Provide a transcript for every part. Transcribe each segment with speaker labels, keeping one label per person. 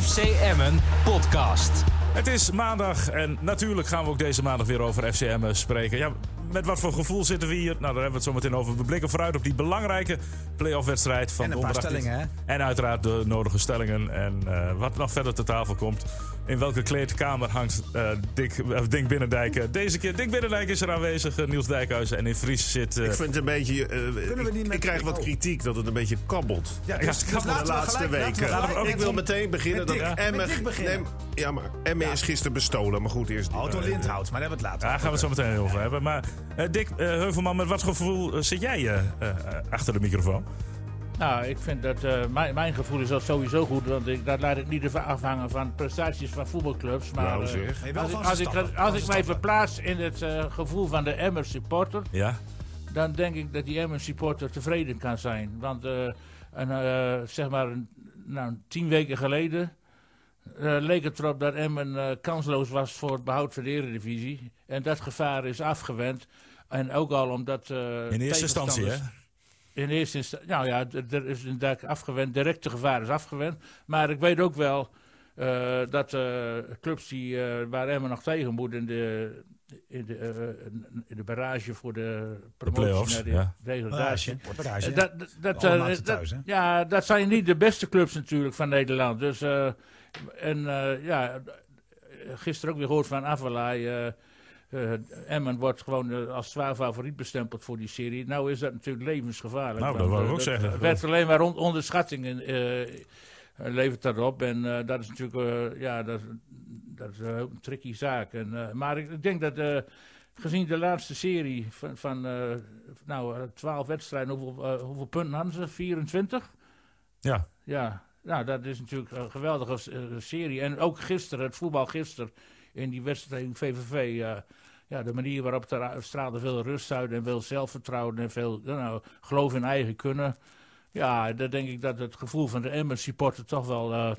Speaker 1: FC Emmen podcast.
Speaker 2: Het is maandag en natuurlijk gaan we ook deze maandag weer over FCM eh, spreken. Ja, met wat voor gevoel zitten we hier? Nou, daar hebben we het zo meteen over. We blikken vooruit op die belangrijke play-off wedstrijd van
Speaker 3: En een paar
Speaker 2: donderdag.
Speaker 3: stellingen, hè?
Speaker 2: En uiteraard de nodige stellingen en eh, wat nog verder te tafel komt. In welke kleedkamer hangt eh Dick, of Dink Binnendijk? eh, deze keer Dink Binnendijk is er aanwezig, eh, Niels Dijkhuizen. En in Fries zit... eh,
Speaker 4: Ik vind het een beetje. eh,
Speaker 3: we
Speaker 4: ik,
Speaker 3: niet met-
Speaker 4: ik krijg wat
Speaker 3: Oh.
Speaker 4: kritiek dat het een beetje kabbelt.
Speaker 3: Ja,
Speaker 2: Ja,
Speaker 3: dus, dus
Speaker 2: kabbel.
Speaker 3: laten
Speaker 4: de
Speaker 3: we
Speaker 4: laatste
Speaker 3: gelijk- laten we
Speaker 4: weken.
Speaker 3: gelijk
Speaker 4: ik
Speaker 3: met
Speaker 4: wil
Speaker 3: die-
Speaker 4: meteen beginnen
Speaker 3: met
Speaker 4: dat
Speaker 3: Dick-
Speaker 4: ik
Speaker 3: met Dick beginnen.
Speaker 4: ja, maar Emmen is gisteren bestolen, maar goed, eerst. die.
Speaker 3: Auto
Speaker 4: Eh,
Speaker 3: Lindhout, maar daar hebben we het
Speaker 2: daar
Speaker 3: later
Speaker 2: gaan we het zo meteen over hebben. Maar eh, Dick eh, Heuvelman, met wat gevoel eh, zit jij eh, eh, achter de microfoon?
Speaker 5: Nou, ik vind dat eh, mijn, mijn gevoel is dat sowieso goed, want ik, dat laat ik niet ervan afhangen van prestaties van voetbalclubs. Maar
Speaker 4: Nou,
Speaker 5: eh,
Speaker 4: zeg.
Speaker 3: Nee, wel
Speaker 5: als, ik,
Speaker 3: van
Speaker 5: als, ik,
Speaker 3: verstappen.
Speaker 5: als
Speaker 3: Van
Speaker 5: ik mij
Speaker 3: verstappen.
Speaker 5: verplaats in het eh, gevoel van de Emmer supporter,
Speaker 2: Ja?
Speaker 5: dan denk ik dat die Emmen supporter tevreden kan zijn. Want eh, een, eh, zeg maar een, nou, tien weken geleden eh, leek het erop dat Emmen eh, kansloos was voor het behoud van de Eredivisie. En dat gevaar is afgewend. En ook al omdat. eh,
Speaker 2: In eerste instantie, hè?
Speaker 5: tegenstanders- in eerste instantie, nou ja, d- er is inderdaad afgewend, directe gevaar is afgewend. Maar ik weet ook wel eh, dat eh, clubs die, eh, waar Emmen nog tegen moet in de, in de, eh, in de barrage voor de
Speaker 2: play-offs,
Speaker 5: promotie naar de
Speaker 2: ja.
Speaker 5: degradatie.
Speaker 3: Portage,
Speaker 5: Eh,
Speaker 3: ja.
Speaker 5: Dat, dat, dat,
Speaker 3: Allemaal
Speaker 5: eh,
Speaker 3: te
Speaker 5: dat-
Speaker 3: thuis, hè?
Speaker 5: ja, dat zijn niet de beste clubs natuurlijk van Nederland. Dus, eh, en eh, ja, gisteren ook weer gehoord van Avalai. eh, eh, Emmen wordt gewoon eh, als zwaar favoriet bestempeld voor die serie. Nou is dat natuurlijk levensgevaarlijk.
Speaker 2: Nou, dat
Speaker 5: want,
Speaker 2: wou ik
Speaker 5: eh,
Speaker 2: ook zeggen.
Speaker 5: Werd alleen maar on- onderschattingen eh, levert dat op. En eh, dat is natuurlijk eh, ja, dat, is- dat is eh, een tricky zaak. En, eh, maar ik, ik denk dat eh, gezien de laatste serie van, van eh, nou, eh, 12 wedstrijden, hoeveel, eh, hoeveel punten hadden ze? 24?
Speaker 2: Ja.
Speaker 5: Ja, nou, dat is natuurlijk een geweldige eh, serie. En ook gisteren, het voetbal gisteren in die wedstrijd tegen VVV. eh, ja, de manier waarop er uit- straalde veel rust uit en veel zelfvertrouwen en veel ja, nou, geloof in eigen kunnen. Ja, dan denk ik dat het gevoel van de Emmen supporter toch wel eh,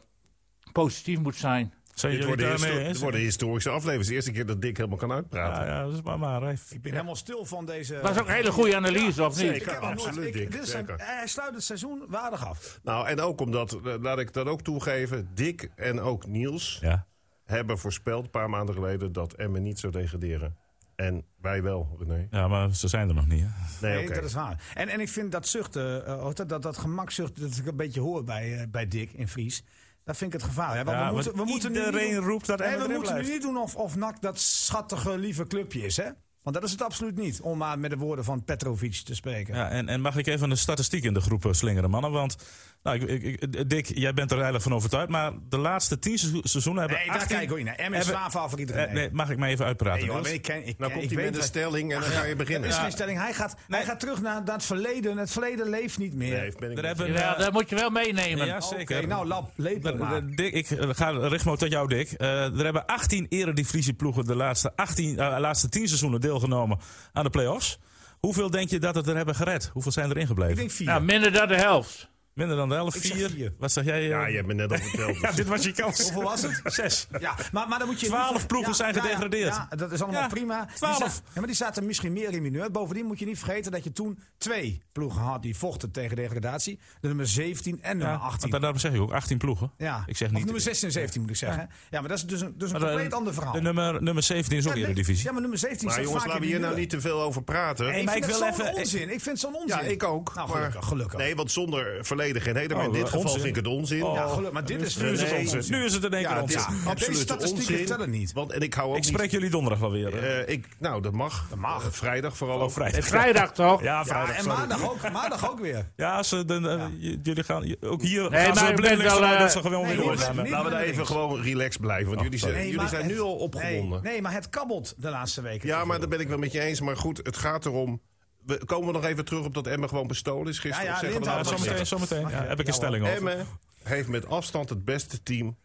Speaker 5: positief moet zijn.
Speaker 2: Zijn
Speaker 4: Dit
Speaker 2: jullie
Speaker 4: wordt de histo-
Speaker 2: daarmee eens?
Speaker 4: dit wordt de historische aflevering. Het is de eerste keer dat Dick helemaal kan uitpraten.
Speaker 2: Ja, ja, dat is maar maar. hè.
Speaker 3: Ik ben helemaal stil van deze...
Speaker 5: was ook een hele goede analyse, of niet?
Speaker 3: Ik heb nog nooit-
Speaker 4: Absoluut,
Speaker 3: ik-
Speaker 4: Dick.
Speaker 3: dit is zijn-
Speaker 4: Zeker.
Speaker 3: Hij sluit het seizoen waardig af.
Speaker 4: Nou, en ook omdat, eh, laat ik dat ook toegeven, Dick en ook Niels
Speaker 2: Ja.
Speaker 4: hebben voorspeld een paar maanden geleden dat Emmen niet zou degraderen. En wij wel, René.
Speaker 2: ja, maar ze zijn er nog niet. Hè?
Speaker 4: Nee,
Speaker 3: Nee,
Speaker 4: oké.
Speaker 3: dat is waar. En, en ik vind dat zuchten, eh, of dat, dat, dat gemakzucht, dat ik een beetje hoor bij, eh, bij Dick in Fries. Dat vind ik het gevaar. Hè? Want
Speaker 2: Ja,
Speaker 3: we
Speaker 2: want
Speaker 3: moeten, we moeten nu niet
Speaker 2: iedereen
Speaker 3: doen-
Speaker 2: roept dat
Speaker 3: Nee,
Speaker 2: Emmen
Speaker 3: we
Speaker 2: erin
Speaker 3: moeten nu
Speaker 2: blijft.
Speaker 3: niet doen of, of NAC dat schattige, lieve clubje is. Hè? Want dat is het absoluut niet. Om maar met de woorden van Petrovic te spreken.
Speaker 2: Ja, en, en mag ik even een statistiek in de groep eh, slingeren, mannen? Want, nou, ik, ik- ik- Dick, jij bent er eigenlijk van overtuigd. Maar de laatste tien seizo- seizoenen hebben...
Speaker 3: Nee, daar
Speaker 2: 18
Speaker 3: kijken we niet naar. Emmen is
Speaker 2: hebben-
Speaker 3: zwaar favoriet, René.
Speaker 2: Eh, nee, mag ik mij even uitpraten?
Speaker 3: Nee, joh,
Speaker 2: Niels?
Speaker 3: ik ken, ik,
Speaker 4: Nou
Speaker 3: ken-
Speaker 4: komt
Speaker 3: ik
Speaker 4: hij met
Speaker 3: weet
Speaker 4: een
Speaker 3: wat-
Speaker 4: stelling en dan ga je
Speaker 3: Er
Speaker 4: beginnen.
Speaker 3: is geen stelling. Hij gaat,
Speaker 2: Nee.
Speaker 3: hij gaat terug naar, naar het verleden. Het verleden leeft niet meer.
Speaker 4: Nee, ben ik
Speaker 2: Er
Speaker 4: niet.
Speaker 2: hebben,
Speaker 5: Ja,
Speaker 2: eh,
Speaker 5: dat moet je wel meenemen.
Speaker 2: ja,
Speaker 3: Oké,
Speaker 2: zeker.
Speaker 3: nou, lap, lepel
Speaker 2: Er-
Speaker 3: maar.
Speaker 2: er- Dick, ik eh, ga Richmo tot jou, Dick. Eh, er hebben 18 eredivisieploegen de laatste, 18, eh, laatste 10 seizoenen deelgenomen aan de play-offs. Hoeveel denk je dat het er hebben gered? Hoeveel zijn erin gebleven?
Speaker 3: Ik denk vier.
Speaker 5: Nou, minder dan de helft.
Speaker 2: Minder dan de helft?
Speaker 3: Ik zeg
Speaker 2: Vier?
Speaker 3: vier.
Speaker 2: Wat zeg jij? eh?
Speaker 4: Ja, je hebt me net al verteld.
Speaker 2: Ja, dit was je kans.
Speaker 3: Hoeveel was het?
Speaker 2: Zes.
Speaker 3: Ja, maar, maar dan moet je...
Speaker 2: 12
Speaker 3: liever-
Speaker 2: ploegen zijn gedegradeerd.
Speaker 3: Ja, dat is allemaal
Speaker 2: Ja,
Speaker 3: prima. Die
Speaker 2: 12.
Speaker 3: za- ja, maar die zaten misschien meer in mineur. Bovendien moet je niet vergeten dat je toen twee ploegen had die vochten tegen degradatie. De nummer 17 en nummer
Speaker 2: Ja,
Speaker 3: 18.
Speaker 2: want daarom zeg ik ook 18 ploegen.
Speaker 3: ja.
Speaker 2: Ik zeg
Speaker 3: Of
Speaker 2: niet.
Speaker 3: nummer 16 en 17 moet ik zeggen. Ja, maar dat is dus een, dus een
Speaker 2: Maar de-
Speaker 3: compleet ander verhaal.
Speaker 2: De nummer, nummer 17 is ook
Speaker 3: ja, nee,
Speaker 2: Eredivisie.
Speaker 3: Ja, maar nummer 17
Speaker 4: Maar
Speaker 3: staat
Speaker 4: jongens,
Speaker 3: vaak
Speaker 4: laten we
Speaker 3: in
Speaker 4: hier nou
Speaker 3: mineur.
Speaker 4: niet te veel over praten.
Speaker 2: Nee,
Speaker 3: Ik
Speaker 2: maar
Speaker 3: vind
Speaker 2: ik
Speaker 3: het
Speaker 2: wil
Speaker 3: zo'n
Speaker 2: even-
Speaker 3: onzin. Ik vind het zo'n onzin.
Speaker 4: Ja, ik ook.
Speaker 3: Nou,
Speaker 4: maar-
Speaker 3: gelukkig, gelukkig.
Speaker 4: Nee, want zonder verleden geen heden. Maar
Speaker 2: Oh,
Speaker 4: in dit
Speaker 2: eh,
Speaker 4: geval
Speaker 2: onzin.
Speaker 4: vind ik het onzin.
Speaker 2: Oh,
Speaker 3: Ja, gelukkig. Maar dit is
Speaker 2: Nu is het
Speaker 4: Nee.
Speaker 2: onzin. Nu is het in één keer
Speaker 4: dit
Speaker 2: onzin.
Speaker 4: is
Speaker 3: ja.
Speaker 4: absoluut
Speaker 3: Deze statistieken
Speaker 4: onzin,
Speaker 3: tellen niet.
Speaker 4: Want, en ik hou ook
Speaker 2: Ik spreek
Speaker 4: niet...
Speaker 2: jullie donderdag wel weer. hè?
Speaker 4: eh, ik, nou, dat mag. Dat mag. vrijdag vooral ook.
Speaker 2: oh, vrijdag.
Speaker 5: Vrijdag toch?
Speaker 2: Ja,
Speaker 3: Ja,
Speaker 2: vrijdag.
Speaker 3: en
Speaker 2: sorry.
Speaker 3: maandag ook, maandag ook weer.
Speaker 2: Ja, ze, de, de- j- jullie gaan j- ook hier.
Speaker 5: Nee,
Speaker 2: gaan
Speaker 5: maar
Speaker 2: ze
Speaker 5: ik
Speaker 2: blindlings
Speaker 5: ben wel,
Speaker 2: vanuit
Speaker 5: eh,
Speaker 2: dat ze gewoon
Speaker 3: nee,
Speaker 2: weer
Speaker 3: jongens,
Speaker 2: doorgaan.
Speaker 3: niet-
Speaker 2: Nou,
Speaker 4: Laten we daar even
Speaker 3: links.
Speaker 4: gewoon relaxed blijven. Want jullie zijn,
Speaker 3: Oh, Nee,
Speaker 4: jullie
Speaker 3: maar
Speaker 4: zijn
Speaker 3: het-
Speaker 4: nu al opgewonden.
Speaker 3: Nee, nee, maar het kabbelt de laatste weken.
Speaker 4: Ja, maar daar ben ik wel met je eens. Maar goed, het gaat erom... We, komen we nog even terug op dat Emmen gewoon bestolen is gisteren?
Speaker 3: Ja, ja,
Speaker 4: Of zeggen we nou,
Speaker 3: Lindhout
Speaker 2: ja,
Speaker 4: dat
Speaker 3: was
Speaker 4: allemaal
Speaker 2: zometeen,
Speaker 4: niet?
Speaker 2: zometeen. Ja,
Speaker 3: ja,
Speaker 2: heb ik een
Speaker 3: ja,
Speaker 2: stelling over.
Speaker 4: Emmen heeft met afstand het beste team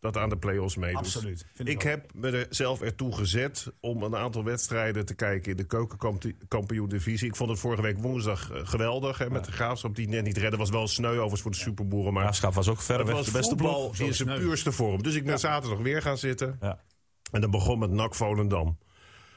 Speaker 4: dat aan de play-offs meedoet.
Speaker 3: Absoluut, vind ik
Speaker 4: Ik
Speaker 3: ook.
Speaker 4: heb me er zelf ertoe gezet om een aantal wedstrijden te kijken in de keukenkampioen divisie. Ik vond het vorige week woensdag eh, geweldig. Hè, met de graafschap die het net niet redden. Was wel sneu overigens voor de superboeren. Maar
Speaker 2: Graafschap was ook
Speaker 4: het
Speaker 2: verreweg
Speaker 4: was
Speaker 2: de beste
Speaker 4: voetbal
Speaker 2: ploeg.
Speaker 4: in zijn puurste vorm. Dus ik ben zaterdag weer gaan zitten.
Speaker 2: Ja.
Speaker 4: En dan begon met NAC Volendam.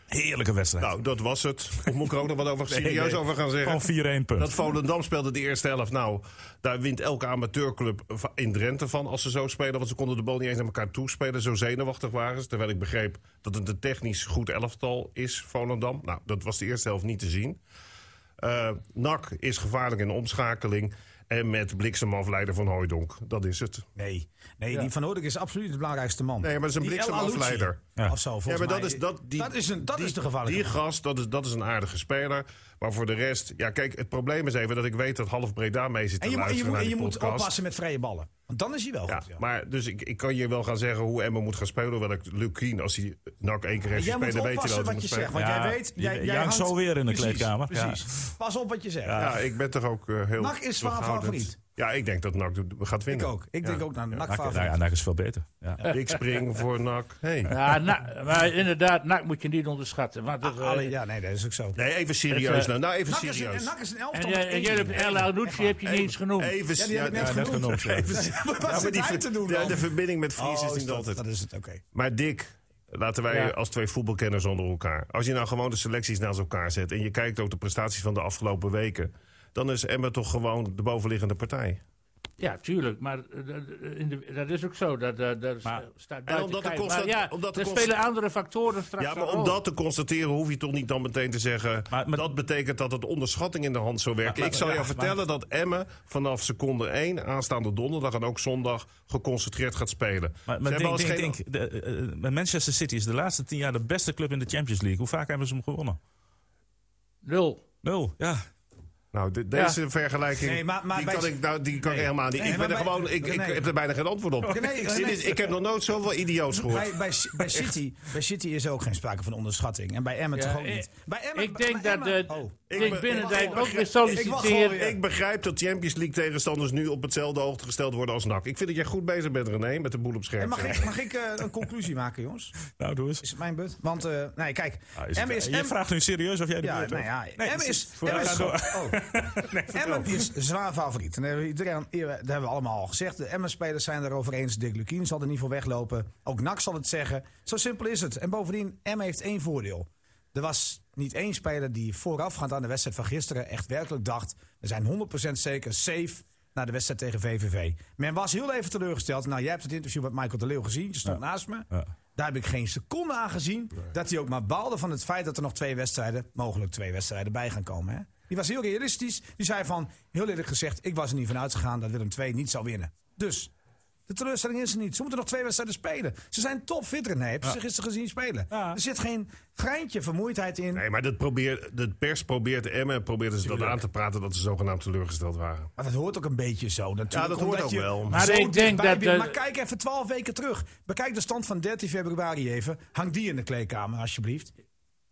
Speaker 2: Heerlijke wedstrijd.
Speaker 4: Nou, dat was het. Of moet ik er ook nog wat over
Speaker 2: Nee,
Speaker 4: serieus
Speaker 2: nee.
Speaker 4: over gaan zeggen?
Speaker 2: Gewoon 4-1 punt.
Speaker 4: Dat Volendam speelde de eerste helft. Nou, daar wint elke amateurclub va- in Drenthe van als ze zo spelen. Want ze konden de bal niet eens naar elkaar toespelen. Zo zenuwachtig waren ze. Terwijl ik begreep dat het een technisch goed elftal is, Volendam. Nou, dat was de eerste helft niet te zien. Eh NAC is gevaarlijk in de omschakeling. En met bliksemafleider van Hooidonk. Dat is het.
Speaker 3: Nee, nee die Van Hoornik is absoluut de belangrijkste man.
Speaker 4: Nee, maar dat is een
Speaker 3: Die El
Speaker 4: bliksemafleider.
Speaker 3: Alouchi. Of zo,
Speaker 4: Ja,
Speaker 3: volgens
Speaker 4: maar dat
Speaker 3: mij.
Speaker 4: is, dat, die,
Speaker 3: dat is, een, dat
Speaker 4: die-
Speaker 3: is de gevaarlijke
Speaker 4: Die
Speaker 3: man.
Speaker 4: gast, dat is, dat is een aardige speler. Maar voor de rest... Ja, kijk, het probleem is even dat ik weet dat half Breda mee zit te
Speaker 3: En je, moet- en je,
Speaker 4: luisteren
Speaker 3: moet,
Speaker 4: naar
Speaker 3: en je
Speaker 4: die
Speaker 3: moet
Speaker 4: podcast.
Speaker 3: oppassen met vrije ballen. Want dan is hij wel
Speaker 4: Ja,
Speaker 3: goed. ja.
Speaker 4: maar dus ik, ik kan je wel gaan zeggen hoe Emma moet gaan spelen. Hoewel ik Lukien, als hij NAC één keer heeft
Speaker 3: Jij
Speaker 4: gespeeld, dan
Speaker 3: moet
Speaker 4: weet hij wel
Speaker 3: oppassen
Speaker 4: dat hij
Speaker 3: wat
Speaker 4: moet
Speaker 3: je
Speaker 4: spelen.
Speaker 3: zegt. Want
Speaker 2: Ja,
Speaker 3: jij weet...
Speaker 2: je-
Speaker 3: Jij,
Speaker 2: je
Speaker 3: jij
Speaker 2: hangt zo weer in de kleedkamer. Ja.
Speaker 3: Precies. Pas op wat je zegt.
Speaker 4: Ja, ik ben toch ook eh, heel...
Speaker 3: NAC is zwaar
Speaker 4: terughoudend.
Speaker 3: favoriet.
Speaker 4: Ja, ik denk dat NAC doet- gaat
Speaker 3: Ik
Speaker 4: winnen.
Speaker 3: ook. Ik denk ook naar
Speaker 2: NAC, nou ja,
Speaker 3: NAC-favoriet.
Speaker 2: NAC is veel beter. Ja.
Speaker 4: Ik spring voor NAC. Hey.
Speaker 5: Ja, na- maar inderdaad, NAC moet je niet onderschatten. Want
Speaker 2: Ah,
Speaker 5: het, eh,
Speaker 3: Alleen- Ah, Ja, nee, dat is ook zo.
Speaker 4: Nee, even serieus
Speaker 5: eh,
Speaker 4: nou. Nou, even
Speaker 3: NAC is een-
Speaker 4: serieus.
Speaker 3: NAC is een elftal.
Speaker 5: en
Speaker 3: met
Speaker 5: jij, en jij
Speaker 3: één-
Speaker 5: hebt El Alouchi heb je niet eens genoemd.
Speaker 4: Even
Speaker 3: Ja, die heb ik net
Speaker 4: ja,
Speaker 2: net
Speaker 3: genoemd.
Speaker 2: genoemd, ja.
Speaker 3: Wat
Speaker 4: maar
Speaker 3: zit
Speaker 4: die
Speaker 3: hij
Speaker 4: ver-
Speaker 3: te doen
Speaker 4: ja,
Speaker 3: dan?
Speaker 4: de verbinding met Fries
Speaker 3: Oh,
Speaker 4: is niet
Speaker 3: dat-
Speaker 4: altijd.
Speaker 3: Dat is het, oké.
Speaker 4: Maar Dick, laten wij
Speaker 5: Ja.
Speaker 4: als twee voetbalkenners onder elkaar. Als je nou gewoon de selecties naast elkaar zet. en je kijkt ook de prestaties van de afgelopen weken. dan is Emma toch gewoon de bovenliggende partij.
Speaker 5: Ja, tuurlijk. Maar eh, dat- in de- dat is ook zo. Dat, dat, dat
Speaker 2: Maar-
Speaker 5: staat buiten
Speaker 4: omdat de
Speaker 5: kijf.
Speaker 4: constant-
Speaker 5: Maar ja,
Speaker 4: omdat de
Speaker 5: er
Speaker 4: constant-
Speaker 5: spelen andere factoren straks
Speaker 4: Ja, maar
Speaker 5: een rol.
Speaker 4: om dat te constateren hoef je toch niet dan meteen te zeggen.
Speaker 2: Maar- maar-
Speaker 4: dat betekent dat het onderschatting in de hand zou werken.
Speaker 2: maar-
Speaker 4: Ik zal
Speaker 2: ja,
Speaker 4: jou
Speaker 2: maar-
Speaker 4: vertellen dat Emmen vanaf seconde 1 aanstaande donderdag en ook zondag geconcentreerd gaat spelen.
Speaker 2: Maar,
Speaker 4: Ze
Speaker 2: maar
Speaker 4: hebben
Speaker 2: denk,
Speaker 4: als
Speaker 2: denk,
Speaker 4: geen-
Speaker 2: denk, de, eh, eh, Manchester City is de laatste tien jaar de beste club in de Champions League. Hoe vaak hebben ze hem gewonnen?
Speaker 5: Nul.
Speaker 2: Nul, ja.
Speaker 4: Nou, de- deze vergelijking
Speaker 3: Nee, maar- maar
Speaker 4: die
Speaker 3: bij-
Speaker 4: kan ik, nou, die kan ik helemaal niet.
Speaker 3: Nee,
Speaker 4: ik,
Speaker 3: maar
Speaker 4: ben er
Speaker 3: bij-
Speaker 4: gewoon, ik, ik
Speaker 3: nee.
Speaker 4: heb er bijna geen antwoord op.
Speaker 3: nee, nee,
Speaker 4: ik, zit
Speaker 3: nee.
Speaker 4: in- ik heb nog nooit zoveel idioots gehoord.
Speaker 3: Bij, bij, bij, City, bij City is er ook geen sprake van onderschatting. En bij Emmen
Speaker 5: Ja,
Speaker 3: toch ook
Speaker 5: ik-
Speaker 3: niet. Bij Emmen,
Speaker 5: Ik denk
Speaker 3: bij
Speaker 5: dat
Speaker 3: Emmen-
Speaker 5: de
Speaker 3: oh.
Speaker 4: Ik
Speaker 5: Dick
Speaker 4: be- ik
Speaker 5: Binnendijk
Speaker 4: begrijp-
Speaker 5: ook weer
Speaker 3: ik wacht gewoon
Speaker 5: solliciteert.
Speaker 3: weer.
Speaker 4: ik begrijp dat Champions League tegenstanders nu op hetzelfde hoogte gesteld worden als NAC. Ik vind dat jij goed bezig bent, René, met de boel op
Speaker 3: En
Speaker 4: scherp.
Speaker 3: mag
Speaker 4: zetten.
Speaker 3: ik, mag ik eh, een conclusie maken, jongens?
Speaker 2: Nou, doe eens.
Speaker 3: Is het mijn beurt? Want, eh, nee, kijk.
Speaker 2: Ah, is het-
Speaker 3: Emmen is...
Speaker 2: eh, je
Speaker 3: Emmen-
Speaker 2: vraagt nu serieus of jij de
Speaker 3: ja,
Speaker 2: beurt
Speaker 3: nou
Speaker 2: hebt.
Speaker 3: ja. Emmen is...
Speaker 2: voor-
Speaker 3: Emmen
Speaker 2: ja,
Speaker 3: is,
Speaker 2: ga
Speaker 3: oh. Emmen is zwaar favoriet. En daar hebben we iedereen- hier- dat hebben we allemaal al gezegd. De Emmen-spelers zijn daarover eens. Dick Lukien zal er niet voor weglopen. Ook NAC zal het zeggen. Zo simpel is het. En bovendien, Emmen heeft één voordeel. Er was niet één speler die voorafgaand aan de wedstrijd van gisteren echt werkelijk dacht... we zijn 100% zeker safe naar de wedstrijd tegen VVV. Men was heel even teleurgesteld. Nou, jij hebt het interview met Michael de Leeuw gezien. Je stond naast me.
Speaker 2: Ja.
Speaker 3: Daar heb ik geen seconde aan gezien dat hij ook maar baalde van het feit dat er nog twee wedstrijden, mogelijk twee wedstrijden, bij gaan komen. Hè? Die was heel realistisch. Die zei van, heel eerlijk gezegd, ik was er niet van uitgegaan dat Willem II niet zou winnen. Dus, de teleurstelling is er niet. Ze moeten nog twee wedstrijden spelen. Ze zijn topfit erin. Heb je ze gisteren gezien spelen?
Speaker 2: Ja.
Speaker 3: Er zit geen greintje vermoeidheid in.
Speaker 4: Nee, maar dat probeert, de pers probeert Emmen probeert ze dat aan te praten dat ze zogenaamd teleurgesteld waren.
Speaker 3: Maar dat hoort ook een beetje zo. Natuurlijk,
Speaker 4: Ja, dat hoort
Speaker 3: omdat
Speaker 4: ook
Speaker 3: je
Speaker 4: wel.
Speaker 3: zo
Speaker 5: Maar ik denk
Speaker 3: dichtbij
Speaker 5: dat
Speaker 3: bent.
Speaker 5: de-
Speaker 3: Maar kijk even twaalf weken terug. Bekijk de stand van 13 februari even. Hang die in de kleedkamer, alsjeblieft.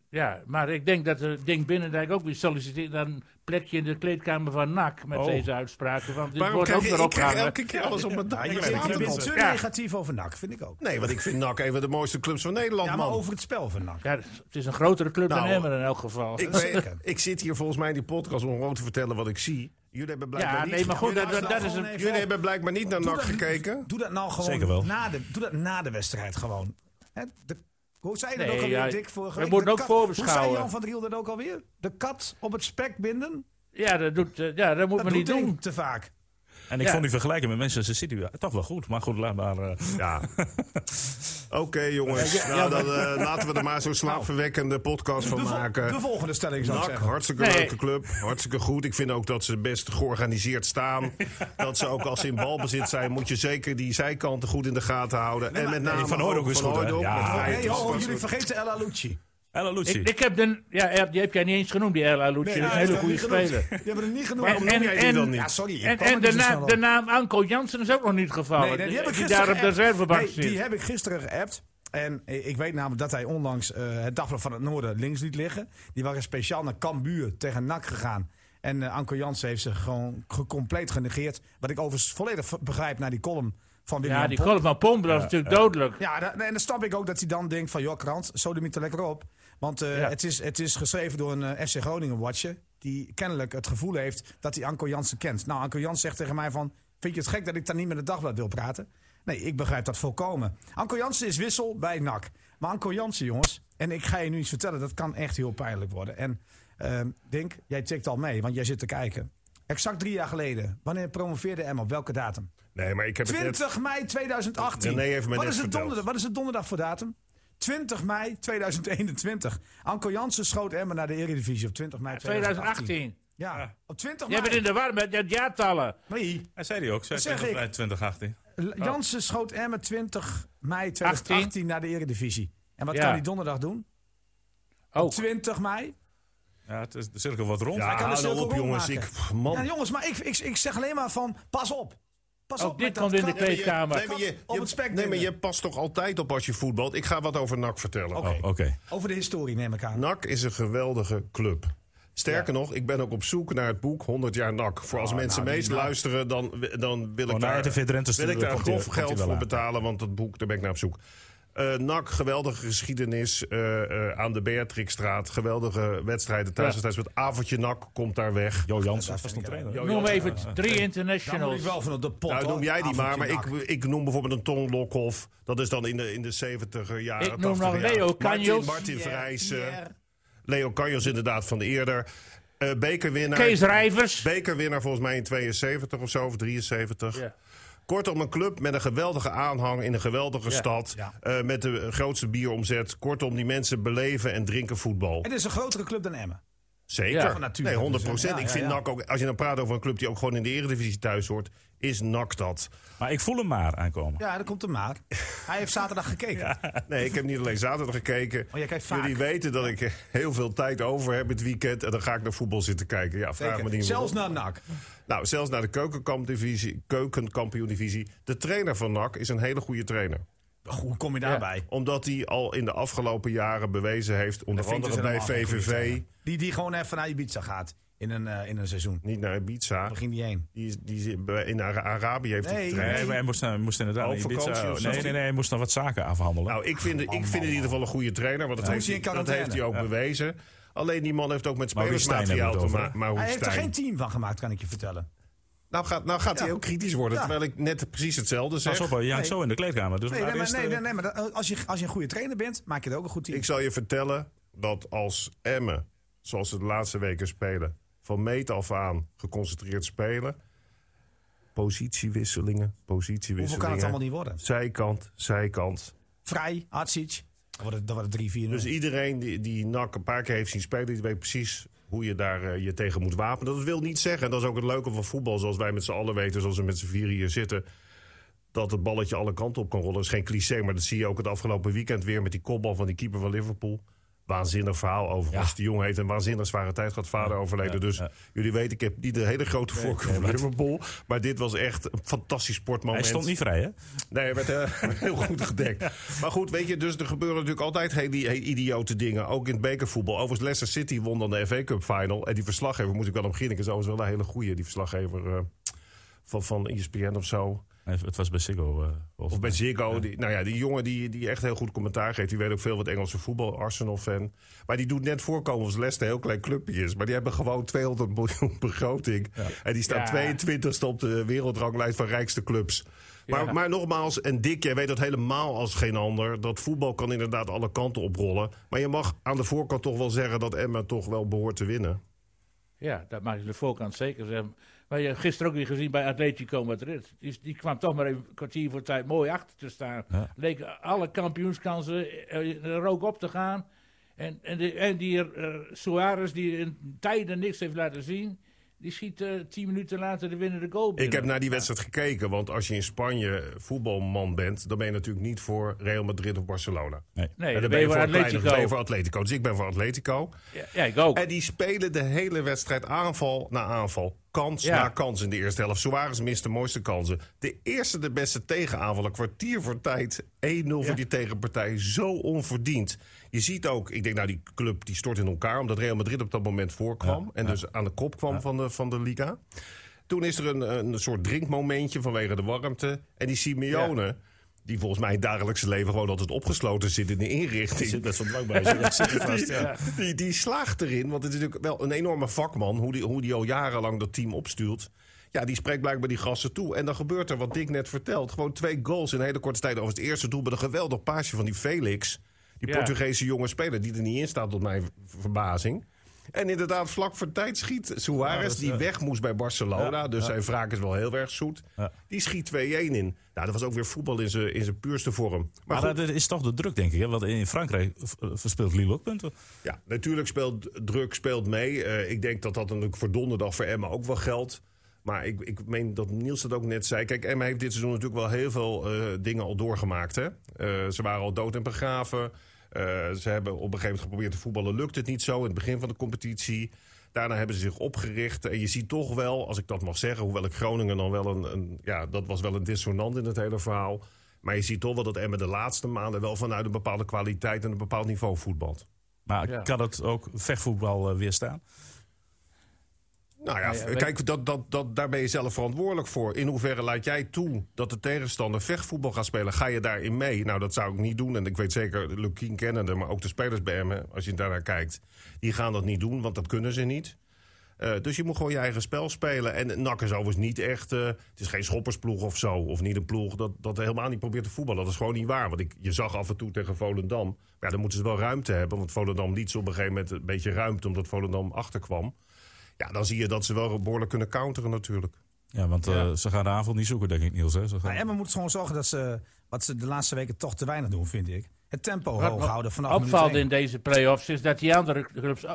Speaker 5: Ja, maar ik denk dat de Dink Binnendijk ook weer solliciteert naar een plekje in de kleedkamer van NAC met
Speaker 2: Oh.
Speaker 5: deze uitspraken. Want dit
Speaker 4: Waarom
Speaker 5: wordt
Speaker 4: krijg
Speaker 5: ook
Speaker 4: je, ik
Speaker 5: erop
Speaker 4: krijg
Speaker 5: gehangen.
Speaker 4: elke keer alles op mijn dak?
Speaker 3: je
Speaker 4: Ik
Speaker 3: bent-
Speaker 4: slaap
Speaker 3: je
Speaker 4: het
Speaker 3: bent
Speaker 4: op.
Speaker 3: te
Speaker 5: Ja.
Speaker 3: negatief over NAC, vind ik ook.
Speaker 4: Nee, want ik vind NAC een van de mooiste clubs van Nederland,
Speaker 3: Ja, maar
Speaker 4: Oh, man.
Speaker 3: over het spel van NAC.
Speaker 5: Ja, het is een grotere club
Speaker 4: Nou,
Speaker 5: dan Emmer in elk geval.
Speaker 4: Ik,
Speaker 3: Zeker.
Speaker 4: ben, ik zit hier volgens mij in die podcast om gewoon te vertellen wat ik zie. Jullie hebben blijkbaar
Speaker 5: Ja,
Speaker 4: niet
Speaker 5: nee, maar goed, dat,
Speaker 4: gekeken.
Speaker 5: dat, dat is
Speaker 3: Gewoon
Speaker 5: een...
Speaker 3: even-
Speaker 4: Jullie hebben blijkbaar niet naar NAC
Speaker 3: dat-
Speaker 4: gekeken.
Speaker 3: Doe dat nou gewoon
Speaker 2: Zeker wel.
Speaker 3: Na, de, doe dat na de wedstrijd gewoon. Hè, de, hoe zei je dat
Speaker 5: Nee,
Speaker 3: ook alweer,
Speaker 5: ja,
Speaker 3: Dick, vorige
Speaker 5: we
Speaker 3: week?
Speaker 5: moeten
Speaker 3: De
Speaker 5: ook
Speaker 3: kat-
Speaker 5: voorbeschouwen.
Speaker 3: Hoe zei Jan van Driel dat ook alweer? De kat op het spek binden?
Speaker 5: Ja, dat, doet, eh, ja, dat moet
Speaker 3: Dat
Speaker 5: men niet
Speaker 3: doet
Speaker 5: doen.
Speaker 3: Henk te vaak.
Speaker 2: En ik
Speaker 5: Ja.
Speaker 2: vond die vergelijking met Manchester City wel- toch wel goed. Maar goed, laat maar. eh,
Speaker 4: Ja. Oké, jongens. nou, dan, eh, laten we er maar zo'n slaapverwekkende podcast
Speaker 3: De,
Speaker 4: van
Speaker 3: vol- de
Speaker 4: maken.
Speaker 3: volgende stelling zou ik
Speaker 4: NAC,
Speaker 3: zeggen.
Speaker 4: hartstikke
Speaker 5: Nee.
Speaker 4: leuke club. Hartstikke goed. Ik vind ook dat ze best georganiseerd staan. dat ze ook als ze in balbezit zijn, moet je zeker die zijkanten goed in de gaten houden. en met name
Speaker 2: die Van Hooydonk is
Speaker 4: Van
Speaker 2: goed, hè?
Speaker 4: Hooydonk
Speaker 2: Ja.
Speaker 4: met
Speaker 3: Oh,
Speaker 4: vijf
Speaker 3: nee, oh,
Speaker 4: toppers.
Speaker 3: jullie vergeten El Alouchi.
Speaker 2: Ella Lucci.
Speaker 5: Ik, ik heb de, ja, er- die heb jij niet eens genoemd, die El Alouchi.
Speaker 3: Nee,
Speaker 5: dat is
Speaker 3: ja,
Speaker 5: een hele
Speaker 3: dat
Speaker 5: goede
Speaker 3: heb ik niet
Speaker 5: speler.
Speaker 3: Je hebt er niet genoemd.
Speaker 4: Waarom noem
Speaker 5: En-
Speaker 4: jij die
Speaker 5: en-
Speaker 4: dan niet?
Speaker 3: Ja, sorry. ik
Speaker 5: En,
Speaker 3: kwam er
Speaker 5: en
Speaker 3: niet
Speaker 5: de,
Speaker 3: zo
Speaker 5: na-
Speaker 3: snel op.
Speaker 5: de naam Anko Jansen is ook nog niet gevallen.
Speaker 3: Nee, nee, die heb ik
Speaker 5: die
Speaker 3: gisteren
Speaker 5: daar op de
Speaker 3: geappt.
Speaker 5: reservebank
Speaker 3: Nee,
Speaker 5: zit.
Speaker 3: Die heb ik gisteren geappt. En eh, ik weet namelijk dat hij onlangs eh, het Dagblad van het Noorden links liet liggen. Die waren speciaal naar Cambuur tegen NAC gegaan. En eh, Anko Jansen heeft ze gewoon ge- compleet genegeerd. Wat ik overigens volledig v- begrijp naar die column van William
Speaker 5: ja, die
Speaker 3: Pomp.
Speaker 5: kolf van Pomp, dat is natuurlijk dodelijk.
Speaker 3: Ja, da- en dan snap ik ook dat hij dan denkt van... joh, krant, zo doe er lekker op. Want eh,
Speaker 5: Ja.
Speaker 3: het, is, het is geschreven door een eh, FC Groningen-watcher... die kennelijk het gevoel heeft dat hij Anko Jansen kent. Nou, Anko Jansen zegt tegen mij van... vind je het gek dat ik daar niet met het dagblad wil praten? Nee, ik begrijp dat volkomen. Anko Jansen is wissel bij NAC. Maar Anko Jansen, jongens... En ik ga je nu iets vertellen, dat kan echt heel pijnlijk worden. En ehm Dink, jij checkt al mee, want jij zit te kijken. Exact drie jaar geleden, wanneer promoveerde Emma? Op welke datum?
Speaker 4: Nee, maar ik heb het net...
Speaker 3: 20 mei 2018.
Speaker 4: René heeft me
Speaker 3: wat,
Speaker 4: net
Speaker 3: is het
Speaker 4: verteld.
Speaker 3: donderdag, wat is het donderdag voor datum? 20 mei 2021. Anko Jansen schoot Emmen naar de Eredivisie op 20 mei 2018.
Speaker 5: 2018.
Speaker 3: Ja,
Speaker 2: Ja.
Speaker 3: op 20
Speaker 5: Jij bent
Speaker 3: mei.
Speaker 5: in de war met de Oh. jaartallen.
Speaker 3: Nee,
Speaker 2: Hij zei die ook, zei
Speaker 3: Dat zeg
Speaker 2: 20
Speaker 3: ik.
Speaker 2: mei 2018.
Speaker 3: L- Jansen schoot Emmen 20 mei 2018 naar de Eredivisie. En wat
Speaker 5: Ja.
Speaker 3: kan hij donderdag doen?
Speaker 5: Ook.
Speaker 3: 20 mei?
Speaker 2: Ja, het is, er zit ook wel wat rond.
Speaker 4: Ja,
Speaker 3: Hij kan de
Speaker 4: hou nou
Speaker 3: cirkel
Speaker 4: op jongens. Ik,
Speaker 3: rondmaken.
Speaker 4: pff, man.
Speaker 3: Ja, jongens, maar ik, ik, ik zeg alleen maar van, pas op. Pas
Speaker 5: Ook
Speaker 3: op
Speaker 5: dit
Speaker 3: met dat
Speaker 5: komt in de
Speaker 3: kak-
Speaker 5: tweede- Kamer.
Speaker 4: nee, maar je,
Speaker 3: Op het spek
Speaker 4: je, nee, maar
Speaker 3: dingen.
Speaker 4: je past toch altijd op als je voetbalt. Ik ga wat over NAC vertellen.
Speaker 2: Oh, Oké.
Speaker 3: Over de historie neem ik aan.
Speaker 4: NAC is een geweldige club. Sterker nog, ik ben ook op zoek naar het boek 100 jaar NAC. Voor
Speaker 2: Ah,
Speaker 4: als
Speaker 2: nou,
Speaker 4: mensen meest luisteren, dan, dan wil ik
Speaker 2: Oh, naar
Speaker 4: daar,
Speaker 2: RTV Drenthe
Speaker 4: wil
Speaker 2: sturen,
Speaker 4: ik daar
Speaker 2: komt die-
Speaker 4: grof
Speaker 2: komt die
Speaker 4: geld
Speaker 2: wel
Speaker 4: voor
Speaker 2: aan.
Speaker 4: betalen. Want dat boek, daar ben ik naar op zoek. Eh NAC, geweldige geschiedenis eh, eh, aan de Beatrixstraat. Geweldige wedstrijden thuis.
Speaker 5: Ja.
Speaker 4: en thuis met avondje NAC komt daar weg.
Speaker 2: Jo Jansen, vast een trainer.
Speaker 4: Jo-
Speaker 5: Noem even drie
Speaker 3: Dan moet ik
Speaker 5: internationals.
Speaker 3: wel van op de pot.
Speaker 4: Nou,
Speaker 3: hoor.
Speaker 4: noem jij die maar, maar ik,
Speaker 3: Avondje
Speaker 4: ik noem bijvoorbeeld een Ton Lokhoff. Dat is dan in de, in de 70er jaren.
Speaker 5: Ik noem
Speaker 4: 80er
Speaker 5: nog
Speaker 4: jaren.
Speaker 5: Leo Canjos.
Speaker 4: Martin, Martin
Speaker 3: dak.
Speaker 4: Verrijzen.
Speaker 3: Pierre.
Speaker 4: Leo Canjos inderdaad van eerder. Eh, bekerwinnaar.
Speaker 5: Kees Rijvers.
Speaker 4: Bekerwinnaar volgens mij in 72 of zo, of 73.
Speaker 5: Ja.
Speaker 4: Kortom, een club met een geweldige aanhang in een geweldige
Speaker 5: Ja,
Speaker 4: stad.
Speaker 3: ja.
Speaker 4: eh, met de grootste bieromzet. Kortom, die mensen beleven en drinken voetbal.
Speaker 3: Het is een grotere club dan Emmen.
Speaker 4: Zeker.
Speaker 5: Ja,
Speaker 3: natuurlijk.
Speaker 4: Nee, 100 procent.
Speaker 3: Dus,
Speaker 4: ik
Speaker 3: Ja, ja,
Speaker 4: vind
Speaker 3: ja.
Speaker 4: NAC ook, als je dan praat over een club die ook gewoon in de Eredivisie thuis hoort, is NAC dat.
Speaker 2: Maar ik voel hem maar aankomen.
Speaker 3: Ja, daar komt de maat. Hij heeft zaterdag gekeken.
Speaker 4: Nee, ik heb niet alleen zaterdag gekeken.
Speaker 3: Oh, jij kijkt vaak.
Speaker 4: Jullie weten dat ik heel veel tijd over heb het weekend. En dan ga ik naar voetbal zitten kijken. Ja, vraag
Speaker 3: Zeker.
Speaker 4: me niet
Speaker 3: Zelfs
Speaker 4: waarom.
Speaker 3: naar NAC.
Speaker 4: Nou, zelfs naar de keukenkampioen-divisie. keukenkampioen-divisie. De trainer van NAC is een hele goede trainer.
Speaker 3: Hoe kom je daarbij?
Speaker 4: Omdat hij al in de afgelopen jaren bewezen heeft... onder
Speaker 3: Dat vind ik
Speaker 4: andere bij
Speaker 3: dus helemaal geen goede
Speaker 4: VVV,
Speaker 3: trainer. Die, die gewoon even naar Ibiza gaat in een, eh, in een seizoen.
Speaker 4: niet naar Ibiza...
Speaker 3: Begin die heen.
Speaker 4: Die, is- die zit bij- in Ara- Arabië heeft hij
Speaker 3: Nee,
Speaker 4: getraind.
Speaker 2: Nee, maar hij moest, hij moest inderdaad...
Speaker 4: Ook
Speaker 2: naar Ibiza.
Speaker 4: vakantie of zo?
Speaker 2: nee, nee, nee, hij moest nog wat zaken afhandelen.
Speaker 4: Nou, ik vind, ik vind in ieder geval een goede trainer. Want dat, heeft,
Speaker 3: hij in
Speaker 4: hij, dat
Speaker 3: quarantaine.
Speaker 4: heeft hij ook bewezen. Alleen die man heeft ook met
Speaker 2: Maar wie Stijn
Speaker 4: spelersmateriaal te
Speaker 2: hebben we het
Speaker 4: maken.
Speaker 2: over?
Speaker 4: Maar hoe
Speaker 3: Hij heeft er
Speaker 4: Stijn?
Speaker 3: geen team van gemaakt, kan ik je vertellen.
Speaker 4: Nou gaat, nou gaat hij heel kritisch worden,
Speaker 3: Ja.
Speaker 4: terwijl ik net precies hetzelfde zeg.
Speaker 2: Pas op, je hangt
Speaker 3: Nee.
Speaker 2: zo in de kleedkamer. Dus
Speaker 3: Nee, nee,
Speaker 2: laat
Speaker 3: maar,
Speaker 2: eerst,
Speaker 3: nee,
Speaker 2: eh,
Speaker 3: nee, nee, maar dat- als, je, als je een goede trainer bent, maak je er ook een goed team.
Speaker 4: Ik zal je vertellen dat als Emmen, zoals ze de laatste weken spelen... van meet af aan geconcentreerd spelen... positiewisselingen, positiewisselingen...
Speaker 3: Hoeveel kan het allemaal niet worden?
Speaker 4: Zijkant, zijkant.
Speaker 3: Vrij, Hatsic. Dan wordt het, dan wordt het 3-4.
Speaker 4: Dus iedereen die, die NAC een paar keer heeft zien spelen... die weet precies hoe je daar eh, je tegen moet wapenen. Dat wil niet zeggen, en dat is ook het leuke van voetbal... zoals wij met z'n allen weten, zoals we met z'n vieren hier zitten... dat het balletje alle kanten op kan rollen. Dat is geen cliché, maar dat zie je ook het afgelopen weekend weer... met die kopbal van die keeper van Liverpool. Waanzinnig verhaal overigens. Die jongen heeft een waanzinnig zware tijd gehad. Vader overleden. dus jullie weten, ik heb niet de hele grote voorkeur voor Liverpool. Maar dit was echt een fantastisch sportmoment.
Speaker 2: Hij stond niet vrij, hè?
Speaker 4: Nee, hij werd eh, heel goed gedekt. Maar goed, weet je, dus er gebeuren natuurlijk altijd hele, hele idiote dingen. Ook in het bekervoetbal. Overigens, Leicester City won dan de FA Cup Final. En die verslaggever, moet ik wel om grinniken, is overigens wel een hele goeie. Die verslaggever eh, van, van E ESPN of zo.
Speaker 2: Nee, Het was bij Siggo. eh, volgens
Speaker 4: Of bij
Speaker 2: mij.
Speaker 4: Ziggo. Die, nou ja, die jongen die, die echt heel goed commentaar geeft. Die weet ook veel wat Engelse voetbal, Arsenal-fan. Maar die doet net voorkomen als Leicester een heel klein clubje is. Maar die hebben gewoon 200 miljoen begroting. En die staan
Speaker 5: Ja.
Speaker 4: 22e op de wereldranglijst van rijkste clubs. Maar, maar nogmaals, en Dick, jij weet dat helemaal als geen ander. Dat voetbal kan inderdaad alle kanten oprollen. Maar je mag aan de voorkant toch wel zeggen dat Emma toch wel behoort te winnen.
Speaker 5: Ja, dat mag je de voorkant zeker zeggen. Maar je hebt gisteren ook weer gezien bij Atletico Madrid. Die, die kwam toch maar even een kwartier voor tijd mooi achter te staan.
Speaker 2: Ja.
Speaker 5: Leek alle kampioenskansen eh, eh, er ook op te gaan. En, en, de- en die eh, Suarez, die in tijden niks heeft laten zien... die schiet eh, tien minuten later de winnende goal
Speaker 4: Ik
Speaker 5: binnen.
Speaker 4: heb naar die wedstrijd gekeken. Want als je in Spanje voetbalman bent, dan ben je natuurlijk niet voor Real Madrid of Barcelona.
Speaker 5: Nee,
Speaker 4: En
Speaker 5: dan ben je voor
Speaker 4: een kleine-
Speaker 5: Atletico.
Speaker 4: Nou, ben je voor Atletico. Dus ik ben voor Atletico.
Speaker 5: Ja, ja, ik ook.
Speaker 4: En die spelen de hele wedstrijd aanval na aanval. Kans
Speaker 5: Ja.
Speaker 4: na kans in de eerste helft. Suarez mist de mooiste kansen. De eerste, de beste tegenaanval. Een kwartier voor tijd. 1-0 voor die tegenpartij. Zo onverdiend. Je ziet ook, ik denk nou die club die stort in elkaar. Omdat Real Madrid op dat moment voorkwam. en dus aan de kop kwam van, de, van de Liga. Toen is er een, een soort drinkmomentje vanwege de warmte. En die Simeone... Die volgens mij in het dagelijkse leven gewoon altijd opgesloten zit in de inrichting.
Speaker 2: Zit best wel dwang bij. Zit- zit er vast, ja.
Speaker 4: Die, die slaagt erin, want het is natuurlijk wel een enorme vakman... hoe die, hoe die al jarenlang dat team opstuurt. Ja, die spreekt blijkbaar die gasten toe. En dan gebeurt er, wat Dick net vertelt, gewoon twee goals in een hele korte tijd. Over het eerste doel met een geweldig paasje van die Felix... Die
Speaker 5: Ja.
Speaker 4: Portugese jonge speler die er niet in staat, tot mijn v- verbazing. En inderdaad, vlak voor tijd schiet Suarez,
Speaker 2: Ja, dat is,
Speaker 4: die
Speaker 2: eh,
Speaker 4: weg moest bij Barcelona.
Speaker 2: ja,
Speaker 4: dus
Speaker 2: ja.
Speaker 4: zijn wraak is wel heel erg zoet.
Speaker 2: Ja.
Speaker 4: Die schiet 2-1 in. Nou, dat was ook weer voetbal in zijn in zijn puurste vorm. Maar,
Speaker 2: Maar,
Speaker 4: goed,
Speaker 2: dat is toch de druk, denk ik. Hè? Want in Frankrijk v- eh, verspeelt Lille ook punten.
Speaker 4: Ja, natuurlijk speelt druk speelt mee. Eh, ik denk dat dat natuurlijk voor donderdag voor Emma ook wel geldt. Maar ik, ik meen dat Niels dat ook net zei. Kijk, Emma heeft dit seizoen natuurlijk wel heel veel eh, dingen al doorgemaakt. Hè? Eh, ze waren al dood en begraven. Eh, ze hebben op een gegeven moment geprobeerd te voetballen. Lukt het niet zo in het begin van de competitie. Daarna hebben ze zich opgericht. En je ziet toch wel, als ik dat mag zeggen... hoewel ik Groningen dan wel een... een ja, dat was wel een dissonant in het hele verhaal. Maar je ziet toch wel dat Emma de laatste maanden... wel vanuit een bepaalde kwaliteit en een bepaald niveau voetbalt.
Speaker 2: Maar
Speaker 5: Ja.
Speaker 2: kan het ook vechtvoetbal eh, weerstaan?
Speaker 4: Nou ja,
Speaker 5: Nou ja,
Speaker 4: v-
Speaker 5: wij-
Speaker 4: kijk, dat, dat, dat, daar ben je zelf verantwoordelijk voor. In hoeverre laat jij toe dat de tegenstander vechtvoetbal gaat spelen? Ga je daarin mee? Nou, dat zou ik niet doen. En ik weet zeker, Lukien kennende, maar ook de spelers bij Emmen, als je daarnaar kijkt, die gaan dat niet doen, want dat kunnen ze niet. Eh, dus je moet gewoon je eigen spel spelen. En NAC is overigens niet echt... eh, het is geen schoppersploeg of zo. Of niet een ploeg dat, dat helemaal niet probeert te voetballen. Dat is gewoon niet waar. Want ik, je zag af en toe tegen Volendam... Maar ja, dan moeten ze wel ruimte hebben. Want Volendam liet ze op een gegeven moment een beetje ruimte... omdat Volendam achterkwam. Ja, dan zie je dat ze wel behoorlijk kunnen counteren natuurlijk.
Speaker 2: Ja, want eh,
Speaker 5: Ja.
Speaker 2: ze gaan de aanval niet zoeken, denk ik, Niels. Hè? Ze gaan...
Speaker 3: Maar Emma moet gewoon zorgen dat ze, wat ze de laatste weken toch te weinig doen, vind ik. Het tempo
Speaker 5: Wat
Speaker 3: hoog
Speaker 5: me
Speaker 3: houden vanaf minuut
Speaker 5: opvalt
Speaker 3: één.
Speaker 5: in deze play-offs is dat die andere clubs...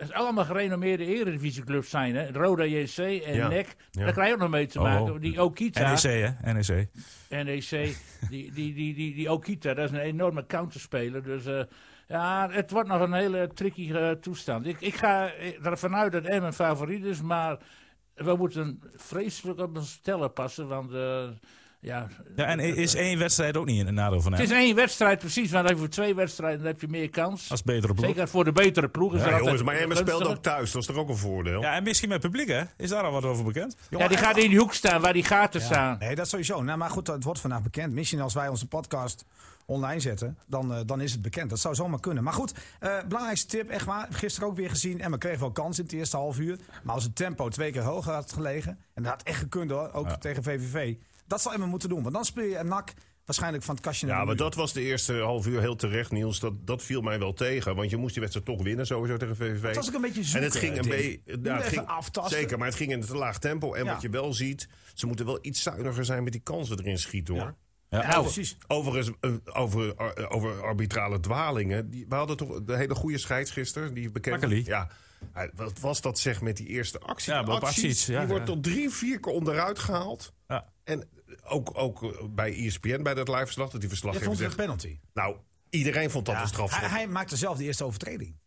Speaker 5: Het is allemaal gerenommeerde eredivisieclubs zijn. Hè? Roda JC en
Speaker 4: Ja.
Speaker 5: NEC.
Speaker 4: Ja.
Speaker 5: Daar krijg je ook nog mee te
Speaker 2: Oh,
Speaker 5: maken.
Speaker 2: oh.
Speaker 5: Die Okita.
Speaker 2: NEC, hè? E NEC.
Speaker 5: NEC, die, die, die, die, die Okita, dat is een enorme counterspeler. Dus eh, ja, het wordt nog een hele tricky eh, toestand. Ik, ik ga ervan uit dat Emmen favoriet is, maar we moeten vreselijk op een stellen passen. Want eh, ja,
Speaker 2: Ja, en i- is één wedstrijd ook niet een nadeel van
Speaker 5: het is
Speaker 2: hem?
Speaker 5: één wedstrijd precies, maar voor twee wedstrijden heb je meer kans.
Speaker 2: Als betere ploeg.
Speaker 5: Zeker voor de betere ploeg. Is
Speaker 4: Ja,
Speaker 5: dat altijd
Speaker 4: jongens, maar Emmen speelt
Speaker 5: gunstig.
Speaker 4: ook thuis. Dat is toch ook een voordeel?
Speaker 2: Ja, en misschien met publiek, hè? Is daar al wat over bekend?
Speaker 5: Ja, die gaat in die hoek staan waar die gaten staan.
Speaker 3: Nee, dat sowieso. Nou, maar goed, het wordt vandaag bekend. Misschien als wij onze podcast online zetten, dan, eh, dan is het bekend. Dat zou zomaar kunnen. Maar goed, eh, belangrijkste tip, echt waar. Gisteren ook weer gezien. En we kregen wel kans in het eerste half uur. Maar als het tempo twee keer hoger had gelegen. En dat had echt gekund hoor, ook tegen VVV. Dat zal Emma moeten doen. Want dan speel je een nak waarschijnlijk van het kastje naar
Speaker 4: Ja,
Speaker 3: de
Speaker 4: maar
Speaker 3: muur.
Speaker 4: dat was de eerste half uur heel terecht, Niels. Dat, dat viel mij wel tegen. Want je moest die wedstrijd toch winnen, sowieso tegen VVV.
Speaker 3: Het was ook een beetje
Speaker 4: En
Speaker 3: zoeken,
Speaker 4: het ging een
Speaker 3: Dick.
Speaker 4: beetje.
Speaker 3: Je moet
Speaker 4: ja, het
Speaker 3: even
Speaker 4: ging-
Speaker 3: aftasten.
Speaker 4: Zeker, maar het ging in te laag tempo. En
Speaker 3: Ja.
Speaker 4: wat je wel ziet, ze moeten wel iets zuiniger zijn met die kansen erin schieten hoor.
Speaker 3: Ja.
Speaker 2: Ja,
Speaker 3: Ja,
Speaker 2: oh,
Speaker 3: precies.
Speaker 4: Overigens, eh, over, eh, over arbitrale dwalingen. Die, we hadden toch de hele goede scheidsgister, die bekend.
Speaker 2: Makkely.
Speaker 4: Ja. Eh, Wat was dat zeg met die eerste actie?
Speaker 2: Ja,
Speaker 4: Die
Speaker 2: Bob
Speaker 4: acties,
Speaker 2: Acties, ja,
Speaker 4: die wordt
Speaker 2: ja.
Speaker 4: tot drie, vier keer onderuit gehaald.
Speaker 2: ja.
Speaker 4: En ook, ook bij E ESPN, bij dat live verslag, dat die
Speaker 3: Je
Speaker 4: verslaggever
Speaker 3: vond het een
Speaker 4: zegt...
Speaker 3: penalty.
Speaker 4: Nou, iedereen vond dat
Speaker 3: Ja,
Speaker 4: een strafschop.
Speaker 3: hij, hij maakte zelf de eerste overtreding.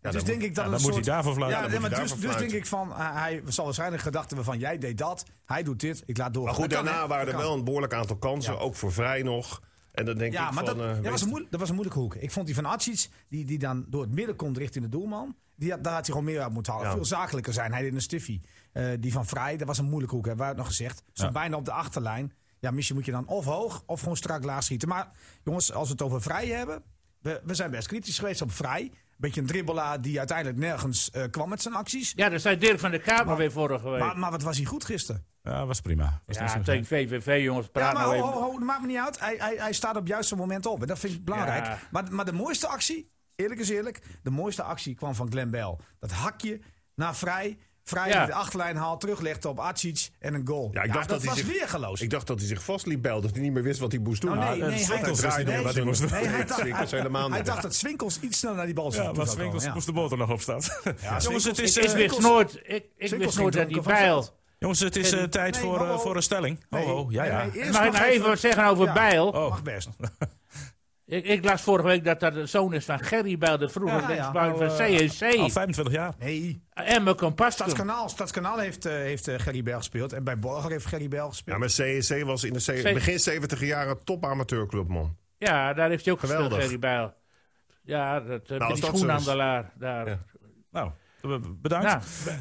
Speaker 4: Ja,
Speaker 3: dus
Speaker 4: dan
Speaker 3: denk
Speaker 4: moet-
Speaker 3: ik dat
Speaker 2: ja, dan
Speaker 3: het
Speaker 2: moet
Speaker 3: een soort-
Speaker 2: hij daarvoor fluiten.
Speaker 3: Ja,
Speaker 4: Dan
Speaker 3: nee,
Speaker 4: moet
Speaker 3: maar
Speaker 4: hij
Speaker 3: dus,
Speaker 4: daarvoor
Speaker 3: dus denk
Speaker 4: fluiten.
Speaker 3: ik van, eh, hij zal waarschijnlijk gedachten hebben van, jij deed dat, hij doet dit, ik laat door.
Speaker 4: Maar goed,
Speaker 3: Dat kan,
Speaker 4: daarna
Speaker 3: hè?
Speaker 4: waren
Speaker 3: Dat
Speaker 4: er
Speaker 3: kan.
Speaker 4: wel een behoorlijk aantal kansen.
Speaker 3: Ja.
Speaker 4: Ook voor Vrij nog. En dan denk
Speaker 3: Ja,
Speaker 4: ik
Speaker 3: maar
Speaker 4: van...
Speaker 3: dat,
Speaker 4: eh,
Speaker 3: dat, was
Speaker 4: weet-
Speaker 3: een moeilijk- dat was een moeilijke hoek. Ik vond die van Atsic, die, die dan door het midden komt richting de doelman. Die had, daar had hij gewoon meer uit moeten halen.
Speaker 4: Ja.
Speaker 3: Veel zakelijker zijn. Hij deed een stiffie. Eh, die van Vrij, dat was een moeilijke hoek. Hebben we het nog gezegd. Zo
Speaker 2: Ja.
Speaker 3: bijna op de achterlijn. Ja, misschien moet je dan of hoog of gewoon strak laag schieten. Maar jongens, als we het over Vrij hebben. We, we zijn best kritisch geweest op Vrij. Beetje een dribbelaar die uiteindelijk nergens eh, kwam met zijn acties.
Speaker 5: Ja, daar zei Dirk van der Kamer weer vorige week.
Speaker 3: Maar, maar wat was hij goed gisteren?
Speaker 2: ja, was prima. Was niet zo
Speaker 5: ja,
Speaker 2: slecht.
Speaker 5: tegen VVV, jongens, praat
Speaker 3: ja, maar
Speaker 5: nou
Speaker 3: ho,
Speaker 5: even.
Speaker 3: ho, ho, dat maakt me niet uit. Hij, hij, hij staat op het juiste moment op. En dat vind ik belangrijk.
Speaker 5: Ja.
Speaker 3: Maar, maar de mooiste actie, eerlijk is eerlijk, de mooiste actie kwam van Glenn Bell. Dat hakje naar Vrij. Vrij
Speaker 5: Ja.
Speaker 3: die de achterlijn haalt, teruglegde op Atsic en een goal.
Speaker 4: Ja, ik dacht dat
Speaker 3: dat
Speaker 4: hij
Speaker 3: was
Speaker 4: zich-
Speaker 3: weergeloos.
Speaker 4: Ik dacht dat hij zich vastliep bij, dat hij niet meer wist wat hij moest doen.
Speaker 3: Nou, nee,
Speaker 4: Ja,
Speaker 3: nee,
Speaker 4: dat
Speaker 3: hij-
Speaker 4: hij
Speaker 3: Swinkels
Speaker 4: draaide
Speaker 3: is-
Speaker 4: om wat hij
Speaker 3: nee,
Speaker 4: moest doen.
Speaker 3: nee, hij dacht,
Speaker 4: Swinkels helemaal
Speaker 3: hij
Speaker 4: niet.
Speaker 3: dacht dat Swinkels iets sneller naar die bal zou
Speaker 2: Ja, was Winkels moest de motor nog op staan. jongens, het
Speaker 3: Winkels-
Speaker 2: is, eh,
Speaker 5: Ik wist
Speaker 3: Sinkels-
Speaker 5: nooit, ik, ik
Speaker 3: Sinkels
Speaker 5: wist
Speaker 3: ging
Speaker 5: nooit dat die
Speaker 3: dronken van het
Speaker 5: bijl...
Speaker 3: veld.
Speaker 2: jongens, het is eh, tijd
Speaker 3: Nee,
Speaker 2: voor,
Speaker 3: ho,
Speaker 2: eh,
Speaker 3: ho.
Speaker 2: voor een stelling. Oh, oh, ja, ja.
Speaker 5: Mag ik nog even wat zeggen over
Speaker 3: Ja.
Speaker 5: bijl?
Speaker 2: Oh.
Speaker 3: Mag best.
Speaker 5: Ik, ik las vorige week dat dat de zoon is van Gerry Bijl, de vroeger
Speaker 3: Ja, ja.
Speaker 5: linksbuiten
Speaker 2: Al,
Speaker 5: van
Speaker 2: eh, Al
Speaker 5: CEC.
Speaker 2: 25 jaar.
Speaker 3: Nee,
Speaker 5: Emme Compastum.
Speaker 3: Stadskanaal, Stadskanaal heeft, eh, heeft eh, Gerry Bell gespeeld. En bij Borger heeft Gerry Bell gespeeld.
Speaker 4: Ja, maar CEC was in de C-
Speaker 5: C-
Speaker 4: begin 70 jaren top amateurclub, man.
Speaker 5: Ja, daar heeft hij ook gespeeld,
Speaker 4: Geweldig.
Speaker 5: Gerry Bijl. Ja, dat,
Speaker 4: als
Speaker 5: eh, met die
Speaker 4: dat zo is.
Speaker 5: schoenhandelaar daar.
Speaker 4: Ja.
Speaker 2: Nou, eh, bedankt.
Speaker 5: Nou,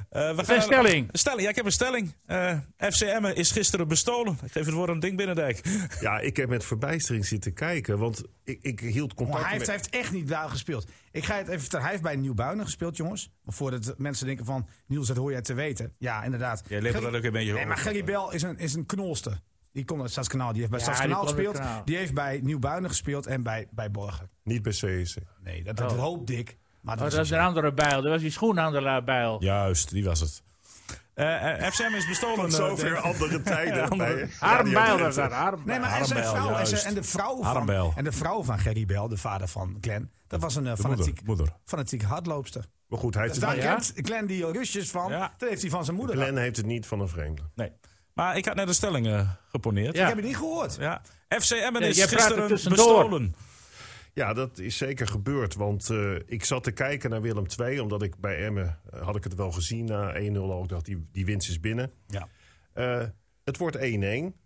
Speaker 2: Eh, we
Speaker 5: zijn
Speaker 2: gaan-
Speaker 5: stelling.
Speaker 2: Een Stelling, ja, ik heb een stelling. Eh FCM is gisteren bestolen. Ik geef het woord aan Dink Binnendijk.
Speaker 4: Ja, ik heb met verbijstering zitten kijken, want ik, ik hield contact
Speaker 3: Maar hij heeft,
Speaker 4: met...
Speaker 3: hij heeft echt niet daar gespeeld. Ik ga het even vertellen. Hij heeft bij Nieuwbuinen gespeeld, jongens. Maar voordat mensen denken van... Niels, dat hoor jij te weten. Ja, inderdaad.
Speaker 2: Jij levert
Speaker 3: Gerry-
Speaker 2: dat ook een beetje
Speaker 3: Nee, maar
Speaker 2: op.
Speaker 3: Gerry Bel is een, is een knolster. Die komt uit Stadskanaal. Die heeft bij
Speaker 5: Ja,
Speaker 3: Stadskanaal
Speaker 5: die komt uit
Speaker 3: gespeeld.
Speaker 5: Kanaal.
Speaker 3: Die heeft bij Nieuw-Buinen gespeeld en bij, bij Borger.
Speaker 4: Niet bij E CEC.
Speaker 3: Nee, dat, dat
Speaker 5: Oh.
Speaker 3: hoopt ik. Maar dat
Speaker 5: dat
Speaker 3: is
Speaker 5: was een andere bijl. Dat was die schoenhandelaar bijl.
Speaker 2: Juist, die was het. Eh, eh, FCM is bestolen.
Speaker 4: Van
Speaker 2: eh,
Speaker 4: zoveel
Speaker 2: de-
Speaker 4: andere tijden.
Speaker 2: Andere-
Speaker 4: bij-
Speaker 5: Harm
Speaker 4: Ja,
Speaker 5: Bijl
Speaker 4: die-
Speaker 5: was dat, Harm
Speaker 3: Nee, maar en zijn
Speaker 2: Armbel,
Speaker 3: vrouw en, zijn-
Speaker 2: juist.
Speaker 3: en de vrouw van,
Speaker 2: Armbel.
Speaker 3: en de vrouw van Gerry Bel, de vader van Glenn, dat was een eh, fanatiek,
Speaker 2: moeder, moeder.
Speaker 3: fanatiek hardloopster.
Speaker 4: Maar goed, hij
Speaker 3: Dus
Speaker 4: heeft
Speaker 3: daar
Speaker 4: het,
Speaker 5: Ja?
Speaker 3: kent Glenn die al rustjes van,
Speaker 2: Ja.
Speaker 3: dat heeft hij van zijn moeder.
Speaker 4: Glenn heeft het niet van een vreemde.
Speaker 2: Nee. Maar ik had net een stelling eh, geponeerd.
Speaker 5: Ja.
Speaker 3: Ik heb het niet gehoord.
Speaker 2: Ja. FCM
Speaker 5: Nee,
Speaker 2: is
Speaker 5: jij praat er
Speaker 2: gisteren
Speaker 5: tussendoor.
Speaker 2: bestolen.
Speaker 4: Ja, dat is zeker gebeurd. Want eh, ik zat te kijken naar Willem II. Omdat ik bij Emmen, eh, had ik het wel gezien na 1-0 ook, dat die, die winst is binnen.
Speaker 3: Ja.
Speaker 4: Eh, het wordt 1-1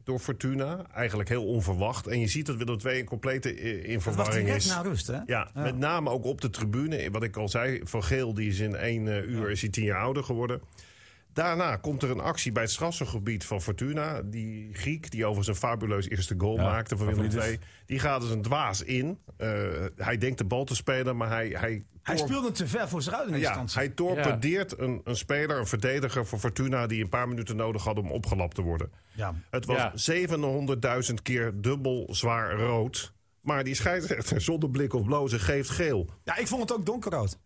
Speaker 4: door Fortuna. Eigenlijk heel onverwacht. En je ziet dat Willem II een complete eh, in
Speaker 3: Dat was
Speaker 4: verwarring
Speaker 3: direct
Speaker 4: is.
Speaker 3: na rust, hè?
Speaker 4: Ja, met name ook op de tribune. Wat ik al zei, Van Geel die is in één eh, uur is hij tien jaar ouder geworden. Daarna komt er een actie bij het strassengebied van Fortuna. Die Griek, die overigens een fabuleus eerste goal
Speaker 2: Ja,
Speaker 4: maakte van Willem
Speaker 2: favoriet.
Speaker 4: II... die gaat dus een dwaas in. Eh, hij denkt de bal te spelen, maar hij... Hij,
Speaker 3: Hij
Speaker 4: torp-
Speaker 3: speelde te ver voor zich uit in eerste
Speaker 4: ja,
Speaker 3: instantie.
Speaker 4: hij torpedeert een, een speler, een verdediger van Fortuna... die een paar minuten nodig had om opgelapt te worden.
Speaker 3: Ja.
Speaker 4: Het was
Speaker 5: Ja.
Speaker 4: 700.000 keer dubbel zwaar rood. Maar die scheidsrechter zonder blik of blozen geeft geel.
Speaker 3: ja, ik vond het ook donkerrood.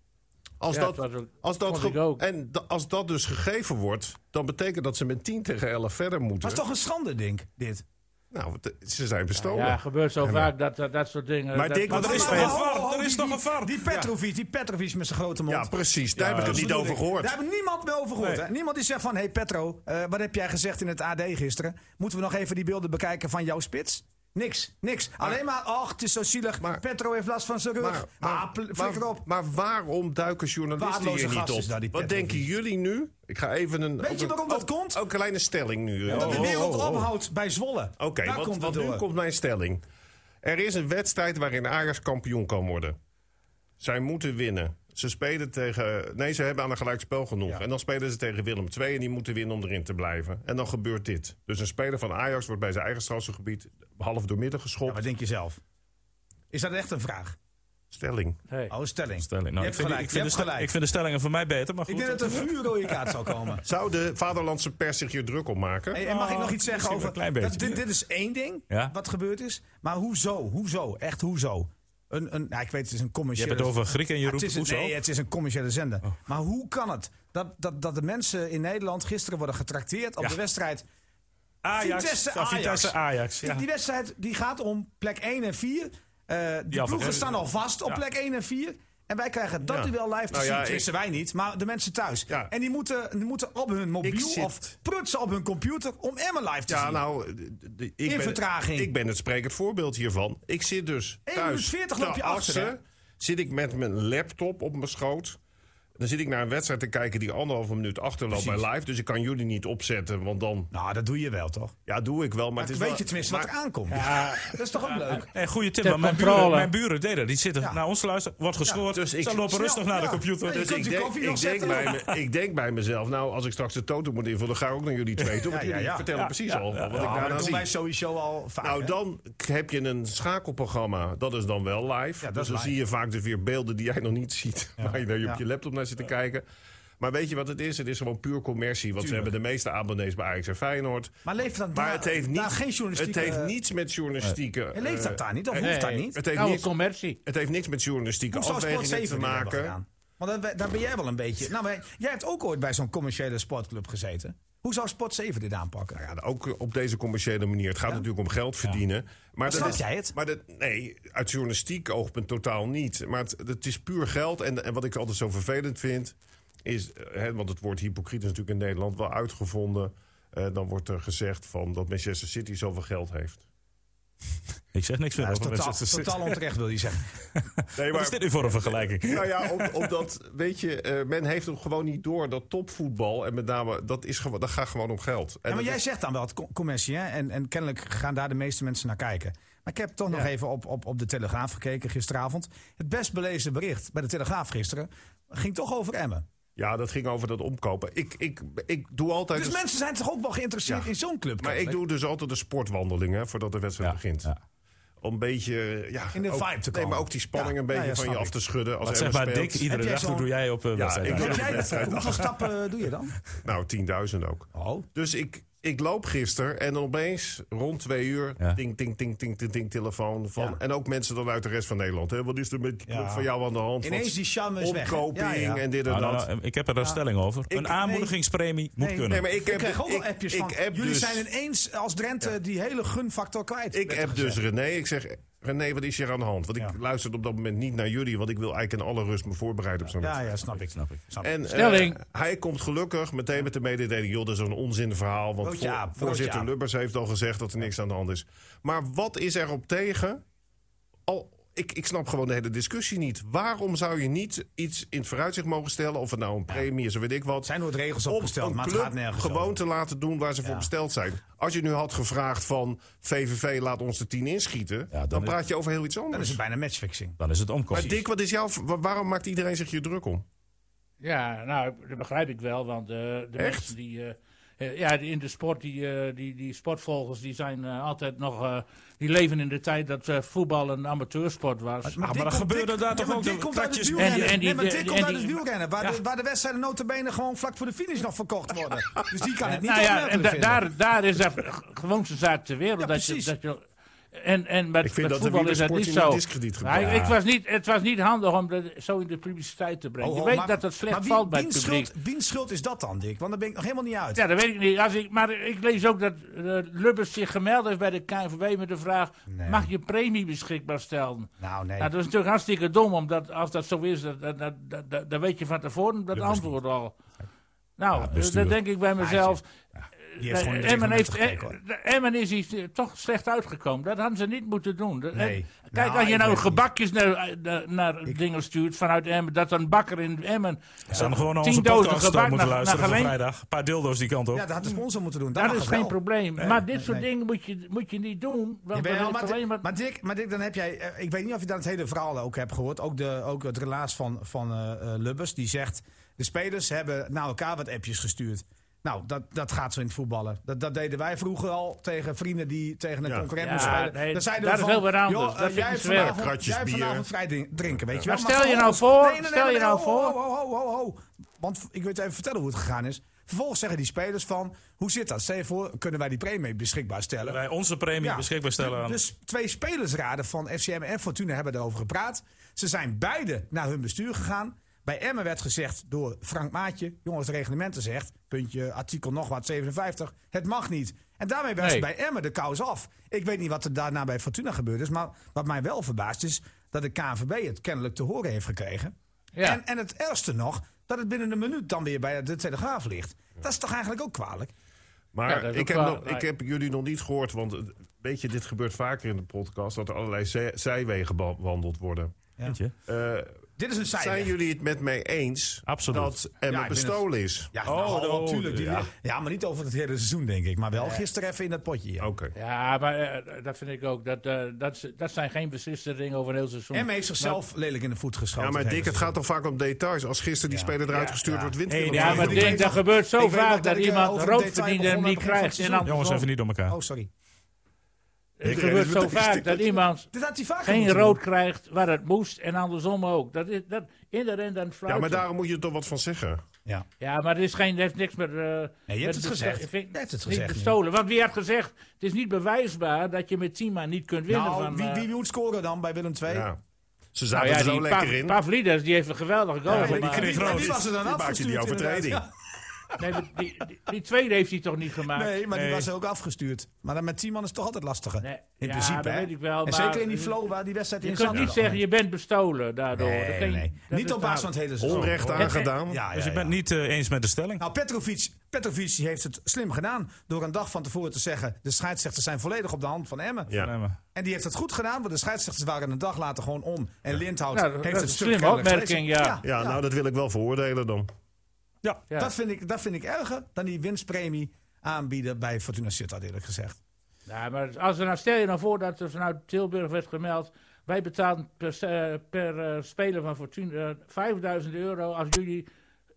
Speaker 4: Als
Speaker 5: Ja,
Speaker 4: dat,
Speaker 5: dat was ook-
Speaker 4: als dat
Speaker 5: vond ik
Speaker 4: ge-
Speaker 5: ook.
Speaker 4: En da- als dat dus gegeven wordt, dan betekent dat ze met 10 tegen 11 verder moeten.
Speaker 3: Dat is toch een schande, denk ik, dit.
Speaker 4: Nou, want, eh, ze zijn bestolen.
Speaker 5: Ja, gebeurt zo vaak dat, dat, dat soort dingen.
Speaker 4: Maar
Speaker 5: dat,
Speaker 4: Dick,
Speaker 5: dat-
Speaker 2: er is
Speaker 3: Maar-
Speaker 2: toch
Speaker 3: maar-
Speaker 2: een
Speaker 3: oh,
Speaker 2: VAR?
Speaker 3: oh,
Speaker 2: Er
Speaker 3: die-
Speaker 2: is toch
Speaker 3: die-
Speaker 2: een VAR?
Speaker 3: Die Petrovic, die Petrovic met zijn grote mond.
Speaker 4: Ja, precies. Daar heb ik het niet over gehoord.
Speaker 3: Daar hebben niemand meer over gehoord.
Speaker 2: Nee.
Speaker 3: Hè? Niemand die zegt van, hé hey Petro, eh, wat heb jij gezegd in het AD gisteren? Moeten we nog even die beelden bekijken van jouw spits? Niks, niks. Alleen maar, ach, het is zo zielig.
Speaker 4: Maar-
Speaker 3: Petro heeft last van zijn rug.
Speaker 4: Maar, maar,
Speaker 3: ah, pl-
Speaker 4: maar,
Speaker 3: flikker op.
Speaker 4: maar waarom duiken journalisten
Speaker 3: Waardeloze
Speaker 4: hier niet
Speaker 3: gast
Speaker 4: op?
Speaker 3: is daar, die
Speaker 4: Wat
Speaker 3: Petrovic.
Speaker 4: denken jullie nu? Ik ga even een.
Speaker 3: Weet je
Speaker 4: ook een-
Speaker 3: waarom dat
Speaker 4: ook-
Speaker 3: komt?
Speaker 4: Ook een kleine stelling nu. eh.
Speaker 3: dat de
Speaker 4: Oh, oh,
Speaker 3: wereld
Speaker 4: oh, oh.
Speaker 3: ophoudt bij Zwolle.
Speaker 4: Oké,
Speaker 3: Daar
Speaker 4: want
Speaker 3: komt het
Speaker 4: want nu
Speaker 3: door.
Speaker 4: komt mijn stelling. Er is een wedstrijd waarin Ajax kampioen kan worden. Zij moeten winnen. Ze spelen tegen. Nee, ze hebben aan een gelijkspel genoeg. En dan spelen ze tegen Willem II en die moeten winnen om erin te blijven. En dan gebeurt dit. Dus een speler van Ajax wordt bij zijn eigen strafgebied half doormidden
Speaker 3: Ja,
Speaker 4: geschopt.
Speaker 3: wat denk je zelf? Is dat echt een vraag?
Speaker 4: Stelling.
Speaker 5: Nee.
Speaker 3: Oh, een stelling.
Speaker 2: Stelling. Nou,
Speaker 3: je
Speaker 2: ik,
Speaker 3: hebt
Speaker 2: vind, die-
Speaker 3: gelijk,
Speaker 2: ik, vind
Speaker 3: je
Speaker 2: de
Speaker 3: hebt
Speaker 2: stel-
Speaker 3: gelijk.
Speaker 2: ik vind de stellingen voor mij beter, maar
Speaker 3: Ik
Speaker 2: goed.
Speaker 3: denk dat er vuurrode kaart zal komen.
Speaker 4: Zou de vaderlandse pers zich hier druk op maken?
Speaker 3: Hey, en mag ik nog iets zeggen
Speaker 2: Oh, misschien
Speaker 3: over...
Speaker 2: wel een klein
Speaker 3: dat-
Speaker 2: beetje.
Speaker 3: dit, dit is één ding
Speaker 2: Ja?
Speaker 3: wat gebeurd is. Maar hoezo? Hoezo? Echt hoezo? Een, een, nou, ik weet, het is een
Speaker 2: Je
Speaker 3: commerciële...
Speaker 2: hebt het over Grieken en je
Speaker 3: het
Speaker 2: roept
Speaker 3: is een,
Speaker 2: hoezo?
Speaker 3: nee, het is een commerciële zender.
Speaker 2: Oh.
Speaker 3: Maar hoe kan het dat, dat, dat de mensen in Nederland gisteren worden getrakteerd op
Speaker 2: Ja.
Speaker 3: de wedstrijd...
Speaker 2: Ajax,
Speaker 3: Vitesse,
Speaker 2: van Vitesse Ajax.
Speaker 3: Die,
Speaker 2: Ja.
Speaker 3: die wedstrijd die gaat om plek 1 en 4. Eh die
Speaker 2: Ja,
Speaker 3: ploegen
Speaker 2: van-
Speaker 3: staan al vast op
Speaker 2: Ja.
Speaker 3: plek 1 en 4. En wij krijgen dat
Speaker 4: Ja.
Speaker 3: duel live te
Speaker 4: Nou
Speaker 3: zien.
Speaker 4: ja, ik-
Speaker 3: Tenminste, wij niet, maar de mensen thuis.
Speaker 4: Ja.
Speaker 3: En die moeten, die moeten op hun
Speaker 4: Ik
Speaker 3: mobiel
Speaker 4: zit-
Speaker 3: of prutsen op hun computer om Emma live te
Speaker 4: Ja,
Speaker 3: zien.
Speaker 4: nou, d- d- ik ben,
Speaker 3: vertraging.
Speaker 4: Ik ben het sprekend voorbeeld hiervan. Ik zit dus
Speaker 3: 1
Speaker 4: thuis.
Speaker 3: minuut 40
Speaker 4: te
Speaker 3: loop je achter,
Speaker 4: assen,
Speaker 3: hè?
Speaker 4: Zit ik met mijn laptop op mijn schoot. Dan zit ik naar een wedstrijd te kijken die anderhalve minuut achterloopt bij
Speaker 3: Precies.
Speaker 4: live. Dus ik kan jullie niet opzetten, want dan...
Speaker 3: Nou, dat doe je wel, toch?
Speaker 4: Ja, doe ik wel, maar het
Speaker 3: Dan
Speaker 4: is
Speaker 3: weet
Speaker 4: wel-
Speaker 3: je tenminste wat
Speaker 4: maar- nou,
Speaker 3: er aankomt. Dat is toch ook leuk?
Speaker 2: En goede tip,
Speaker 5: Ter
Speaker 2: want mijn buren,
Speaker 5: controle.
Speaker 2: mijn buren deden dat. Die zitten
Speaker 3: Ja.
Speaker 2: naar ons te luisteren, wordt gescoord.
Speaker 4: dus ik-
Speaker 2: ze lopen
Speaker 3: Snel,
Speaker 2: rustig naar de
Speaker 3: ja.
Speaker 2: computer.
Speaker 3: Ja, je
Speaker 2: Dus
Speaker 4: Dus
Speaker 3: kunt
Speaker 4: ik
Speaker 3: die
Speaker 4: denk,
Speaker 3: koffie nog
Speaker 4: ik, denk
Speaker 3: zetten.
Speaker 4: bij me- ik denk bij mezelf, nou, als ik straks de toto moet invullen, ga ik ook naar jullie twee toe. Want
Speaker 3: Ja, ja,
Speaker 4: jullie
Speaker 3: ja.
Speaker 4: vertellen precies al wat ik
Speaker 3: Ja, maar
Speaker 4: daarna
Speaker 3: dat doen
Speaker 4: zie.
Speaker 3: wij sowieso al vaak.
Speaker 4: Nou,
Speaker 3: hè?
Speaker 4: dan k- heb je een schakelprogramma. Dat is dan wel live.
Speaker 3: dat
Speaker 4: dus
Speaker 3: is
Speaker 4: dan
Speaker 3: live.
Speaker 4: zie je vaak de weer beelden die jij nog niet ziet. Waar je, daar op je
Speaker 3: Ja.
Speaker 4: laptop naar zit te kijken. Maar weet je wat het is? Het is gewoon puur commercie. Want we hebben de meeste abonnees bij Ajax en Feyenoord.
Speaker 3: maar leeft dat
Speaker 4: Maar
Speaker 3: daar,
Speaker 4: het, heeft
Speaker 3: daar
Speaker 4: niet,
Speaker 3: geen
Speaker 4: het
Speaker 3: journalistieke...
Speaker 4: heeft niets met journalistieke...
Speaker 3: En leeft dat
Speaker 4: eh,
Speaker 3: daar niet? Of
Speaker 5: Nee.
Speaker 3: hoeft dat niet?
Speaker 4: het, heeft
Speaker 5: Oude
Speaker 4: niets,
Speaker 5: commercie.
Speaker 4: het heeft niks met journalistieke
Speaker 3: Hoe zou Sport
Speaker 4: afwegingen
Speaker 3: 7
Speaker 4: te
Speaker 3: dit hebben
Speaker 4: maken.
Speaker 3: gedaan? Want daar ben- daar ben jij wel een beetje... Nou, maar jij hebt ook ooit bij zo'n commerciële sportclub gezeten. Hoe zou Sport 7 dit aanpakken?
Speaker 4: Nou Ja, ook eh, op deze commerciële manier. Het gaat natuurlijk om geld verdienen. Maar
Speaker 3: snap jij het?
Speaker 4: Maar dat, nee, uit journalistiek oogpunt totaal niet. Maar het, het is puur geld. En, en wat ik altijd zo vervelend vind, is... eh, Hè, want het woord hypocriet is natuurlijk in Nederland wel uitgevonden. Eh, dan wordt er gezegd van dat Manchester City zoveel geld heeft.
Speaker 2: Ik zeg niks meer
Speaker 3: dat is
Speaker 2: over
Speaker 3: totaal,
Speaker 2: Manchester City.
Speaker 3: totaal onterecht, wil je zeggen.
Speaker 4: Nee,
Speaker 2: Wat is dit nu voor een vergelijking?
Speaker 4: Nou ja, om- omdat, weet je, eh, men heeft hem gewoon niet door. Dat topvoetbal, en met name, dat, is gewoon, dat gaat gewoon om geld. En
Speaker 3: Ja, maar
Speaker 4: dat
Speaker 3: jij
Speaker 4: is-
Speaker 3: zegt dan wel het co- commercie, hè? En, en kennelijk gaan daar de meeste mensen naar kijken. Maar ik heb toch nog even op, op, op de Telegraaf gekeken gisteravond. Het best belezen bericht bij de Telegraaf gisteren ging toch over Emmen.
Speaker 4: ja, dat ging over dat omkopen. Ik, ik, ik doe altijd...
Speaker 3: Dus
Speaker 4: een-
Speaker 3: mensen zijn toch ook wel geïnteresseerd
Speaker 4: Ja.
Speaker 3: in zo'n club?
Speaker 4: Maar ik
Speaker 3: kennelijk?
Speaker 4: doe dus altijd de sportwandeling hè, voordat de wedstrijd
Speaker 2: Ja,
Speaker 4: begint.
Speaker 2: ja.
Speaker 4: Om een beetje eh, ja,
Speaker 3: In de
Speaker 4: ook-
Speaker 3: vibe te
Speaker 4: Nee, maar
Speaker 3: komen.
Speaker 4: ook die spanning
Speaker 3: Ja,
Speaker 4: een beetje
Speaker 3: ja, ja,
Speaker 4: van je
Speaker 3: snap
Speaker 4: af
Speaker 3: ik.
Speaker 4: te schudden. Als
Speaker 2: Wat
Speaker 4: Emma
Speaker 2: zeg maar,
Speaker 4: speelt.
Speaker 2: Dick, iedere
Speaker 3: Heb jij
Speaker 2: dag
Speaker 3: zo'n-
Speaker 2: doe jij op eh
Speaker 4: Ja,
Speaker 2: wedstrijd.
Speaker 4: ik-
Speaker 3: Heb jij- Hoeveel stappen eh, doe je dan?
Speaker 4: Nou, 10.000 ook.
Speaker 3: Oh.
Speaker 4: Dus ik, ik loop gisteren en dan opeens rond twee uur...
Speaker 2: Ja.
Speaker 4: ding, ding, ding, ding, ding, ding, telefoon van... En ook mensen dan uit de rest van Nederland. Hè? Wat is er met die club
Speaker 3: Ja.
Speaker 4: van jou aan de hand?
Speaker 3: Ineens
Speaker 4: Wat-
Speaker 3: die charme is weg. hè?
Speaker 4: Omkoping
Speaker 3: Ja, ja.
Speaker 4: en dit en
Speaker 2: Nou, nou,
Speaker 4: dat.
Speaker 2: nou, ik heb er een stelling over.
Speaker 4: Ik-
Speaker 2: een aanmoedigingspremie moet
Speaker 3: Nee.
Speaker 2: kunnen.
Speaker 4: Nee, maar ik
Speaker 3: Ik
Speaker 4: heb
Speaker 3: krijg
Speaker 4: dus-
Speaker 3: ook al
Speaker 4: ik-
Speaker 3: appjes
Speaker 4: ik
Speaker 3: van.
Speaker 4: app
Speaker 3: Jullie
Speaker 4: dus-
Speaker 3: zijn ineens als Drenthe die hele gunfactor kwijt.
Speaker 4: Ik
Speaker 3: werd
Speaker 4: heb
Speaker 3: er
Speaker 4: dus
Speaker 3: gezegd.
Speaker 4: René. Ik zeg, René, wat is hier aan de hand? Want ik
Speaker 3: Ja.
Speaker 4: luister op dat moment niet naar jullie. Want ik wil eigenlijk in alle rust me voorbereiden op zo'n
Speaker 3: Ja,
Speaker 4: wedstrijd.
Speaker 3: ja, snap ik. Snap ik. Snap ik.
Speaker 4: En, eh,
Speaker 5: Stelling.
Speaker 4: hij komt gelukkig meteen met de mededeling... joh, dat is een onzinverhaal. Want
Speaker 3: Broodje
Speaker 4: voor-
Speaker 3: aap, broodje
Speaker 4: voorzitter
Speaker 3: aap.
Speaker 4: Lubbers heeft al gezegd dat er niks aan de hand is. Maar wat is er op tegen? Al, ik, ik snap gewoon de hele discussie niet. Waarom zou je niet iets in het vooruitzicht mogen stellen... of het nou een premie is of weet ik wat...
Speaker 3: Er zijn nooit regels
Speaker 4: om
Speaker 3: opgesteld,
Speaker 4: een
Speaker 3: maar het
Speaker 4: club
Speaker 3: gaat nergens
Speaker 4: gewoon
Speaker 3: over.
Speaker 4: te laten doen waar ze voor besteld zijn. Als je nu had gevraagd van VVV laat ons de tien inschieten...
Speaker 2: Ja,
Speaker 4: dan,
Speaker 2: dan is-
Speaker 4: praat je over heel iets
Speaker 3: Dan is
Speaker 4: anders.
Speaker 3: het bijna matchfixing.
Speaker 2: Dan is het
Speaker 4: Maar
Speaker 2: omkost.
Speaker 4: Dick, wat is jouw, wa- waarom maakt iedereen zich hier druk om?
Speaker 5: Ja, nou, dat begrijp ik wel, want eh, de
Speaker 4: Echt?
Speaker 5: mensen die... eh, eh, ja, die in de sport, die, eh, die, die sportvolgers, die zijn eh, altijd nog... eh, die leven in de tijd dat eh, voetbal een amateursport was.
Speaker 2: maar
Speaker 3: dit
Speaker 2: dan
Speaker 3: komt-
Speaker 2: gebeurde
Speaker 3: dit-
Speaker 2: daar
Speaker 3: ja,
Speaker 2: toch
Speaker 3: maar
Speaker 2: ook
Speaker 3: dit
Speaker 2: de
Speaker 3: komt uit het
Speaker 2: kratjes-
Speaker 3: wielrennen.
Speaker 5: En die- en
Speaker 3: Nee, maar
Speaker 5: die-
Speaker 3: dit
Speaker 5: en
Speaker 3: komt uit
Speaker 5: die-
Speaker 3: het wielrennen. Waar,
Speaker 5: Ja.
Speaker 3: de, waar de wedstrijden notabene gewoon vlak voor de finish nog verkocht worden. Dus die kan het niet
Speaker 5: nou ja,
Speaker 3: opmerkelijk
Speaker 5: en da-
Speaker 3: vinden.
Speaker 5: daar, daar is dat g- gewoon zijn zaak ter wereld.
Speaker 3: Ja,
Speaker 5: dat je,
Speaker 3: precies.
Speaker 5: dat je, en en met,
Speaker 4: Ik vind
Speaker 5: met
Speaker 4: dat de
Speaker 5: voetbal is dat
Speaker 4: wielersport
Speaker 5: niet
Speaker 4: in het
Speaker 5: zo.
Speaker 4: discrediet
Speaker 5: Maar
Speaker 4: gebracht.
Speaker 5: ik- ik was niet, het was niet handig om dat zo in de publiciteit te brengen.
Speaker 3: Oh, oh,
Speaker 5: je weet
Speaker 3: maar-
Speaker 5: dat dat slecht
Speaker 3: maar wie-
Speaker 5: valt bij het
Speaker 3: wiens
Speaker 5: publiek.
Speaker 3: Schuld, wiens schuld is dat dan, Dick? Want daar ben ik nog helemaal niet uit.
Speaker 5: Ja, dat weet ik niet. Als ik, maar ik lees ook dat eh, Lubbers zich gemeld heeft bij de KNVB met de vraag... mag je premie beschikbaar stellen?
Speaker 3: Nou, nee.
Speaker 5: Nou, dat is natuurlijk hartstikke dom, omdat als dat zo is, dat, dat, dat, dat- dat- dan weet je van tevoren dat antwoord al. Nou, eh,
Speaker 4: bestuur.
Speaker 5: dan denk ik bij mezelf...
Speaker 3: Die heeft gewoon
Speaker 5: eh,
Speaker 3: direct
Speaker 5: Emmen,
Speaker 3: naar
Speaker 5: heeft,
Speaker 3: buiten gekeken, hoor.
Speaker 5: eh, Emmen is hier eh, toch slecht uitgekomen. Dat hadden ze niet moeten doen. Dat-
Speaker 3: Nee.
Speaker 5: eh, Kijk,
Speaker 3: Nou,
Speaker 5: als je
Speaker 3: ik weet
Speaker 5: nou
Speaker 3: het niet.
Speaker 5: gebakjes naar, naar, naar dingen stuurt vanuit Emmen... dat een bakker in Emmen
Speaker 2: Ze hadden gewoon naar
Speaker 5: tien
Speaker 2: onze
Speaker 5: dozen
Speaker 2: podcast eh,
Speaker 5: gebak
Speaker 2: moeten
Speaker 5: naar-
Speaker 2: luisteren
Speaker 5: naar
Speaker 2: van
Speaker 5: Geleen-
Speaker 2: vrijdag. Een paar dildo's die kant op.
Speaker 3: Ja, dat had de sponsor moeten doen.
Speaker 5: Dat
Speaker 3: mag
Speaker 5: is
Speaker 3: wel.
Speaker 5: geen probleem. maar dit soort
Speaker 3: nee.
Speaker 5: dingen moet je, moet je niet doen. Want
Speaker 3: Jawel,
Speaker 5: dan is
Speaker 3: maar,
Speaker 5: het alleen maar...
Speaker 3: Dick- maar, Dick, maar Dick, dan heb jij. eh, ik weet niet of je dan het hele verhaal ook hebt gehoord. Ook, de, ook het relaas van, van eh, eh, Lubbers. Die zegt. De spelers hebben naar elkaar wat appjes gestuurd. Nou, dat, dat gaat zo in het voetballen. Dat, dat deden wij vroeger al tegen vrienden die tegen een
Speaker 4: Ja.
Speaker 3: concurrent
Speaker 5: Ja,
Speaker 3: moesten spelen.
Speaker 5: nee,
Speaker 3: dan zeiden
Speaker 5: dat
Speaker 3: we
Speaker 5: is
Speaker 3: van,
Speaker 5: heel wat anders.
Speaker 3: joh,
Speaker 5: Dat
Speaker 3: eh,
Speaker 5: vind ik
Speaker 3: jij
Speaker 5: niet
Speaker 3: hebt
Speaker 5: zwaar.
Speaker 3: vanavond,
Speaker 4: Kratjes
Speaker 3: jij hebt
Speaker 4: bier.
Speaker 3: vanavond vrij drink- drinken, weet je
Speaker 5: Maar
Speaker 3: wel.
Speaker 5: stel je nou
Speaker 3: vervolgens-
Speaker 5: voor, stel je nou
Speaker 3: ho,
Speaker 5: voor.
Speaker 3: ho, ho, ho, ho, ho. oh, Want ik wil je even vertellen hoe het gegaan is. Vervolgens zeggen die spelers van, hoe zit dat? Stel je voor, kunnen wij die premie beschikbaar stellen?
Speaker 2: Wij onze premie
Speaker 3: Ja.
Speaker 2: beschikbaar stellen aan.
Speaker 3: Dus twee spelersraden van FCM en Fortuna hebben erover gepraat. Ze zijn beide naar hun bestuur gegaan. Bij Emmen werd gezegd door Frank Maatje, jongens, het reglementen zegt, puntje, artikel nog wat, 57, het mag niet. En daarmee was
Speaker 5: Nee.
Speaker 3: bij Emmen de kous af. Ik weet niet wat er daarna bij Fortuna gebeurd is, maar wat mij wel verbaast is dat de KNVB het kennelijk te horen heeft gekregen.
Speaker 5: Ja.
Speaker 3: En, en het ergste nog, dat het binnen een minuut dan weer bij de Telegraaf ligt. Dat is toch eigenlijk ook kwalijk?
Speaker 5: Ja,
Speaker 4: Maar
Speaker 5: dat is
Speaker 4: ik,
Speaker 5: ook
Speaker 4: heb
Speaker 5: waar.
Speaker 4: nog,
Speaker 5: Nee.
Speaker 4: ik heb jullie nog niet gehoord, want eh, weet je, dit gebeurt vaker in de podcast, dat er allerlei zij- zijwegen bewandeld worden.
Speaker 2: Eentje.
Speaker 4: Eh,
Speaker 3: Dit is een cijfer.
Speaker 4: zijn jullie het met mij eens
Speaker 2: Absoluut.
Speaker 4: dat
Speaker 3: ik
Speaker 4: Emma
Speaker 3: ben
Speaker 4: bestolen is?
Speaker 3: Ja,
Speaker 2: Oh,
Speaker 3: nou,
Speaker 2: oh,
Speaker 3: natuurlijk. Die- ja.
Speaker 2: ja.
Speaker 3: maar niet over het hele seizoen, denk ik. Maar wel gisteren even in dat potje. Ja.
Speaker 4: Oké.
Speaker 5: Ja, maar eh, dat vind ik ook. Dat, eh, dat, is- dat zijn geen besliste dingen over een heel seizoen.
Speaker 3: Em heeft zichzelf lelijk in de voet geschoten.
Speaker 4: Ja, maar
Speaker 3: het
Speaker 4: Dick,
Speaker 3: hele
Speaker 4: het gaat toch vaak om details. Als gisteren die speler eruit
Speaker 3: ja,
Speaker 4: gestuurd
Speaker 3: ja.
Speaker 4: wordt, wint
Speaker 2: Hey,
Speaker 4: Willem
Speaker 2: ja,
Speaker 4: II.
Speaker 5: Ja, maar
Speaker 3: Ik
Speaker 5: Dick,
Speaker 3: weet
Speaker 5: dat
Speaker 3: nog-
Speaker 5: gebeurt zo
Speaker 3: ik weet nog
Speaker 5: vaak
Speaker 3: dat
Speaker 5: dat,
Speaker 3: ik, eh,
Speaker 5: iemand
Speaker 3: over een
Speaker 5: rood
Speaker 3: detail
Speaker 5: verdient
Speaker 3: begon
Speaker 5: en
Speaker 3: aan
Speaker 5: niet
Speaker 3: het begin
Speaker 5: krijgt.
Speaker 3: van
Speaker 5: En
Speaker 3: het
Speaker 5: andersom.
Speaker 2: Jongens, even niet door elkaar.
Speaker 3: Oh, sorry.
Speaker 5: Het
Speaker 4: Iedereen
Speaker 5: gebeurt
Speaker 4: is
Speaker 5: zo
Speaker 4: meteen
Speaker 5: vaak
Speaker 4: stil.
Speaker 5: dat iemand
Speaker 3: Dit had hij vaak
Speaker 5: geen rood krijgt waar het moest en andersom ook. Dat is, dat, in de rent aan het
Speaker 4: Ja, maar
Speaker 5: fluiten.
Speaker 4: daarom moet je er toch wat van zeggen.
Speaker 3: Ja.
Speaker 5: Ja, maar het is geen, het heeft niks met... eh,
Speaker 3: Nee, je hebt
Speaker 5: met
Speaker 3: het
Speaker 5: de-
Speaker 3: gezegd.
Speaker 5: ik vind-
Speaker 3: Je hebt het
Speaker 5: niet
Speaker 3: gezegd nu.
Speaker 5: bestolen. Want wie had gezegd, het is niet bewijsbaar dat je met 10 man niet kunt winnen
Speaker 3: Nou,
Speaker 5: van...
Speaker 3: wie,
Speaker 5: eh,
Speaker 3: wie moet scoren dan bij Willem II?
Speaker 4: Ja. Ze
Speaker 5: nou
Speaker 4: zaten
Speaker 5: ja,
Speaker 4: er zo
Speaker 5: die
Speaker 4: lekker
Speaker 5: Pav-
Speaker 4: in.
Speaker 5: Pavlidis, die heeft een geweldige goal
Speaker 3: Ja, maar
Speaker 5: gemaakt.
Speaker 3: die,
Speaker 2: kreeg
Speaker 3: en
Speaker 2: rood.
Speaker 3: wie was er dan
Speaker 4: Die maakte die
Speaker 3: afgestuurd?
Speaker 4: overtreding.
Speaker 3: inderdaad? Ja.
Speaker 5: Nee, maar die, die, die tweede heeft hij toch niet gemaakt?
Speaker 3: Nee, maar die
Speaker 2: Nee.
Speaker 3: was ook afgestuurd. Maar dan met tien man is het toch altijd lastiger.
Speaker 5: Nee. Ja,
Speaker 3: In principe,
Speaker 5: dat
Speaker 3: hè?
Speaker 5: weet ik wel,
Speaker 3: En
Speaker 5: maar- eh,
Speaker 3: zeker in die flow waar die wedstrijd
Speaker 5: Je
Speaker 3: in
Speaker 5: kunt
Speaker 3: zat.
Speaker 5: niet zeggen, je bent bestolen daardoor. Dat kan
Speaker 3: Nee,
Speaker 5: je-
Speaker 3: nee.
Speaker 5: dat
Speaker 3: Niet
Speaker 5: is
Speaker 3: op basis van
Speaker 5: nou-
Speaker 3: het hele seizoen.
Speaker 4: Onrecht
Speaker 5: Het-
Speaker 4: aangedaan.
Speaker 3: Ja, ja,
Speaker 2: Dus je
Speaker 3: ja.
Speaker 2: bent niet eh, eens met de stelling.
Speaker 3: Nou, Petrovic, Petrovic die heeft het slim gedaan door een dag van tevoren te zeggen... de scheidsrechters zijn volledig op de hand van Emmen.
Speaker 4: Ja.
Speaker 2: Nee, maar-
Speaker 3: En die heeft het goed gedaan, want de scheidsrechters waren een dag later gewoon om. En Lindhout
Speaker 5: Nou, dat-
Speaker 3: heeft
Speaker 5: dat
Speaker 3: het
Speaker 5: is
Speaker 3: stuk
Speaker 5: een slimme
Speaker 3: sneller
Speaker 5: opmerking,
Speaker 3: gelezen.
Speaker 5: ja.
Speaker 4: Ja, nou, dat wil ik wel veroordelen dan.
Speaker 2: Ja.
Speaker 5: Ja.
Speaker 3: Dat, vind ik, dat vind ik erger dan die winstpremie aanbieden bij Fortuna Sittard, eerlijk gezegd.
Speaker 5: Ja, maar als we nou, stel je nou voor dat er vanuit Tilburg werd gemeld... wij betalen per, se- per eh, speler van Fortuna eh, 5000 euro als jullie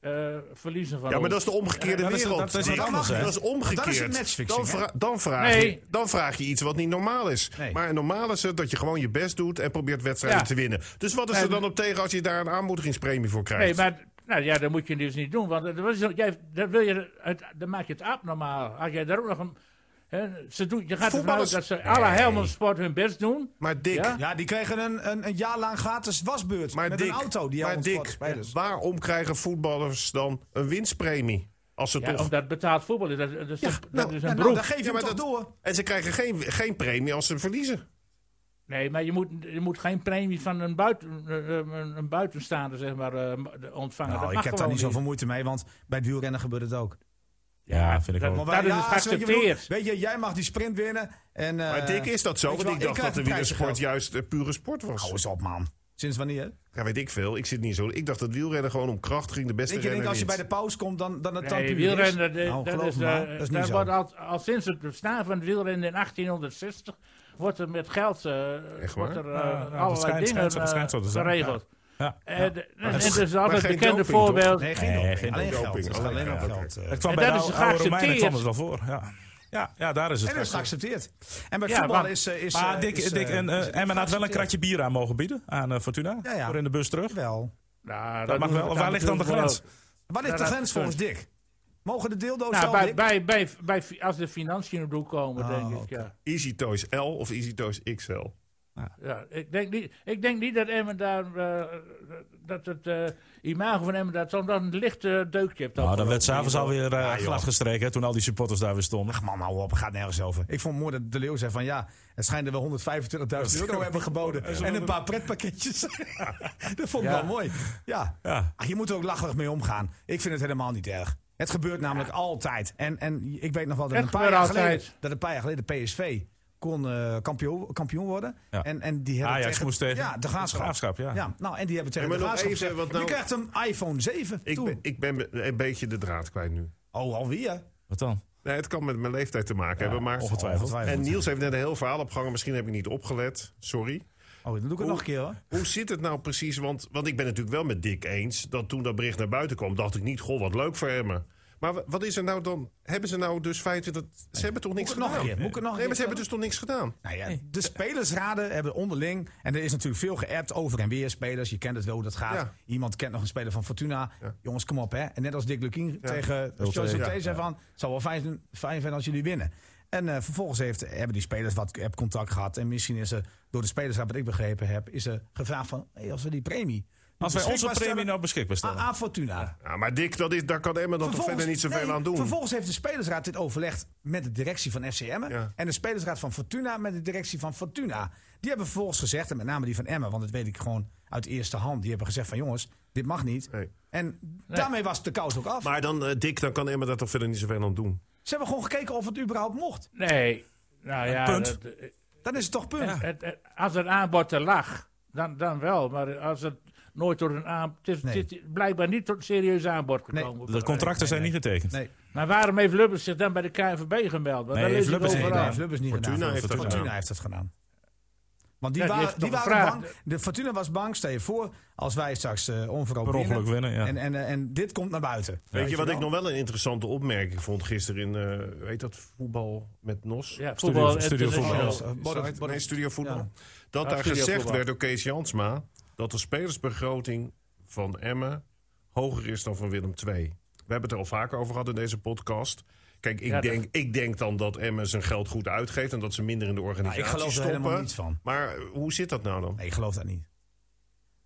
Speaker 5: eh, verliezen van
Speaker 4: Ja, maar dat
Speaker 5: ons.
Speaker 4: is de omgekeerde
Speaker 2: Ja, dat is-
Speaker 4: wereld.
Speaker 2: dat is wat
Speaker 4: Dick.
Speaker 3: anders, hè?
Speaker 4: Dat is omgekeerd.
Speaker 3: Dat is een matchfixing,
Speaker 4: Dan,
Speaker 3: hè?
Speaker 4: vra- dan vraag
Speaker 5: Nee.
Speaker 4: je, dan vraag je iets wat niet normaal is.
Speaker 3: Nee.
Speaker 4: Maar normaal is het dat je gewoon je best doet en probeert wedstrijden
Speaker 5: Ja.
Speaker 4: te winnen. Dus wat is er
Speaker 5: Nee,
Speaker 4: dan op tegen als je daar een aanmoedigingspremie voor krijgt?
Speaker 5: Nee, maar Nou ja, dat moet je dus niet doen, want dat, was, jij, dat wil je, het, dan maak je het abnormaal. Als jij daar ook nog een... Hè, ze doen, je gaat ervan uit
Speaker 4: Voetballers-
Speaker 5: dat ze alle Helmond Sport hun best doen.
Speaker 4: Maar Dick,
Speaker 5: Ja?
Speaker 3: Ja, die kregen een, een, een jaar lang gratis wasbeurt
Speaker 4: maar
Speaker 3: met
Speaker 4: Dick,
Speaker 3: een auto die
Speaker 4: maar
Speaker 3: al
Speaker 4: Dick, waarom krijgen voetballers dan een winstpremie? Als ze
Speaker 5: Ja,
Speaker 4: toch...
Speaker 5: omdat betaald voetbal is. Dat, dat is, een, dat
Speaker 4: nou,
Speaker 5: is
Speaker 3: Ja,
Speaker 5: een
Speaker 3: nou,
Speaker 5: beroep.
Speaker 3: dan geef
Speaker 4: Ja,
Speaker 3: je hem
Speaker 4: maar
Speaker 3: toch
Speaker 4: dat-
Speaker 3: door.
Speaker 4: En ze krijgen geen, geen premie als ze verliezen.
Speaker 5: Nee, maar je moet, je moet geen premie van een, buiten, eh, eh, een, een buitenstaander zeg maar, eh, ontvangen. dat
Speaker 3: Nou,
Speaker 5: mag
Speaker 3: ik heb daar
Speaker 5: gewoon
Speaker 3: niet zoveel moeite mee, want bij het wielrennen gebeurt het ook.
Speaker 2: Ja, vind ik
Speaker 5: dat
Speaker 2: ook.
Speaker 5: moet-
Speaker 4: dus
Speaker 5: is het
Speaker 3: zo, je bedoelt,
Speaker 5: geaccepteerd.
Speaker 3: Weet je, jij mag die sprint winnen. En, eh,
Speaker 4: maar Dick, is dat zo?
Speaker 3: weet je
Speaker 4: Want
Speaker 3: wel,
Speaker 4: ik dacht dat
Speaker 3: krijg
Speaker 4: de
Speaker 3: een Nou,
Speaker 4: wielersport
Speaker 3: prijzengeld.
Speaker 4: juist eh, pure sport was.
Speaker 3: Hou eens op, man. Sinds wanneer?
Speaker 4: Ja, weet ik veel. Ik zit niet zo. Ik dacht dat wielrennen gewoon om kracht ging. De beste
Speaker 3: Ik denk
Speaker 4: renner
Speaker 3: als je bij
Speaker 4: wint.
Speaker 3: de pauze komt, dan, dan het dan
Speaker 5: Nee,
Speaker 3: puur is.
Speaker 5: wielrennen, de-
Speaker 3: Nou,
Speaker 5: dat
Speaker 3: geloof
Speaker 5: is,
Speaker 3: me,
Speaker 5: eh,
Speaker 3: man, dat is niet
Speaker 5: daar
Speaker 3: zo.
Speaker 5: wordt al, al sinds het bestaan van het wielrennen in 1860 wordt er met geld eh,
Speaker 4: Echt waar?
Speaker 5: wordt er, eh,
Speaker 2: Ja, dat
Speaker 5: allerlei
Speaker 2: schijnt-
Speaker 5: dingen
Speaker 2: schijnt zo- schijnt zo te
Speaker 5: eh,
Speaker 2: zijn,
Speaker 5: geregeld.
Speaker 2: Ja.
Speaker 5: En, en, en
Speaker 4: is-
Speaker 5: dat is
Speaker 4: maar
Speaker 5: altijd
Speaker 4: geen
Speaker 5: bekende
Speaker 4: doping, toch?
Speaker 5: voorbeeld.
Speaker 3: Nee, geen
Speaker 2: Nee,
Speaker 3: doping.
Speaker 2: geen
Speaker 3: alleen
Speaker 4: doping.
Speaker 3: geld. Het gaat
Speaker 4: Alleen
Speaker 3: alleen om
Speaker 4: geld.
Speaker 3: geld. eh.
Speaker 2: Het kwam
Speaker 5: En
Speaker 2: bij de
Speaker 5: dat is
Speaker 2: oude, oude Romeinen kwam het
Speaker 5: geaccepteerd.
Speaker 2: wel voor. Ja, ja, ja daar is het.
Speaker 3: En dat is
Speaker 2: geaccepteerd.
Speaker 3: geaccepteerd. En bij
Speaker 5: Ja,
Speaker 3: voetbal
Speaker 5: maar-
Speaker 3: is... eh, is
Speaker 2: Maar
Speaker 3: eh,
Speaker 2: Dick,
Speaker 3: is, eh,
Speaker 2: Dick en
Speaker 3: is
Speaker 2: eh
Speaker 3: het
Speaker 2: Emmen had wel een
Speaker 3: geaccepteerd.
Speaker 2: kratje bier aan mogen bieden aan eh, Fortuna.
Speaker 3: Ja, ja.
Speaker 2: Voor in de bus terug.
Speaker 3: Wel.
Speaker 5: Nou,
Speaker 2: Dat mag
Speaker 5: doen we
Speaker 2: wel. Waar ligt dan de
Speaker 5: natuurlijk
Speaker 2: grens?
Speaker 5: wel.
Speaker 3: Waar ligt de
Speaker 5: Ja, dat
Speaker 3: grens
Speaker 5: kan.
Speaker 3: volgens Dick? Mogen de deeldoos
Speaker 5: Nou,
Speaker 3: wel,
Speaker 5: bij,
Speaker 3: Dick?
Speaker 5: bij, bij, bij, als de financiën op doel komen,
Speaker 3: Oh,
Speaker 5: denk ik.
Speaker 3: oké.
Speaker 5: Ja.
Speaker 4: Easy Toys L of Easy Toys XL.
Speaker 5: Ja, ik, denk niet, ik denk niet dat Emmen daar. eh, dat het eh, imago van Emmen daar zo'n dan een lichte deukje heeft.
Speaker 2: Nou, dan
Speaker 5: opgelopen.
Speaker 2: werd s'avonds alweer eh
Speaker 4: joh.
Speaker 2: glad gestreken hè, toen al die supporters daar weer stonden.
Speaker 3: Ach man, hou op, het gaat nergens over. Ik vond mooi dat De Leeuw zei van ja, het schijnt er wel 125.000 euro hebben geboden. En een paar pretpakketjes. dat vond ik
Speaker 5: Ja.
Speaker 3: wel mooi. Ja.
Speaker 2: Ja.
Speaker 3: Ach, je moet er ook lacherig mee omgaan. Ik vind het helemaal niet erg. Het gebeurt namelijk altijd. En, en ik weet nog wel dat
Speaker 5: Het
Speaker 3: een, paar
Speaker 5: gebeurt
Speaker 3: jaar geleden,
Speaker 5: altijd.
Speaker 3: dat een paar jaar geleden PSV kon eh, kampioen, kampioen worden.
Speaker 2: Ja.
Speaker 3: En, en die hebben
Speaker 2: Ajax
Speaker 3: tegen-
Speaker 2: moest tegen
Speaker 3: Ja, de graafschap.
Speaker 2: Graafschap, ja.
Speaker 3: nou, en die hebben tegen
Speaker 4: Ja, maar
Speaker 3: de
Speaker 4: nog
Speaker 3: graafschap
Speaker 4: even,
Speaker 3: gezegd,
Speaker 4: wat nou-
Speaker 3: Je krijgt een iPhone 7
Speaker 4: Ik
Speaker 3: toen.
Speaker 4: ben, ik ben be- een beetje de draad kwijt nu.
Speaker 3: Oh, alweer?
Speaker 2: Wat dan?
Speaker 4: Nee, het kan met mijn leeftijd te maken hebben. Maar...
Speaker 2: Ongetwijfeld.
Speaker 4: En Niels heeft net een heel verhaal opgehangen. Misschien heb ik niet opgelet. Sorry.
Speaker 3: Oh, dan doe ik het nog een keer hoor.
Speaker 4: Hoe zit het nou precies? Want, want ik ben natuurlijk wel met Dick eens. Dat toen dat bericht naar buiten kwam, dacht ik niet... Goh, wat leuk voor Emmen. Maar wa- wat is er nou dan? Hebben ze nou dus feiten dat... Ze hebben toch niks
Speaker 3: het nog
Speaker 4: gedaan?
Speaker 3: een keer? Moet ik het nog een
Speaker 4: nee, maar ze
Speaker 3: keer
Speaker 4: hebben dus toch niks gedaan?
Speaker 3: Nou ja, de spelersraden hebben onderling. En er is natuurlijk veel geappt over en weer spelers. Je kent het wel hoe dat gaat.
Speaker 4: Ja.
Speaker 3: Iemand kent nog een speler van Fortuna.
Speaker 4: Ja.
Speaker 3: Jongens, kom op hè. En net als Dick Lukien tegen José
Speaker 4: tegen,
Speaker 3: T
Speaker 4: ja.
Speaker 3: zei van... Het zou wel fijn zijn, fijn zijn als jullie winnen. En eh, vervolgens heeft, hebben die spelers wat app-contact gehad. En misschien is er door de spelersraad, wat ik begrepen heb... is er gevraagd van, hey, als we die premie...
Speaker 2: Als wij onze
Speaker 3: beschikbaar
Speaker 2: premie
Speaker 3: stellen
Speaker 2: nou beschikbaar
Speaker 3: aan,
Speaker 2: stellen.
Speaker 3: aan Fortuna.
Speaker 4: Ja, maar Dick, dat is, daar kan Emmen dan toch verder niet zoveel
Speaker 3: nee,
Speaker 4: aan doen?
Speaker 3: Vervolgens heeft de spelersraad dit overlegd met de directie van FC Emmen.
Speaker 4: Ja.
Speaker 3: En de spelersraad van Fortuna met de directie van Fortuna. Die hebben vervolgens gezegd, en met name die van Emmen, want dat weet ik gewoon uit eerste hand. Die hebben gezegd van jongens, dit mag niet.
Speaker 4: Nee.
Speaker 3: En daarmee was de kous ook af.
Speaker 4: Maar dan, eh, Dick, dan kan Emma daar toch verder niet zoveel aan doen.
Speaker 3: Ze hebben gewoon gekeken of het überhaupt mocht.
Speaker 5: Nee. Nou ja,
Speaker 2: Punt.
Speaker 5: dat-
Speaker 3: Dan is het toch punt.
Speaker 5: het, het- als het aanbod er lag, dan, dan wel. Maar als het nooit door een aanbod... Het is,
Speaker 3: Nee.
Speaker 5: het is blijkbaar niet tot een serieus aanbod gekomen.
Speaker 2: De contracten zijn niet getekend.
Speaker 3: Nee,
Speaker 5: Maar waarom heeft Lubbers zich dan bij de KNVB
Speaker 2: Nee,
Speaker 5: gemeld? Want daar
Speaker 2: heeft
Speaker 5: lees
Speaker 2: Lubbers
Speaker 5: ik
Speaker 2: niet
Speaker 5: overal.
Speaker 3: nee,
Speaker 2: gedaan.
Speaker 3: heeft Lubbers niet
Speaker 4: Fortuna
Speaker 3: gedaan.
Speaker 4: heeft dat
Speaker 3: Fortuna
Speaker 4: gedaan.
Speaker 3: heeft dat gedaan. Want die,
Speaker 5: Ja, die
Speaker 3: waren,
Speaker 5: heeft
Speaker 3: die
Speaker 5: toch
Speaker 3: waren
Speaker 5: gevraagd.
Speaker 3: bang. De Fortuna was bang. Stel je voor, als wij straks eh onverhoopt
Speaker 2: Per ongeluk
Speaker 3: winnen.
Speaker 2: winnen, ja.
Speaker 3: En, en, eh, en dit komt naar buiten.
Speaker 4: Weet je wat
Speaker 3: wel?
Speaker 4: ik nog wel een interessante opmerking vond gisteren in, eh, weet dat, voetbal met NOS? Eh,
Speaker 5: Ja,
Speaker 2: Studio-
Speaker 5: voetbal
Speaker 2: studio
Speaker 5: international.
Speaker 2: voetbal.
Speaker 4: Is dat het? Nee, studio voetbal.
Speaker 3: Ja.
Speaker 4: Dat
Speaker 5: Ja,
Speaker 4: daar
Speaker 5: Studio
Speaker 4: gezegd
Speaker 5: Voetbal.
Speaker 4: werd door Kees Jansma dat de spelersbegroting van Emmen hoger is dan van Willem II. We hebben het er al vaker over gehad in deze podcast. Kijk, ik,
Speaker 5: Ja, dat-
Speaker 4: denk, ik denk dan dat Emmen zijn geld goed uitgeeft en dat ze minder in de
Speaker 3: Nou,
Speaker 4: organisatie
Speaker 3: ik geloof er
Speaker 4: stoppen.
Speaker 3: helemaal niets van.
Speaker 4: Maar eh, hoe zit dat nou dan?
Speaker 3: Nee, ik geloof dat niet.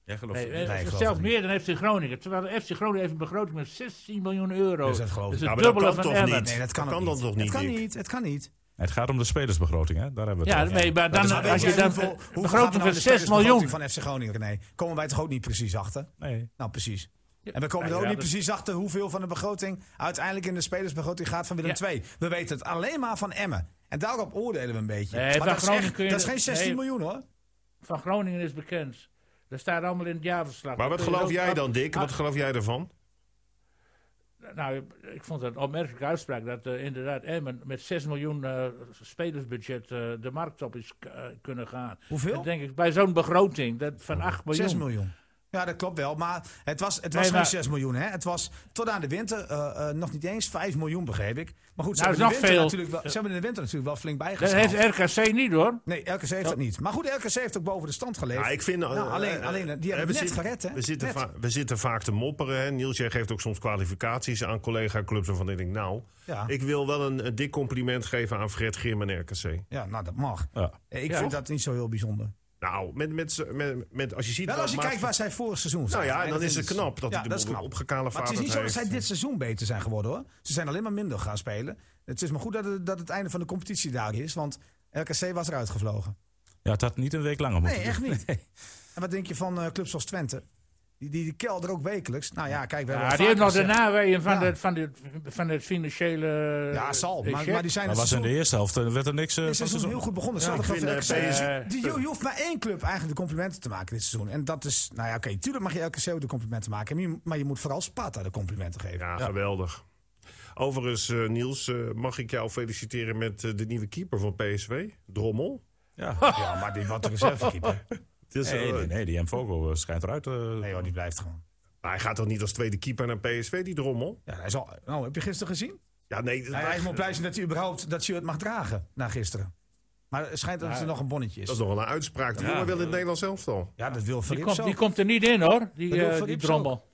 Speaker 2: Jij gelooft
Speaker 5: Nee,
Speaker 2: het niet.
Speaker 5: eh,
Speaker 3: Nee, ik geloof
Speaker 5: zelfs
Speaker 3: het niet.
Speaker 5: meer dan FC Groningen. Terwijl FC Groningen heeft een begroting met 16 miljoen euro.
Speaker 3: Dus dat geloof ik.
Speaker 5: is het
Speaker 4: Ja, maar dat
Speaker 5: dubbele
Speaker 4: kan
Speaker 5: van
Speaker 4: toch
Speaker 5: Emmen.
Speaker 4: niet?
Speaker 3: Nee, dat kan,
Speaker 4: Dat
Speaker 3: ook
Speaker 4: kan
Speaker 3: niet.
Speaker 4: dan toch niet,
Speaker 3: Het kan
Speaker 4: Dick?
Speaker 3: niet, het kan niet.
Speaker 2: Het gaat om de spelersbegroting, hè? Daar hebben we
Speaker 5: Ja,
Speaker 2: het over.
Speaker 5: nee, maar dan,
Speaker 3: Maar weet
Speaker 5: Dus als je dan
Speaker 3: hoeveel-
Speaker 5: een
Speaker 3: hoeveel gaat er
Speaker 5: begroting
Speaker 3: nou in
Speaker 5: van
Speaker 3: de
Speaker 5: 6 miljoen...
Speaker 3: spelersbegroting van FC Groningen, nee. Komen wij toch ook niet precies achter?
Speaker 2: Nee.
Speaker 3: Nou, precies. En we komen
Speaker 5: Ja,
Speaker 3: er ook
Speaker 5: ja,
Speaker 3: niet
Speaker 5: dat-
Speaker 3: precies achter hoeveel van de begroting uiteindelijk in de spelersbegroting gaat van Willem
Speaker 5: Ja.
Speaker 3: II. We weten het alleen maar van Emmen. En daarop oordelen we een beetje.
Speaker 5: Nee,
Speaker 3: maar
Speaker 5: van
Speaker 3: dat is,
Speaker 5: Groningen
Speaker 3: echt-
Speaker 5: kun je
Speaker 3: dat is
Speaker 5: dat-
Speaker 3: geen 16
Speaker 5: nee.
Speaker 3: miljoen hoor.
Speaker 5: van Groningen is bekend. Dat staat allemaal in het jaarverslag.
Speaker 4: Maar wat
Speaker 5: Dat kun je
Speaker 4: geloof
Speaker 5: ook-
Speaker 4: jij dan, Dick?
Speaker 5: Ah,
Speaker 4: Wat geloof jij ervan?
Speaker 5: Nou, ik vond het een opmerkelijke uitspraak dat eh, inderdaad Emmen met 6 miljoen eh, spelersbudget eh, de markt op is eh, kunnen gaan.
Speaker 3: Hoeveel?
Speaker 5: Dat denk ik bij zo'n begroting dat van 8 miljoen.
Speaker 3: 6 miljoen. Ja, dat klopt wel. Maar het was, het was
Speaker 5: Nee,
Speaker 3: geen
Speaker 5: maar-
Speaker 3: 6 miljoen. Hè? Het was tot aan de winter eh, eh, nog niet eens 5 miljoen, begreep ik. Maar goed, ze,
Speaker 5: Nou,
Speaker 3: hebben,
Speaker 5: dat is
Speaker 3: in
Speaker 5: nog
Speaker 3: de winter
Speaker 5: veel.
Speaker 3: natuurlijk wel, ze hebben in de winter natuurlijk wel flink
Speaker 5: Dat
Speaker 3: bijgeschaald.
Speaker 5: heeft RKC niet hoor.
Speaker 3: Nee, LKC heeft dat niet. Maar goed, LKC heeft ook boven de stand geleefd.
Speaker 4: Ja, ik vind, eh,
Speaker 3: Nou, alleen,
Speaker 4: eh,
Speaker 3: alleen, die
Speaker 4: eh,
Speaker 3: hebben
Speaker 4: we
Speaker 3: het net
Speaker 4: zitten-
Speaker 3: gered, hè?
Speaker 4: We zitten,
Speaker 3: Net.
Speaker 4: va- we zitten vaak te mopperen. Hè? Niels, jij geeft ook soms kwalificaties aan collega-clubs. Waarvan ik denk, nou,
Speaker 3: Ja.
Speaker 4: ik wil wel een, een dik compliment geven aan Fred Grim en RKC.
Speaker 3: Ja, nou, dat mag.
Speaker 2: Ja.
Speaker 3: Eh, Ik
Speaker 5: Ja,
Speaker 3: vind
Speaker 5: toch?
Speaker 3: dat niet zo heel bijzonder.
Speaker 4: Nou, met, met, z'n- met, met, als je ziet... wat
Speaker 3: Wel Nou, als je
Speaker 4: Maarten-
Speaker 3: kijkt waar zij vorig seizoen
Speaker 4: Nou
Speaker 3: zaten.
Speaker 4: ja,
Speaker 3: En
Speaker 4: dan
Speaker 3: dat
Speaker 4: is het
Speaker 3: dus-
Speaker 4: knap dat
Speaker 3: Ja,
Speaker 4: hij de
Speaker 3: is
Speaker 4: boel
Speaker 3: knap.
Speaker 4: opgekale
Speaker 3: Maar het is niet zo dat
Speaker 4: heeft.
Speaker 3: zij dit seizoen beter zijn geworden hoor. Ze zijn alleen maar minder gaan spelen. Het is maar goed dat het, dat het einde van de competitie daar is, want RKC was eruit gevlogen.
Speaker 2: Ja, het had niet een week langer moeten
Speaker 3: Nee, echt niet. En wat denk je van eh, clubs als Twente? Die, die, die kelder ook wekelijks. Nou ja, kijk, we hebben
Speaker 5: Ja,
Speaker 3: al
Speaker 5: die heeft nog
Speaker 3: vaker
Speaker 5: de
Speaker 3: gezegd-
Speaker 5: naweeën van,
Speaker 3: Ja.
Speaker 5: het, van, dit, van het financiële.
Speaker 3: Ja, zal.
Speaker 5: eh,
Speaker 3: Maar,
Speaker 5: check.
Speaker 3: maar die zijn
Speaker 2: Maar
Speaker 3: het
Speaker 2: was in de
Speaker 3: seizoen,
Speaker 2: eerste helft eh, werd er niks eh,
Speaker 3: dit
Speaker 2: van
Speaker 3: seizoen
Speaker 2: seizoen.
Speaker 3: heel goed begonnen.
Speaker 4: Ja,
Speaker 3: Hetzelfde
Speaker 4: ik vind,
Speaker 3: geldt voor
Speaker 4: eh,
Speaker 3: RKC.
Speaker 5: PSV-
Speaker 3: Die- Dus je, je hoeft maar één club eigenlijk de complimenten te maken dit seizoen. En dat is, nou ja, oké, tuurlijk mag je RKC ook de complimenten maken. maar je- Maar je moet vooral Sparta de complimenten geven.
Speaker 4: Ja, geweldig. Overigens, eh, Niels, eh, mag ik jou feliciteren met eh, de nieuwe keeper van PSV, Drommel.
Speaker 2: Ja.
Speaker 3: Ja, maar die wat de reservekeeper.
Speaker 4: Het is,
Speaker 2: Nee,
Speaker 4: eh,
Speaker 2: nee, nee, die M. Vogel eh, schijnt eruit. eh,
Speaker 3: Nee hoor, die blijft gewoon.
Speaker 4: maar hij gaat toch niet als tweede keeper naar PSV, die Drommel?
Speaker 3: Ja, hij zal, nou, heb je gisteren gezien?
Speaker 4: Ja, eh, nee. dat-
Speaker 3: hij is maar blij zijn dat hij überhaupt dat shirt mag dragen na gisteren. Maar het schijnt dat er nog een bonnetje is.
Speaker 4: dat is nog wel een uitspraak. Die jongen wil in het Nederlands elftal.
Speaker 3: ja, dat wil
Speaker 5: die,
Speaker 3: Verrips
Speaker 5: komt,
Speaker 3: zo.
Speaker 5: die komt er niet in hoor, die,
Speaker 3: Dat wil
Speaker 5: eh, die
Speaker 3: Verrips ook.
Speaker 5: drommel.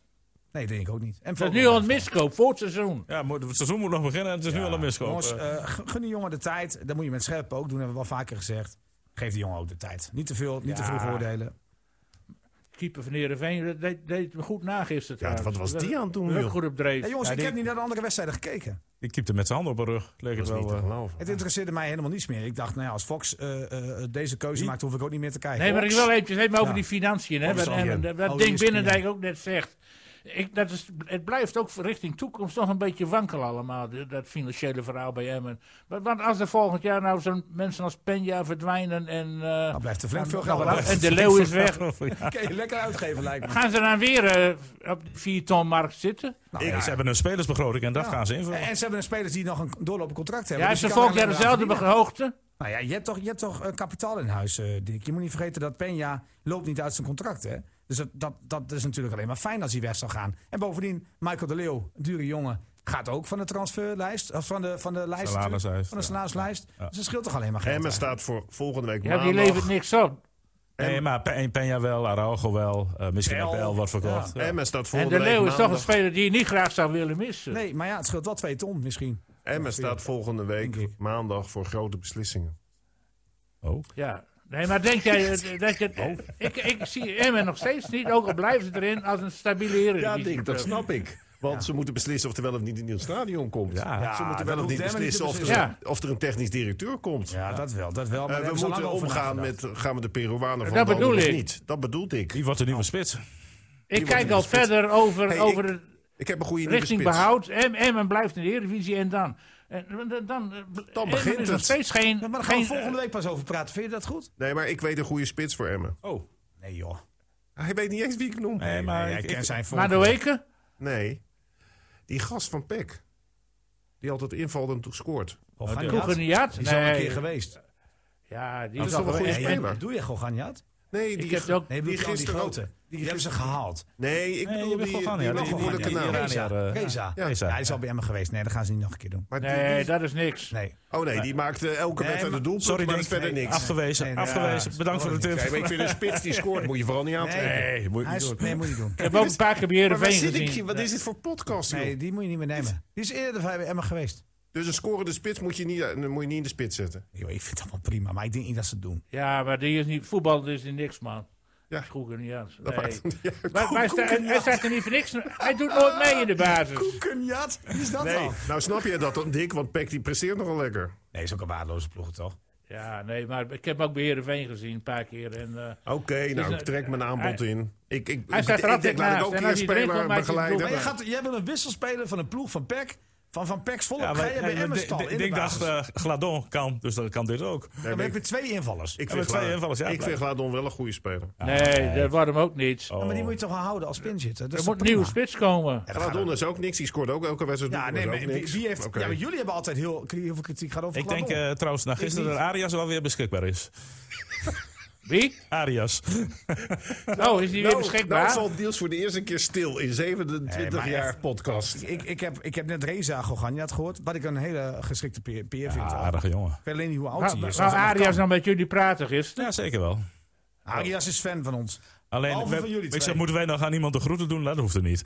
Speaker 3: Nee, denk ik ook niet. En
Speaker 5: Dat is
Speaker 3: Vogel
Speaker 5: nu al een
Speaker 3: ook.
Speaker 5: miskoop voor het seizoen.
Speaker 2: Ja, moet- het seizoen moet nog beginnen en het is nu al een miskoop.
Speaker 3: Jongens,
Speaker 2: Eh,
Speaker 3: eh, g- gun die jongen de tijd. Dat moet je met Scherpen ook doen, hebben we wel vaker gezegd. Geef die jongen ook de tijd. Niet te veel, niet te
Speaker 5: Ja.
Speaker 3: vroeg oordelen.
Speaker 5: Keeper van Heerenveen, dat deed, deed me goed na gisteren.
Speaker 4: Ja, wat
Speaker 5: trouwens.
Speaker 4: was die aan het doen,
Speaker 5: Leuk
Speaker 4: joh?
Speaker 5: goed op dreef.
Speaker 3: Hey, jongens,
Speaker 2: Ja,
Speaker 3: ik
Speaker 2: die-
Speaker 3: heb niet naar de andere wedstrijden gekeken.
Speaker 2: Die keepte met zijn handen op de rug. Leek
Speaker 4: Dat
Speaker 2: het
Speaker 4: is niet
Speaker 2: wel.
Speaker 4: te
Speaker 2: eh,
Speaker 4: geloven.
Speaker 3: Het interesseerde mij helemaal niets meer. Ik dacht, nou ja, als Fox eh, eh, deze keuze
Speaker 2: Wie?
Speaker 3: maakt, hoef ik ook niet meer te kijken.
Speaker 5: Nee, maar ik wil eventjes even over
Speaker 3: Ja.
Speaker 5: die financiën. Hè, wat
Speaker 4: zo.
Speaker 5: en-
Speaker 4: Ja.
Speaker 5: en- wat
Speaker 3: Oh,
Speaker 5: Dink
Speaker 3: ESPN.
Speaker 5: Binnendijk ook net zegt. Ik, dat is, het blijft ook richting toekomst nog een beetje wankel allemaal, de- dat financiële verhaal bij Emmen. Want, want als er volgend jaar nou zo'n mensen als Penja verdwijnen en, eh,
Speaker 3: Nou, blijft te flink veel
Speaker 5: nou,
Speaker 3: geld.
Speaker 5: en De Leeuw is weg,
Speaker 2: Ja.
Speaker 3: Oké, lekker uitgeven lijkt me.
Speaker 5: gaan ze dan weer eh, op de 4 ton markt zitten?
Speaker 3: Nou,
Speaker 2: Ze hebben een spelersbegroting en dat gaan ze invullen.
Speaker 3: En en ze hebben een spelers die nog een doorlopend contract hebben.
Speaker 5: ja,
Speaker 3: dus
Speaker 5: heeft ze
Speaker 3: die kan
Speaker 5: volgend jaar
Speaker 3: er alleen
Speaker 5: dezelfde
Speaker 3: maar aan
Speaker 5: hoogte?
Speaker 3: verdienen. Nou ja, je hebt toch, je hebt toch eh, kapitaal in huis, eh, Dick. Je moet niet vergeten dat Peña loopt niet uit zijn contract, hè. Dus dat, dat, dat is natuurlijk alleen maar fijn als hij weg zou gaan. En bovendien, Michael de Leeuw, dure jongen, gaat ook van de transferlijst. Of van de, van de lijst.
Speaker 2: Salarislijst,
Speaker 3: natuurlijk, Van de
Speaker 2: ja.
Speaker 3: salarislijst. Dus dat scheelt toch alleen maar geld.
Speaker 4: Emmen
Speaker 3: eigenlijk.
Speaker 4: staat voor volgende week
Speaker 5: Ja, die
Speaker 4: maandag.
Speaker 5: levert niks op.
Speaker 2: Nee, maar Pe- Peña wel, Araujo wel. eh, misschien
Speaker 4: El.
Speaker 2: Abel wordt verkocht. Eh, Ja.
Speaker 4: Emmen staat
Speaker 5: En
Speaker 4: volgende
Speaker 5: De
Speaker 4: week
Speaker 5: Leeuw is toch een
Speaker 4: maandag.
Speaker 5: speler die je niet graag zou willen missen.
Speaker 3: Nee, maar ja, het scheelt wel twee ton misschien.
Speaker 4: Emmen staat volgende
Speaker 3: Denk
Speaker 4: week
Speaker 3: ik.
Speaker 4: maandag voor grote beslissingen.
Speaker 2: Oh.
Speaker 5: Ja. Nee, maar denk jij eh, dat je... Ik, ik zie Emmen nog steeds niet, ook al blijven ze erin, als een stabiele
Speaker 4: Ja,
Speaker 5: eredivisie.
Speaker 4: Dick, dat snap ik. Want ze moeten beslissen of er wel of niet een nieuw stadion komt.
Speaker 2: Ja. Ja,
Speaker 4: ze moeten
Speaker 3: dat
Speaker 4: wel of
Speaker 3: hoeft
Speaker 4: niet
Speaker 3: Emmen niet te
Speaker 4: beslissen of er,
Speaker 5: beslissen.
Speaker 4: of er een technisch directeur komt.
Speaker 3: Ja, dat wel, dat wel. Maar
Speaker 4: Eh,
Speaker 3: daar hebben
Speaker 4: we
Speaker 3: ze al
Speaker 4: moeten
Speaker 3: lang over
Speaker 4: omgaan
Speaker 3: nagedacht.
Speaker 4: met, eh, gaan we de Peruanen van
Speaker 5: Dat
Speaker 4: de
Speaker 5: bedoel
Speaker 4: of
Speaker 5: ik.
Speaker 4: niet? Dat bedoel ik.
Speaker 2: Die wordt de nieuwe spits.
Speaker 5: Ik kijk
Speaker 4: wordt
Speaker 5: al
Speaker 4: in de spits.
Speaker 5: verder over,
Speaker 4: Hey,
Speaker 5: over
Speaker 4: ik-
Speaker 5: de
Speaker 4: Ik heb een goede nieuwe
Speaker 5: richting
Speaker 4: spits.
Speaker 5: behoud. Em- Emmen blijft in de eredivisie en dan... En, dan, dan, Emmen
Speaker 4: begint
Speaker 5: is nog
Speaker 4: het.
Speaker 5: steeds geen...
Speaker 3: Ja, maar daar gaan we
Speaker 5: geen- eh,
Speaker 3: volgende week pas over praten. Vind je dat goed?
Speaker 4: Nee, maar ik weet een goede spits voor Emmen.
Speaker 2: Oh.
Speaker 3: Nee, joh.
Speaker 4: Hij weet niet eens wie ik noem.
Speaker 2: Nee, maar
Speaker 3: Hij
Speaker 2: ik,
Speaker 3: kent zijn
Speaker 5: maar
Speaker 3: volgende
Speaker 5: de weken?
Speaker 4: Nee. Die gast van Peck. Die altijd invalt en toe scoort.
Speaker 5: Koegenjaat?
Speaker 3: Die is al een
Speaker 5: Nee.
Speaker 3: keer geweest.
Speaker 5: Ja, die
Speaker 4: Dat
Speaker 5: is
Speaker 4: is toch een
Speaker 5: al...
Speaker 4: goede
Speaker 3: Nee,
Speaker 4: speler?
Speaker 3: wat doe je Goganiat?
Speaker 4: Nee,
Speaker 5: Ik
Speaker 4: die
Speaker 5: heb
Speaker 4: is...
Speaker 5: het ook...
Speaker 3: Nee, bedoel
Speaker 4: Die
Speaker 3: die, die
Speaker 4: gisteren ook.
Speaker 3: grote. Die, hebben ze gehaald.
Speaker 4: Nee, ik
Speaker 2: Nee,
Speaker 4: bedoel
Speaker 2: je
Speaker 4: die,
Speaker 2: begon,
Speaker 4: die
Speaker 2: ja,
Speaker 4: met
Speaker 2: die-
Speaker 4: die moeilijke
Speaker 2: die- die-
Speaker 4: naam.
Speaker 2: die-
Speaker 3: Reza.
Speaker 2: Iranier, eh,
Speaker 3: Reza.
Speaker 4: Ja.
Speaker 2: Reza.
Speaker 3: Hij is al bij Emmen geweest. Nee, dat gaan ze niet nog een keer doen.
Speaker 4: Maar die-
Speaker 5: Nee, dat is niks.
Speaker 3: Nee.
Speaker 4: Oh nee, die maakt eh, elke
Speaker 3: Nee,
Speaker 4: wedstrijd
Speaker 3: maar-
Speaker 4: een doelpunt,
Speaker 2: Sorry,
Speaker 4: maar
Speaker 2: denk
Speaker 4: dat is verder niks.
Speaker 2: Afgewezen,
Speaker 3: Nee, nee,
Speaker 2: afgewezen.
Speaker 3: ja,
Speaker 2: Bedankt voor de
Speaker 4: Nee,
Speaker 2: tip.
Speaker 4: maar ik vind een spits die scoort, moet je vooral niet aantrekken.
Speaker 2: Nee, moet je
Speaker 3: Hij
Speaker 2: niet
Speaker 3: is,
Speaker 2: doen.
Speaker 3: nee, moet je niet
Speaker 5: Ik
Speaker 3: doen.
Speaker 5: heb ook een paar keer bij
Speaker 4: Maar waar
Speaker 5: Heerenveen
Speaker 4: zit ik hier?
Speaker 5: gezien.
Speaker 4: Wat is dit voor podcast, joh?
Speaker 3: Nee, die moet je niet meer nemen. Die is eerder bij Emmen geweest.
Speaker 4: Dus een scorende spits moet je niet, eh, moet je niet in de spits zetten.
Speaker 3: Yo, ik vind dat wel prima, maar ik denk niet dat ze het doen.
Speaker 5: Ja, maar die is niet, voetbal is die niks, man.
Speaker 4: Ja.
Speaker 5: Dat is goed niet aan.
Speaker 4: Dat
Speaker 5: Nee.
Speaker 4: maakt niet uit.
Speaker 5: Maar, maar hij, sta- hij staat er niet voor niks. Hij doet nooit mee in de basis.
Speaker 3: Koekenjat? Wie is dat
Speaker 4: Nee, nou snap je dat dan, Dick? Want Peck die presteert nogal lekker.
Speaker 3: Nee, is ook een waardeloze ploeg, toch?
Speaker 5: Ja, nee, maar ik heb hem ook bij Heerenveen gezien een paar keer. En, eh,
Speaker 4: Oké, nou,
Speaker 5: Dus,
Speaker 4: ik trek mijn aanbod
Speaker 5: hij-
Speaker 4: in. Ik, ik,
Speaker 5: hij
Speaker 4: ik,
Speaker 5: staat er
Speaker 4: ik
Speaker 5: altijd
Speaker 4: denk, laat ik
Speaker 5: naast.
Speaker 4: ook
Speaker 5: En
Speaker 4: hier een
Speaker 5: als hij erin
Speaker 4: speler
Speaker 5: komt, maakt hij
Speaker 4: begeleiden.
Speaker 5: het
Speaker 3: Maar
Speaker 5: doel.
Speaker 3: jij,
Speaker 4: Maar-
Speaker 3: gaat, jij bent een wisselspeler van een ploeg van PEC. Van, van PEC's volk
Speaker 2: Ja,
Speaker 3: ga
Speaker 2: maar-
Speaker 3: je bij
Speaker 2: nee,
Speaker 3: Emmen
Speaker 2: maar
Speaker 3: stal.
Speaker 2: d- d-
Speaker 3: in
Speaker 2: Ik
Speaker 3: de
Speaker 2: denk dat
Speaker 3: basis.
Speaker 2: eh, Gladon kan, dus dan kan dit ook.
Speaker 4: Nee,
Speaker 3: Dan
Speaker 4: maar
Speaker 3: heb
Speaker 4: ik-
Speaker 3: je twee invallers.
Speaker 4: Ik
Speaker 2: En met
Speaker 4: vind
Speaker 2: twee
Speaker 4: Gla-
Speaker 2: invallers, ja.
Speaker 4: ik vind
Speaker 2: blijkbaar.
Speaker 4: Gladon wel een goede speler.
Speaker 3: Ah,
Speaker 5: nee, dat wordt hem ook niets.
Speaker 2: Oh.
Speaker 3: Ja, maar die moet je toch wel houden als pinzitter? Dat
Speaker 5: Er
Speaker 3: is
Speaker 5: moet een
Speaker 3: toch Oh, prima?
Speaker 5: nieuwe spits komen.
Speaker 3: Ja, dat gaat
Speaker 4: Gladon is ook niks. Die scoort ook elke wedstrijd.
Speaker 3: Ja,
Speaker 4: doelpunt,
Speaker 3: nee,
Speaker 4: is
Speaker 3: maar
Speaker 4: ook
Speaker 3: wie,
Speaker 4: niks.
Speaker 3: wie heeft,
Speaker 4: Oké.
Speaker 3: ja, maar jullie hebben altijd heel, heel veel kritiek gehad over
Speaker 2: Ik denk
Speaker 3: Gladon.
Speaker 2: eh, trouwens na
Speaker 3: niet.
Speaker 2: gisteren dat Arias wel weer beschikbaar is.
Speaker 5: Wie?
Speaker 2: Arias.
Speaker 5: Oh, is die weer
Speaker 4: Nou, nou
Speaker 5: beschikbaar?
Speaker 4: valt Niels voor de eerste keer stil in 27
Speaker 3: maar
Speaker 4: jaar
Speaker 3: echt.
Speaker 4: podcast.
Speaker 3: Ik, ik, heb, ik heb net Reza Goganja hoort, wat ik een hele geschikte peer, peer vind. Ik
Speaker 2: Aardige jongen.
Speaker 3: weet alleen niet hoe oud
Speaker 5: Waar
Speaker 3: hij is.
Speaker 5: waar
Speaker 3: of dat nog
Speaker 5: Arias
Speaker 3: kan.
Speaker 5: nou met jullie praten gisteren?
Speaker 2: Ja, zeker wel.
Speaker 3: Arias is fan van ons.
Speaker 2: Alleen,
Speaker 3: Behalve
Speaker 2: we-
Speaker 3: van jullie
Speaker 2: ik zeg,
Speaker 3: twee.
Speaker 2: moeten wij nog aan iemand de groeten doen? Nou, Dat hoeft er niet.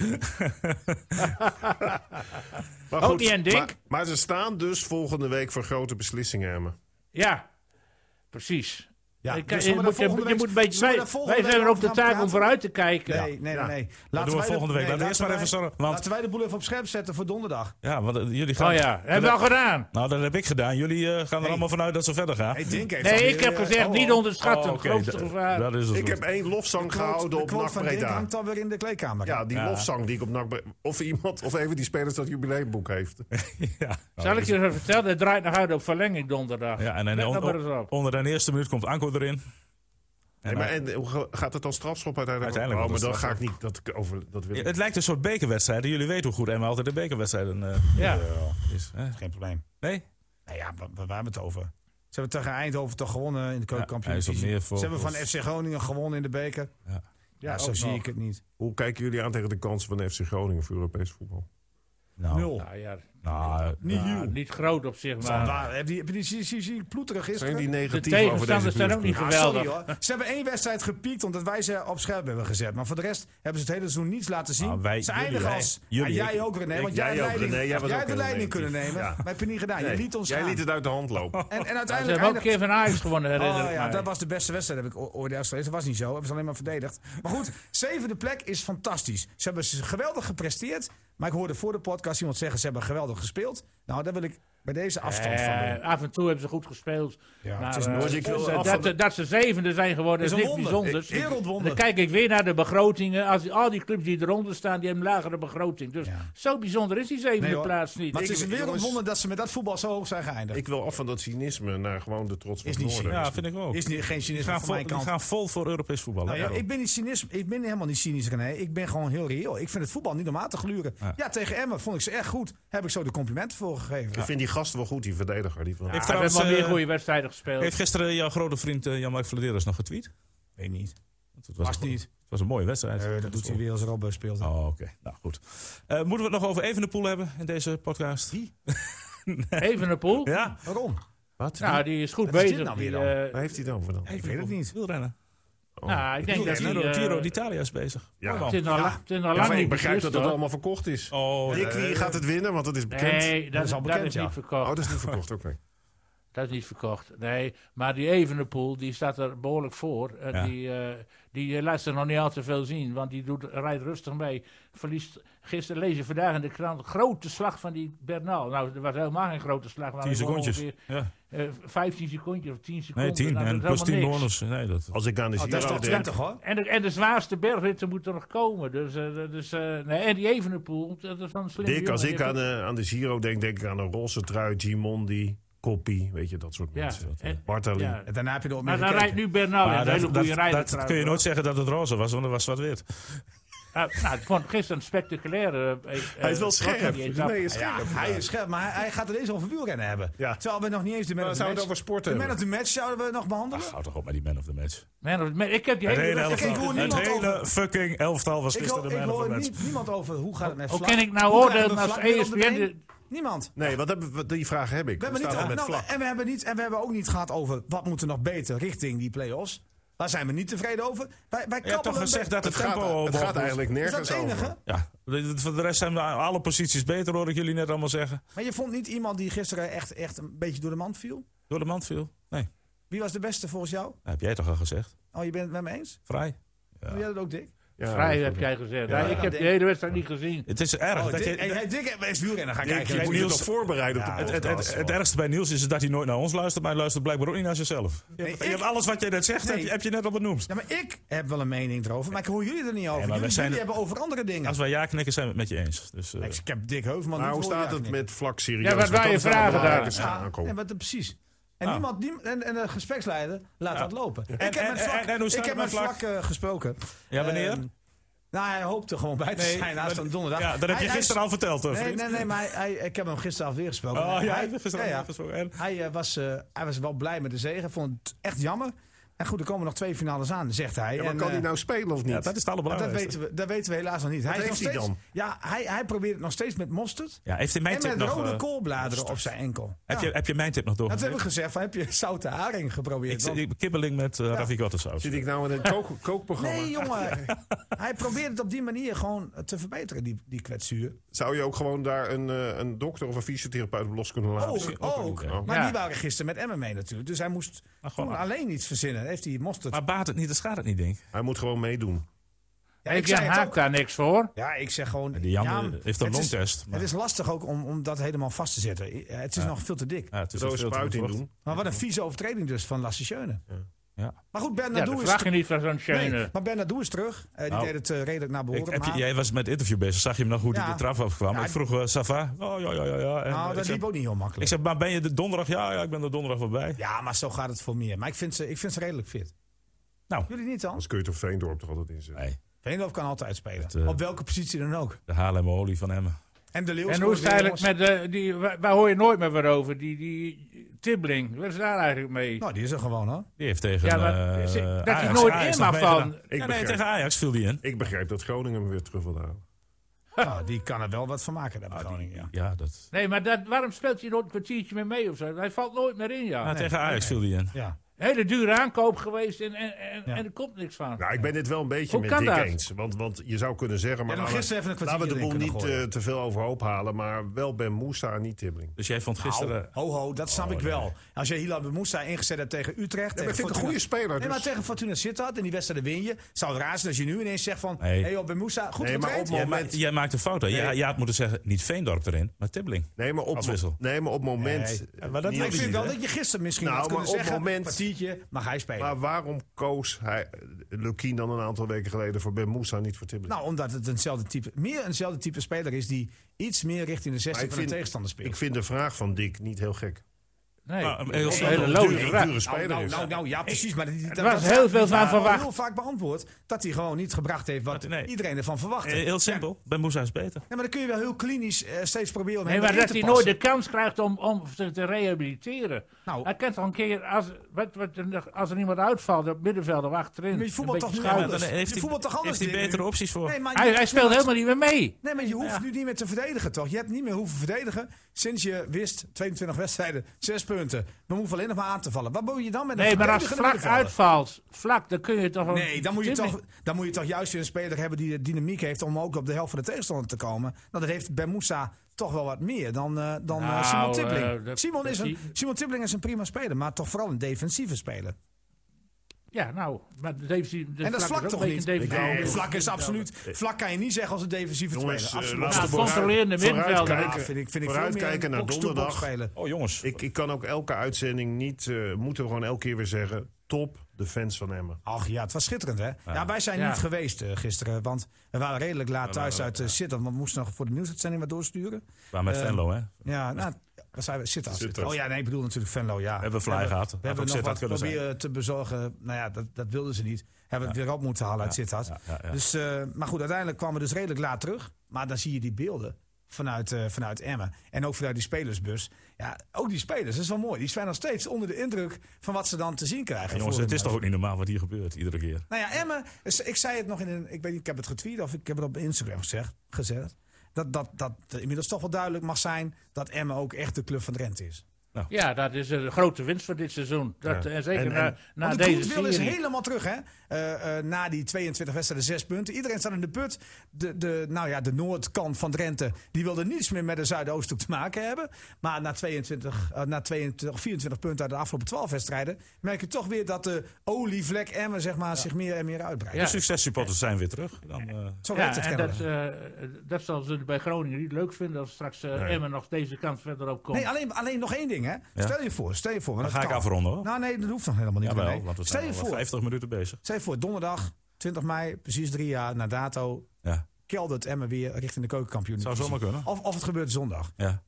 Speaker 4: Maar
Speaker 5: Ook niet aan Dink?
Speaker 4: Maar, maar ze staan dus volgende week voor grote beslissingen, Emmen.
Speaker 5: Ja, precies.
Speaker 3: Ja,
Speaker 5: Ik-
Speaker 3: dus
Speaker 5: je,
Speaker 3: zullen we daar
Speaker 5: moet, je,
Speaker 3: volgende
Speaker 5: moet- je moet
Speaker 3: week-
Speaker 5: een beetje,
Speaker 3: zullen we
Speaker 5: wij,
Speaker 3: daar volgende
Speaker 5: wij
Speaker 3: week
Speaker 5: zijn er ook
Speaker 3: over
Speaker 5: de
Speaker 3: gaan
Speaker 5: taak om
Speaker 3: praten?
Speaker 5: vooruit te kijken.
Speaker 3: Nee, nee, nee. nee. Laten
Speaker 2: we
Speaker 3: wij de-
Speaker 2: volgende week. Laten we eerst maar
Speaker 3: laten
Speaker 2: even
Speaker 3: wij-
Speaker 2: zorgen, want-
Speaker 3: Laten wij de boel even op scherp zetten voor donderdag.
Speaker 2: Ja, want eh, jullie gaan...
Speaker 5: Oh ja, hebben we al gedaan.
Speaker 2: Nou, dat heb ik gedaan. Jullie eh, gaan er allemaal vanuit dat ze verder gaan.
Speaker 3: Ik denk even.
Speaker 5: Nee, ik heb gezegd, niet
Speaker 2: Oh,
Speaker 5: onderschatten.
Speaker 2: oké,
Speaker 5: Het grootste
Speaker 2: d-
Speaker 5: gevaar.
Speaker 2: Dat is het
Speaker 4: Ik
Speaker 2: goed.
Speaker 4: heb één lofzang gehouden op NAC
Speaker 3: van Dink
Speaker 4: Breda.
Speaker 3: hangt dan weer in de kleedkamer.
Speaker 4: Ja, die lofzang die ik op NAC Bre- Of iemand, of even die spelers dat jubileumboek heeft.
Speaker 2: Ja.
Speaker 5: Zal ik je even vertellen? Het draait nog uit op verlenging donderdag.
Speaker 2: Ja, en, en
Speaker 5: Let
Speaker 2: on-
Speaker 5: nou maar eens op.
Speaker 2: onder de eerste minuut komt Anko erin.
Speaker 4: Nee, maar en, hoe ga- gaat het dan strafschop uiteindelijk?
Speaker 2: Uiteindelijk
Speaker 4: oh, maar
Speaker 2: wordt het
Speaker 4: dan ga ik niet. Dat, ik over, dat wil
Speaker 2: Ja,
Speaker 4: ik.
Speaker 2: Het lijkt een soort bekerwedstrijd. En Jullie weten hoe goed Emma altijd de bekerwedstrijden eh,
Speaker 5: Ja.
Speaker 2: is. hè?
Speaker 3: Geen probleem.
Speaker 2: Nee?
Speaker 3: Nou ja, waar, waar hebben we het over? Ze hebben tegen Eindhoven toch gewonnen in de keukenkampioen.
Speaker 2: Ja, hij is op
Speaker 3: Ze
Speaker 2: neervol-
Speaker 3: hebben van FC Groningen gewonnen in de beker.
Speaker 2: Ja.
Speaker 3: Ja, zo
Speaker 5: ook
Speaker 3: zie
Speaker 5: nog.
Speaker 3: ik het niet.
Speaker 4: Hoe kijken jullie aan tegen de kansen van FC Groningen voor Europees voetbal?
Speaker 2: Nou,
Speaker 3: Nul.
Speaker 5: Nou ja,
Speaker 2: Nou,
Speaker 3: Niet
Speaker 5: nou,
Speaker 3: nieuw.
Speaker 5: niet groot op zich, maar...
Speaker 3: Waar- Heb je heb je die zie- zie- zie- ploeterig
Speaker 4: Zijn
Speaker 3: gisteren?
Speaker 4: die negatief
Speaker 5: de
Speaker 4: over deze
Speaker 5: tegenstanders zijn ook niet
Speaker 4: ploeg?
Speaker 3: Ah,
Speaker 5: geweldig.
Speaker 3: sorry, hoor. Ze hebben één wedstrijd gepiekt omdat wij ze op scherp hebben gezet. Maar voor de rest hebben ze het hele seizoen niets laten zien.
Speaker 2: Nou, wij-
Speaker 3: ze
Speaker 2: jullie,
Speaker 3: eindigen
Speaker 2: hè?
Speaker 3: als...
Speaker 2: Jullie,
Speaker 3: ja,
Speaker 2: ik-
Speaker 3: jij ook, René.
Speaker 4: ik-
Speaker 3: Want jij,
Speaker 4: jij
Speaker 3: hebt
Speaker 4: ook,
Speaker 3: leiding,
Speaker 4: René, jij was
Speaker 3: jij
Speaker 4: ook
Speaker 3: hebt de
Speaker 4: heel
Speaker 3: leiding
Speaker 4: negatief.
Speaker 3: kunnen nemen.
Speaker 4: Ja.
Speaker 3: Maar heb je niet gedaan.
Speaker 4: Nee,
Speaker 3: Ah, je liet ons
Speaker 4: Jij
Speaker 3: gaan. Oh,
Speaker 4: liet het uit de hand lopen.
Speaker 3: En, en
Speaker 5: Ze
Speaker 3: uiteindelijk...
Speaker 5: hebben ook een
Speaker 3: eindigt-
Speaker 5: keer van Ajax gewonnen, herinner
Speaker 3: Oh
Speaker 5: ik
Speaker 3: ja,
Speaker 5: mij.
Speaker 3: dat was de beste wedstrijd, heb ik o- ooit uitgelezen. Dat was niet zo, hebben ze alleen maar verdedigd. Maar goed, zevende plek is fantastisch. Ze hebben s- geweldig gepresteerd. Maar ik hoorde voor de podcast iemand zeggen, ze hebben geweldig gespeeld. Nou, daar wil ik bij deze afstand van
Speaker 5: Eh,
Speaker 3: doen.
Speaker 5: af en toe hebben ze goed gespeeld.
Speaker 3: Ja,
Speaker 5: maar,
Speaker 3: het is
Speaker 5: eh,
Speaker 3: nooit-
Speaker 4: ik wil
Speaker 5: dat-
Speaker 4: af van
Speaker 5: dat,
Speaker 4: de-
Speaker 5: dat ze zevende zijn geworden
Speaker 3: Is
Speaker 5: is,
Speaker 3: een
Speaker 5: niks
Speaker 3: wonder.
Speaker 5: bijzonders.
Speaker 3: Ik- wereldwonder.
Speaker 5: Dan kijk ik weer naar de begrotingen. Als, al die clubs die eronder staan, die hebben een lagere begroting. Dus
Speaker 3: Ja.
Speaker 5: zo bijzonder is die zevende
Speaker 3: Nee, hoor.
Speaker 5: plaats niet.
Speaker 3: Maar het
Speaker 5: Ik-
Speaker 3: is een
Speaker 4: jongens-
Speaker 3: wereldwonder dat ze met dat voetbal zo hoog zijn geëindigd.
Speaker 4: Ik wil af van dat cynisme naar gewoon de trots van
Speaker 3: Is
Speaker 4: het
Speaker 3: niet
Speaker 4: noorden.
Speaker 2: ja, vind ik ook.
Speaker 3: Is niet, geen
Speaker 2: Die
Speaker 3: cynisme
Speaker 2: gaan,
Speaker 3: van
Speaker 2: vol,
Speaker 3: mijn
Speaker 2: die
Speaker 3: kant.
Speaker 2: gaan vol voor Europees voetbal.
Speaker 3: Nou
Speaker 2: hè?
Speaker 3: ja, ik ben niet cynisch, ik ben helemaal niet cynisch, René. Ik ben gewoon heel reëel. Ik vind het voetbal niet om aan te gluren. Ja, tegen Emmen vond ik ze echt goed. Heb ik zo de complimenten voor gegeven.
Speaker 4: Ik vind die gast wel goed, die verdediger. Die van...
Speaker 5: Ah,
Speaker 2: Heeft
Speaker 5: we hebben
Speaker 2: trouwens,
Speaker 5: wel meer
Speaker 2: eh,
Speaker 5: goede wedstrijden gespeeld.
Speaker 2: Heeft gisteren jouw grote vriend eh, Jan-Mark Vladeres nog getweet?
Speaker 3: Weet niet.
Speaker 2: Want Het was,
Speaker 3: Past
Speaker 2: een go-
Speaker 3: niet.
Speaker 2: Het was een mooie wedstrijd.
Speaker 3: Eh, dat doet hij weer als Rob speelt.
Speaker 2: Oh, oké. Nou, goed. Eh, moeten we het nog over Evenepoel hebben in deze podcast?
Speaker 5: Even een poel.
Speaker 2: Ja?
Speaker 3: Waarom?
Speaker 4: Wat?
Speaker 5: Nou, die is goed
Speaker 3: Wat is dit
Speaker 5: bezig.
Speaker 3: nou weer
Speaker 5: Die,
Speaker 3: dan?
Speaker 5: eh,
Speaker 4: Waar heeft hij dan voor dan?
Speaker 3: Ik weet het niet.
Speaker 2: Wielrennen.
Speaker 4: Oh.
Speaker 5: nou, ik denk dat
Speaker 2: Wielrennen
Speaker 5: die,
Speaker 2: door
Speaker 5: eh,
Speaker 2: Giro d'Italia is bezig.
Speaker 4: Ja.
Speaker 2: Mooi
Speaker 5: het
Speaker 2: man.
Speaker 5: is nog la- het is nog
Speaker 4: Ja,
Speaker 5: lang
Speaker 4: maar
Speaker 5: niet
Speaker 4: ik begrijp dat
Speaker 5: beslist,
Speaker 4: het
Speaker 5: hoor.
Speaker 4: allemaal verkocht is.
Speaker 2: Oh,
Speaker 4: Dick, wie gaat het winnen? Want dat is bekend.
Speaker 5: Nee, dat is al bekend. Dat is
Speaker 3: ja.
Speaker 5: niet verkocht.
Speaker 4: Oh, dat is niet verkocht. Oké.
Speaker 5: Dat is niet verkocht. Nee, maar die Evenepoel, die staat er behoorlijk voor. Eh,
Speaker 2: Ja.
Speaker 5: Die, eh, die eh, laat ze nog niet al te veel zien, want die doet, rijdt rustig mee. Verliest, gisteren lees je vandaag in de krant, grote slag van die Bernal. Nou, er was helemaal geen grote slag. Maar
Speaker 2: 10
Speaker 5: er waren
Speaker 2: secondjes.
Speaker 5: ongeveer,
Speaker 2: Ja.
Speaker 5: eh, 15 secondjes of 10 seconden.
Speaker 2: Nee, 10.
Speaker 5: Nou, dat
Speaker 2: En
Speaker 5: is
Speaker 2: plus 10
Speaker 5: helemaal niks.
Speaker 2: bonus. Nee, dat...
Speaker 4: Als ik aan de
Speaker 3: Oh, dat is
Speaker 4: Giro
Speaker 3: toch
Speaker 4: denk...
Speaker 3: 20 hoor.
Speaker 5: En de, en de zwaarste bergritten moeten nog komen. Dus, eh, dat is, eh, nee, en die Evenepoel, dat is wel een slimme
Speaker 4: Dick, als
Speaker 5: jongen.
Speaker 4: ik aan, eh, aan de Giro denk, denk ik aan een roze trui, Gimondi, Koppie, weet je, dat soort
Speaker 5: Ja,
Speaker 4: mensen.
Speaker 5: en-
Speaker 4: Bartali.
Speaker 5: Ja.
Speaker 3: En daarna heb je er ook
Speaker 5: Maar
Speaker 3: meer
Speaker 5: dan rijdt
Speaker 3: gekeken.
Speaker 5: nu Bernal,
Speaker 2: Maar
Speaker 5: een hele goede rijder
Speaker 2: dat
Speaker 5: trouwens,
Speaker 2: kun je
Speaker 5: hoor.
Speaker 2: nooit zeggen dat het roze was, want het was zwart-wit.
Speaker 5: Nou, nou, het vond gisteren een spectaculaire. eh, eh,
Speaker 4: Hij is wel scherp.
Speaker 5: die etappe.
Speaker 4: Nee, is
Speaker 3: Ja,
Speaker 4: scherp.
Speaker 3: hij is scherp, maar hij, hij gaat het eens over wielrennen hebben.
Speaker 4: Ja.
Speaker 3: Terwijl we nog niet eens de man
Speaker 4: Maar
Speaker 3: of the
Speaker 4: zouden we
Speaker 3: match...
Speaker 4: het over sport
Speaker 3: de man
Speaker 4: hebben?
Speaker 3: of the match zouden we nog behandelen?
Speaker 2: Ach, Nou, hou toch op met die man of the match.
Speaker 5: Man of- man- ik heb die
Speaker 2: Het
Speaker 5: hele
Speaker 2: hele,
Speaker 5: wedstrijd-
Speaker 3: ik
Speaker 2: elftal,
Speaker 3: hoor
Speaker 2: het
Speaker 3: niemand
Speaker 2: hele fucking elftal was
Speaker 3: ik
Speaker 2: gisteren
Speaker 3: hoor,
Speaker 2: de
Speaker 3: ik
Speaker 2: man of the
Speaker 3: hoor
Speaker 2: match.
Speaker 3: niet, niemand over hoe gaat het met
Speaker 5: Hoe
Speaker 3: vlak.
Speaker 5: ken ik nou
Speaker 3: Hoe
Speaker 5: oordelen
Speaker 3: krijgen
Speaker 5: als
Speaker 3: we vlak weer op de
Speaker 5: ESPN?
Speaker 3: been? Niemand.
Speaker 4: Nee, wat hebben we, die vraag heb ik.
Speaker 3: We hebben niet,
Speaker 4: staan al met
Speaker 3: nou,
Speaker 4: vlak.
Speaker 3: en, we hebben niet, en we hebben ook niet gehad over wat moet er nog beter richting die play-offs. Daar zijn we niet tevreden over. Wij, wij
Speaker 2: Je hebt
Speaker 3: kabbelen
Speaker 2: toch gezegd dat
Speaker 4: Het
Speaker 2: het
Speaker 4: gaat,
Speaker 2: tempo
Speaker 4: het
Speaker 2: omhoog
Speaker 4: gaat
Speaker 2: moet?
Speaker 4: eigenlijk
Speaker 3: Is dat
Speaker 4: nergens
Speaker 3: het enige?
Speaker 4: over.
Speaker 2: Ja, voor de rest zijn we aan alle posities beter, hoor ik jullie net allemaal zeggen.
Speaker 3: Maar je vond niet iemand die gisteren echt, echt een beetje door de mand viel?
Speaker 2: Door de mand viel? Nee,
Speaker 3: Wie was de beste volgens jou?
Speaker 2: dat heb jij toch al gezegd?
Speaker 3: Oh, je bent het met me eens?
Speaker 2: Vrij.
Speaker 3: Doe jij dat ook, Dick?
Speaker 4: Ja,
Speaker 5: Vrij
Speaker 4: dat
Speaker 5: heb
Speaker 4: is-
Speaker 5: jij gezegd.
Speaker 4: Ja,
Speaker 5: Nou, ik
Speaker 3: ja,
Speaker 5: heb
Speaker 3: denk-
Speaker 5: die hele wedstrijd niet gezien.
Speaker 2: Het is erg.
Speaker 3: Oh,
Speaker 2: dat
Speaker 3: Dick,
Speaker 2: je,
Speaker 3: hey, hey, Dick is wielrenner. Gaan
Speaker 4: Dick,
Speaker 3: kijken.
Speaker 4: jij
Speaker 3: Moet
Speaker 4: moet
Speaker 3: je
Speaker 4: je
Speaker 2: Niels-
Speaker 4: toch voorbereiden op de
Speaker 2: het, het,
Speaker 4: podcast,
Speaker 2: het, het
Speaker 4: man.
Speaker 2: ergste bij Niels is dat hij nooit naar ons luistert, maar hij luistert blijkbaar ook niet naar zichzelf. Je, hebt- je
Speaker 3: ik-
Speaker 2: hebt alles wat jij net zegt,
Speaker 3: Nee.
Speaker 2: heb, je, heb je net al benoemd.
Speaker 3: Ja, maar ik heb wel een mening erover, maar ik hoor jullie er niet over.
Speaker 2: maar we
Speaker 3: jullie
Speaker 2: zijn-
Speaker 3: jullie hebben over andere dingen.
Speaker 2: Als wij ja knikken, zijn we het met je eens. Dus, eh,
Speaker 3: Ik heb Dick Heuvelman
Speaker 4: Maar
Speaker 3: niet
Speaker 4: hoe
Speaker 3: horen
Speaker 4: staat het
Speaker 3: jagen.
Speaker 4: met vlak serieus?
Speaker 5: Ja, wat
Speaker 4: Want
Speaker 5: wij
Speaker 4: dat
Speaker 5: je
Speaker 4: is wel
Speaker 5: vragen
Speaker 4: belangrijk,
Speaker 5: daar.
Speaker 4: het gaat
Speaker 3: Ja,
Speaker 4: aankomen.
Speaker 3: en wat, precies. En,
Speaker 2: Ah.
Speaker 3: niemand, niem- en, en de gespreksleider laat dat lopen.
Speaker 2: en-
Speaker 3: ik heb met
Speaker 2: en-
Speaker 3: Vlak,
Speaker 2: en- en hoe staat
Speaker 3: ik heb
Speaker 2: het
Speaker 3: met
Speaker 2: met
Speaker 3: vlak eh, gesproken.
Speaker 2: ja, wanneer?
Speaker 3: Ehm, nou, hij hoopte gewoon bij te
Speaker 2: Nee,
Speaker 3: zijn naast
Speaker 2: maar-
Speaker 3: een donderdag.
Speaker 2: ja, dat heb je
Speaker 3: Hij- hij-
Speaker 2: gisteren al verteld, hoor,
Speaker 3: Nee,
Speaker 2: vriend.
Speaker 3: nee, nee, maar hij, hij- ik heb hem gisteravond weer gesproken.
Speaker 2: Oh ja,
Speaker 3: Hij-
Speaker 2: hij heeft gisteren
Speaker 3: ja,
Speaker 2: al
Speaker 3: ja.
Speaker 2: gesproken. En-
Speaker 3: Hij, eh, was, eh, hij was wel blij met de zege. Vond het echt jammer. En goed, er komen nog twee finales aan, zegt hij.
Speaker 4: Ja, maar
Speaker 3: en,
Speaker 4: kan
Speaker 3: eh,
Speaker 4: hij nou spelen of niet?
Speaker 2: Ja, dat Oh, is het
Speaker 3: dat
Speaker 2: allerbelangrijkste.
Speaker 3: weten, we, dat weten we helaas nog niet. Hij is
Speaker 4: heeft
Speaker 3: nog
Speaker 4: hij
Speaker 3: steeds- Ja, hij, hij probeert het nog steeds met mosterd.
Speaker 2: Ja, heeft in mijn
Speaker 3: en
Speaker 2: tip
Speaker 3: met
Speaker 2: nog...
Speaker 3: rode
Speaker 2: eh,
Speaker 3: koolbladeren op zijn enkel.
Speaker 2: heb,
Speaker 3: Ja.
Speaker 2: je, heb je mijn tip nog door?
Speaker 3: dat hebben we gezegd. Van, heb je zoute haring
Speaker 2: ik,
Speaker 3: geprobeerd?
Speaker 2: zit-
Speaker 3: Want-
Speaker 2: ik kibbeling met eh ravigottasaus.
Speaker 4: Zit ik nou in een kook, kookprogramma?
Speaker 3: nee, jongen. hij probeert het op die manier gewoon te verbeteren, die, die kwetsuur.
Speaker 4: Zou je ook gewoon daar een, eh, een dokter of een fysiotherapeut op los kunnen laten?
Speaker 3: Ook,
Speaker 4: Misschien
Speaker 3: ook.
Speaker 4: een idee.
Speaker 3: Maar
Speaker 5: Ja.
Speaker 3: die waren gisteren met Emmen mee natuurlijk. Dus hij moest
Speaker 2: Maar gewoon-
Speaker 3: toen alleen iets verzinnen. Heeft hij mosterd.
Speaker 2: Maar baat het niet, dan schaadt het niet, denk ik.
Speaker 4: Hij moet gewoon meedoen.
Speaker 3: Ja,
Speaker 5: ik
Speaker 3: zei het
Speaker 5: haak
Speaker 3: ook. Nou,
Speaker 5: daar niks voor.
Speaker 3: Ja, ik zeg gewoon...
Speaker 2: Die Jan
Speaker 3: ja,
Speaker 2: eh, heeft een
Speaker 3: het is-
Speaker 2: longtest. maar-
Speaker 3: Het is lastig ook om, om dat helemaal vast te zetten. I- eh, Het is nog veel te dik.
Speaker 2: Ja, het is
Speaker 4: Zo
Speaker 2: ook
Speaker 4: een
Speaker 2: veel te
Speaker 4: spuit in
Speaker 2: verwacht.
Speaker 4: doen.
Speaker 3: Maar wat een vieze overtreding dus van Lasse Schöne.
Speaker 2: Ja.
Speaker 3: Maar goed,
Speaker 5: Ja,
Speaker 3: Bernardo
Speaker 5: dat
Speaker 3: is...
Speaker 5: vraag je niet van zo'n
Speaker 3: Nee,
Speaker 5: Schöne.
Speaker 3: maar Bernardo is terug. Eh, die
Speaker 2: eh, Nou,
Speaker 3: deed het eh, redelijk naar
Speaker 2: Ik,
Speaker 3: behoren.
Speaker 2: heb je-
Speaker 3: maar-
Speaker 2: jij was met het interview bezig. Zag je hem nog hoe
Speaker 3: Ja.
Speaker 2: die de traf afkwam?
Speaker 3: Ja,
Speaker 2: ik vroeg eh, Sava. Oh ja, ja, ja. ja. En, eh,
Speaker 3: nou, dat
Speaker 2: ik,
Speaker 3: liep
Speaker 2: zeg,
Speaker 3: ook niet heel
Speaker 2: ik
Speaker 3: makkelijk.
Speaker 2: zeg, maar ben je de donderdag? Ja, ja, ik ben er donderdag wel bij.
Speaker 3: Ja, maar zo gaat het voor meer. Maar ik vind ze, ik vind ze redelijk fit.
Speaker 2: Nou.
Speaker 3: Jullie niet dan?
Speaker 4: Anders kun je toch Veendorp toch altijd inzetten?
Speaker 2: Nee,
Speaker 3: Veenhoff kan altijd spelen.
Speaker 2: eh,
Speaker 3: Op welke positie dan ook.
Speaker 2: de Haarlem olie van Emmen.
Speaker 3: En de Leeuw
Speaker 5: En hoe
Speaker 3: scoort
Speaker 5: is het
Speaker 3: weer,
Speaker 5: eigenlijk
Speaker 3: jongens.
Speaker 5: met eh, die... Waar waar hoor je nooit meer weer over? Die, die Tibbling, wat is daar eigenlijk mee?
Speaker 3: Nou, die is er gewoon hoor.
Speaker 2: Die heeft tegen
Speaker 5: Ja, maar,
Speaker 2: eh,
Speaker 5: zie- dat
Speaker 2: Ajax-
Speaker 5: hij nooit
Speaker 2: Ajax
Speaker 5: in
Speaker 2: nog
Speaker 5: mag
Speaker 2: meegedaan.
Speaker 5: van-
Speaker 2: Ja, nee,
Speaker 4: begrijp.
Speaker 2: tegen Ajax viel die in.
Speaker 4: Ik begrijp dat Groningen hem weer terug wil halen.
Speaker 3: Nou, die kan er wel wat van maken, dat
Speaker 2: Ah,
Speaker 3: Groningen. Ja.
Speaker 2: Ja, dat.
Speaker 5: Nee, maar dat, waarom speelt hij nooit een kwartiertje mee mee of zo? Hij valt nooit meer in, ja.
Speaker 2: Ah, tegen Ajax viel die in.
Speaker 3: Ja.
Speaker 5: Hele dure aankoop geweest en, en, en, en er komt niks van.
Speaker 4: Nou, ik ben dit wel een beetje
Speaker 5: Hoe
Speaker 4: met
Speaker 5: kan
Speaker 4: Dick
Speaker 5: dat?
Speaker 4: eens. Want, want je zou kunnen zeggen, maar
Speaker 3: Ja, dan
Speaker 4: laten
Speaker 3: gisteren even een
Speaker 4: we- laten we de boel
Speaker 3: kwartiertje erin
Speaker 4: niet
Speaker 3: kunnen
Speaker 4: eh, te veel overhoop halen. Maar wel Ben Moussa en niet Tibbling.
Speaker 2: Dus jij vond gisteren.
Speaker 3: Au, ho, ho, dat snap ik wel. Als je Hilal de Moussa ingezet hebt tegen Utrecht.
Speaker 4: Oh, maar ik
Speaker 3: tegen
Speaker 4: vind het een
Speaker 3: Fortuna-
Speaker 4: goede speler,
Speaker 3: Nee,
Speaker 4: dus-
Speaker 3: maar tegen Fortuna Sittard en die wedstrijd win je. Zou het raar zijn als je nu ineens zegt van...
Speaker 2: Nee.
Speaker 3: hey, joh, bij Moussa, goed
Speaker 4: Nee, maar op
Speaker 3: getraind.
Speaker 4: het
Speaker 2: Jij, ma-
Speaker 4: moment-
Speaker 2: jij maakt een fout. hè. Ja, ja, het moet zeggen, niet Veendorp erin, maar Tibbling.
Speaker 4: Nee, maar op,
Speaker 2: Als wissel.
Speaker 4: nee, maar op het moment... eh,
Speaker 3: Nee.
Speaker 2: maar dat
Speaker 4: niet-
Speaker 2: weet
Speaker 3: ik vind
Speaker 2: niet,
Speaker 3: wel
Speaker 2: hè?
Speaker 3: dat je gisteren misschien
Speaker 4: Nou,
Speaker 3: had kunnen
Speaker 4: maar op
Speaker 3: zeggen...
Speaker 4: moment-
Speaker 3: partiertje mag hij spelen.
Speaker 4: Maar waarom koos hij eh, Lukien dan een aantal weken geleden voor Ben Moussa niet voor Tibbling?
Speaker 3: nou, omdat het eenzelfde type, meer eenzelfde type speler is... die iets meer richting de 16
Speaker 4: Maar
Speaker 3: van
Speaker 4: ik
Speaker 3: de
Speaker 4: vind-
Speaker 3: tegenstander speelt.
Speaker 4: ik vind de vraag van Dick niet heel gek.
Speaker 5: nee,
Speaker 2: maar,
Speaker 5: dat
Speaker 2: Ah, heel
Speaker 5: is een
Speaker 2: simpel.
Speaker 5: hele
Speaker 4: Een
Speaker 5: logische
Speaker 4: dure,
Speaker 5: vraag.
Speaker 4: dure speler
Speaker 3: nou,
Speaker 4: is.
Speaker 3: nou, nou, ja, precies. Maar die-
Speaker 5: was
Speaker 3: dat
Speaker 5: heel
Speaker 3: gaat
Speaker 5: veel
Speaker 3: niet
Speaker 5: van
Speaker 3: waar.
Speaker 5: verwacht.
Speaker 3: Heel vaak beantwoord dat hij gewoon niet gebracht heeft wat
Speaker 2: Dat- nee.
Speaker 3: iedereen ervan verwachtte.
Speaker 2: Eh, Heel simpel. Ben Moussa is beter.
Speaker 3: Nee, maar dan kun je wel heel klinisch eh, steeds proberen om
Speaker 5: Nee,
Speaker 3: hem
Speaker 5: maar
Speaker 3: erin
Speaker 5: dat
Speaker 3: te
Speaker 5: hij nooit
Speaker 3: passen.
Speaker 5: de kans krijgt om, om zich te rehabiliteren.
Speaker 3: Nou.
Speaker 5: hij kan toch een keer, als, wat, wat, als er iemand uitvalt, op middenveld of achterin.
Speaker 3: Maar je
Speaker 5: een
Speaker 3: voetbalt toch
Speaker 5: beetje
Speaker 3: nu
Speaker 5: schuin.
Speaker 3: anders?
Speaker 2: Dan heeft
Speaker 3: Je
Speaker 2: hij-
Speaker 3: voetbalt toch anders,
Speaker 2: Heeft hij
Speaker 3: Dick,
Speaker 2: betere
Speaker 3: nu?
Speaker 2: opties voor?
Speaker 3: Nee, maar
Speaker 5: Hij,
Speaker 3: je-
Speaker 5: hij speelt helemaal niet meer mee.
Speaker 3: Nee, maar je hoeft nu niet meer te verdedigen, toch? Je hebt niet meer hoeven verdedigen sinds je wist, 22 wedstrijden, 6 punten. We hoeven alleen nog maar aan te vallen. Wat moet je dan met een
Speaker 5: Nee, maar als
Speaker 3: verdedigende
Speaker 5: vlak
Speaker 3: middenvelder?
Speaker 5: uitvalt, vlak, dan kun je toch... een-
Speaker 3: Nee, dan moet, je
Speaker 5: Timmer-
Speaker 3: toch, dan moet je toch juist weer een speler hebben die de dynamiek heeft om ook op de helft van de tegenstander te komen. Nou, dat heeft Ben Moussa toch wel wat meer dan, eh, dan eh,
Speaker 5: Nou,
Speaker 3: Simon Tibbling.
Speaker 5: eh, dat-
Speaker 3: Simon, is
Speaker 5: dat
Speaker 3: een,
Speaker 5: zie-
Speaker 3: Simon Tibbling is een prima speler, maar toch vooral een defensieve speler.
Speaker 5: Ja, nou, maar dat heeft hij...
Speaker 3: en dat is vlak toch niet? Nee, vlak is absoluut. Vlak kan je niet zeggen als een defensieve
Speaker 4: Jongens,
Speaker 3: speler.
Speaker 4: eh,
Speaker 3: Absoluut.
Speaker 4: laten we
Speaker 5: Nou, controlerende middenvelder.
Speaker 3: Ja,
Speaker 4: vooruitkijken.
Speaker 3: nou, vind ik, vind ik veel meer
Speaker 4: vooruitkijken
Speaker 3: een
Speaker 4: naar
Speaker 3: box-to-box
Speaker 4: donderdag.
Speaker 3: spelen.
Speaker 2: Oh jongens.
Speaker 4: Ik, ik kan ook elke uitzending niet, eh, moeten we gewoon elke keer weer zeggen, top de fans van Emmen.
Speaker 3: Ach ja, het was schitterend hè. Ja, wij zijn
Speaker 5: Ja.
Speaker 3: niet geweest eh, gisteren, want we waren redelijk laat thuis uit eh, Sittard. Want we moesten nog voor de nieuwsuitzending wat doorsturen.
Speaker 2: Maar met
Speaker 3: eh,
Speaker 2: Venlo, hè?
Speaker 3: Ja, nou, wat zijn we? Sittard.
Speaker 4: Sittard.
Speaker 3: Oh ja, nee, ik bedoel natuurlijk Venlo, ja. We
Speaker 2: hebben Vlaai gehad.
Speaker 3: We
Speaker 2: Had
Speaker 3: hebben
Speaker 2: ook
Speaker 3: nog
Speaker 2: Sittard
Speaker 3: wat
Speaker 2: kunnen zijn.
Speaker 3: proberen te bezorgen. Nou ja, dat, dat wilden ze niet. Hebben het weer op moeten halen uit Sittard.
Speaker 2: ja, ja, ja.
Speaker 3: Dus, eh, maar goed, uiteindelijk kwamen we dus redelijk laat terug. Maar dan zie je die beelden vanuit, eh, vanuit Emmen. En ook vanuit die spelersbus. Ja, ook die spelers, dat is wel mooi. Die zijn nog steeds onder de indruk van wat ze dan te zien krijgen.
Speaker 2: En jongens,
Speaker 3: voor
Speaker 2: het
Speaker 3: hun
Speaker 2: is toch ook niet normaal wat hier gebeurt iedere keer.
Speaker 3: nou ja, Emmen, is- ik zei het nog in een. Ik weet niet, ik heb het getweet of ik heb het op Instagram gezegd. gezegd dat, dat, dat er inmiddels toch wel duidelijk mag zijn dat Emmen ook echt de club van Drenthe is.
Speaker 5: Ja, dat is een grote winst voor dit seizoen. Dat, En zeker
Speaker 4: En- en-
Speaker 5: na, na
Speaker 3: Want de
Speaker 5: deze
Speaker 3: goodwill is
Speaker 5: serie.
Speaker 3: helemaal terug, hè? Eh, eh, na die 22 wedstrijden, zes punten. Iedereen staat in de put. De, de, nou ja, de noordkant van Drenthe die wilde niets meer met de Zuidoosthoek te maken hebben. Maar na, 22, eh, na 22, 24 punten uit de afgelopen 12 wedstrijden... merk je toch weer dat de olievlek Emmen zeg maar, zich meer en meer uitbreidt. Dus
Speaker 5: Ja.
Speaker 2: De successupporters zijn weer terug. Dan, eh,
Speaker 3: Zo werkt
Speaker 5: Ja,
Speaker 3: het
Speaker 5: en
Speaker 3: kennelijk.
Speaker 5: dat, eh, dat zal ze bij Groningen niet leuk vinden als straks eh, Emmen nog deze kant verderop komt.
Speaker 3: Nee, alleen, alleen nog één ding, hè? Stel je voor, stel je voor. want
Speaker 2: dan ga
Speaker 3: dat
Speaker 2: ik
Speaker 3: kan.
Speaker 2: afronden hoor.
Speaker 3: Nou, nee, dat hoeft nog helemaal niet.
Speaker 2: Jawel,
Speaker 3: nee.
Speaker 2: want we
Speaker 3: stel,
Speaker 2: zijn
Speaker 3: je
Speaker 2: al
Speaker 3: voor,
Speaker 2: 50 minuten bezig.
Speaker 3: stel je voor, donderdag 20 mei, precies drie jaar na dato,
Speaker 2: Ja,
Speaker 3: keldert Emmen weer richting de keukenkampioen.
Speaker 2: zou zomaar kunnen.
Speaker 3: Of, of het gebeurt zondag.
Speaker 2: Ja.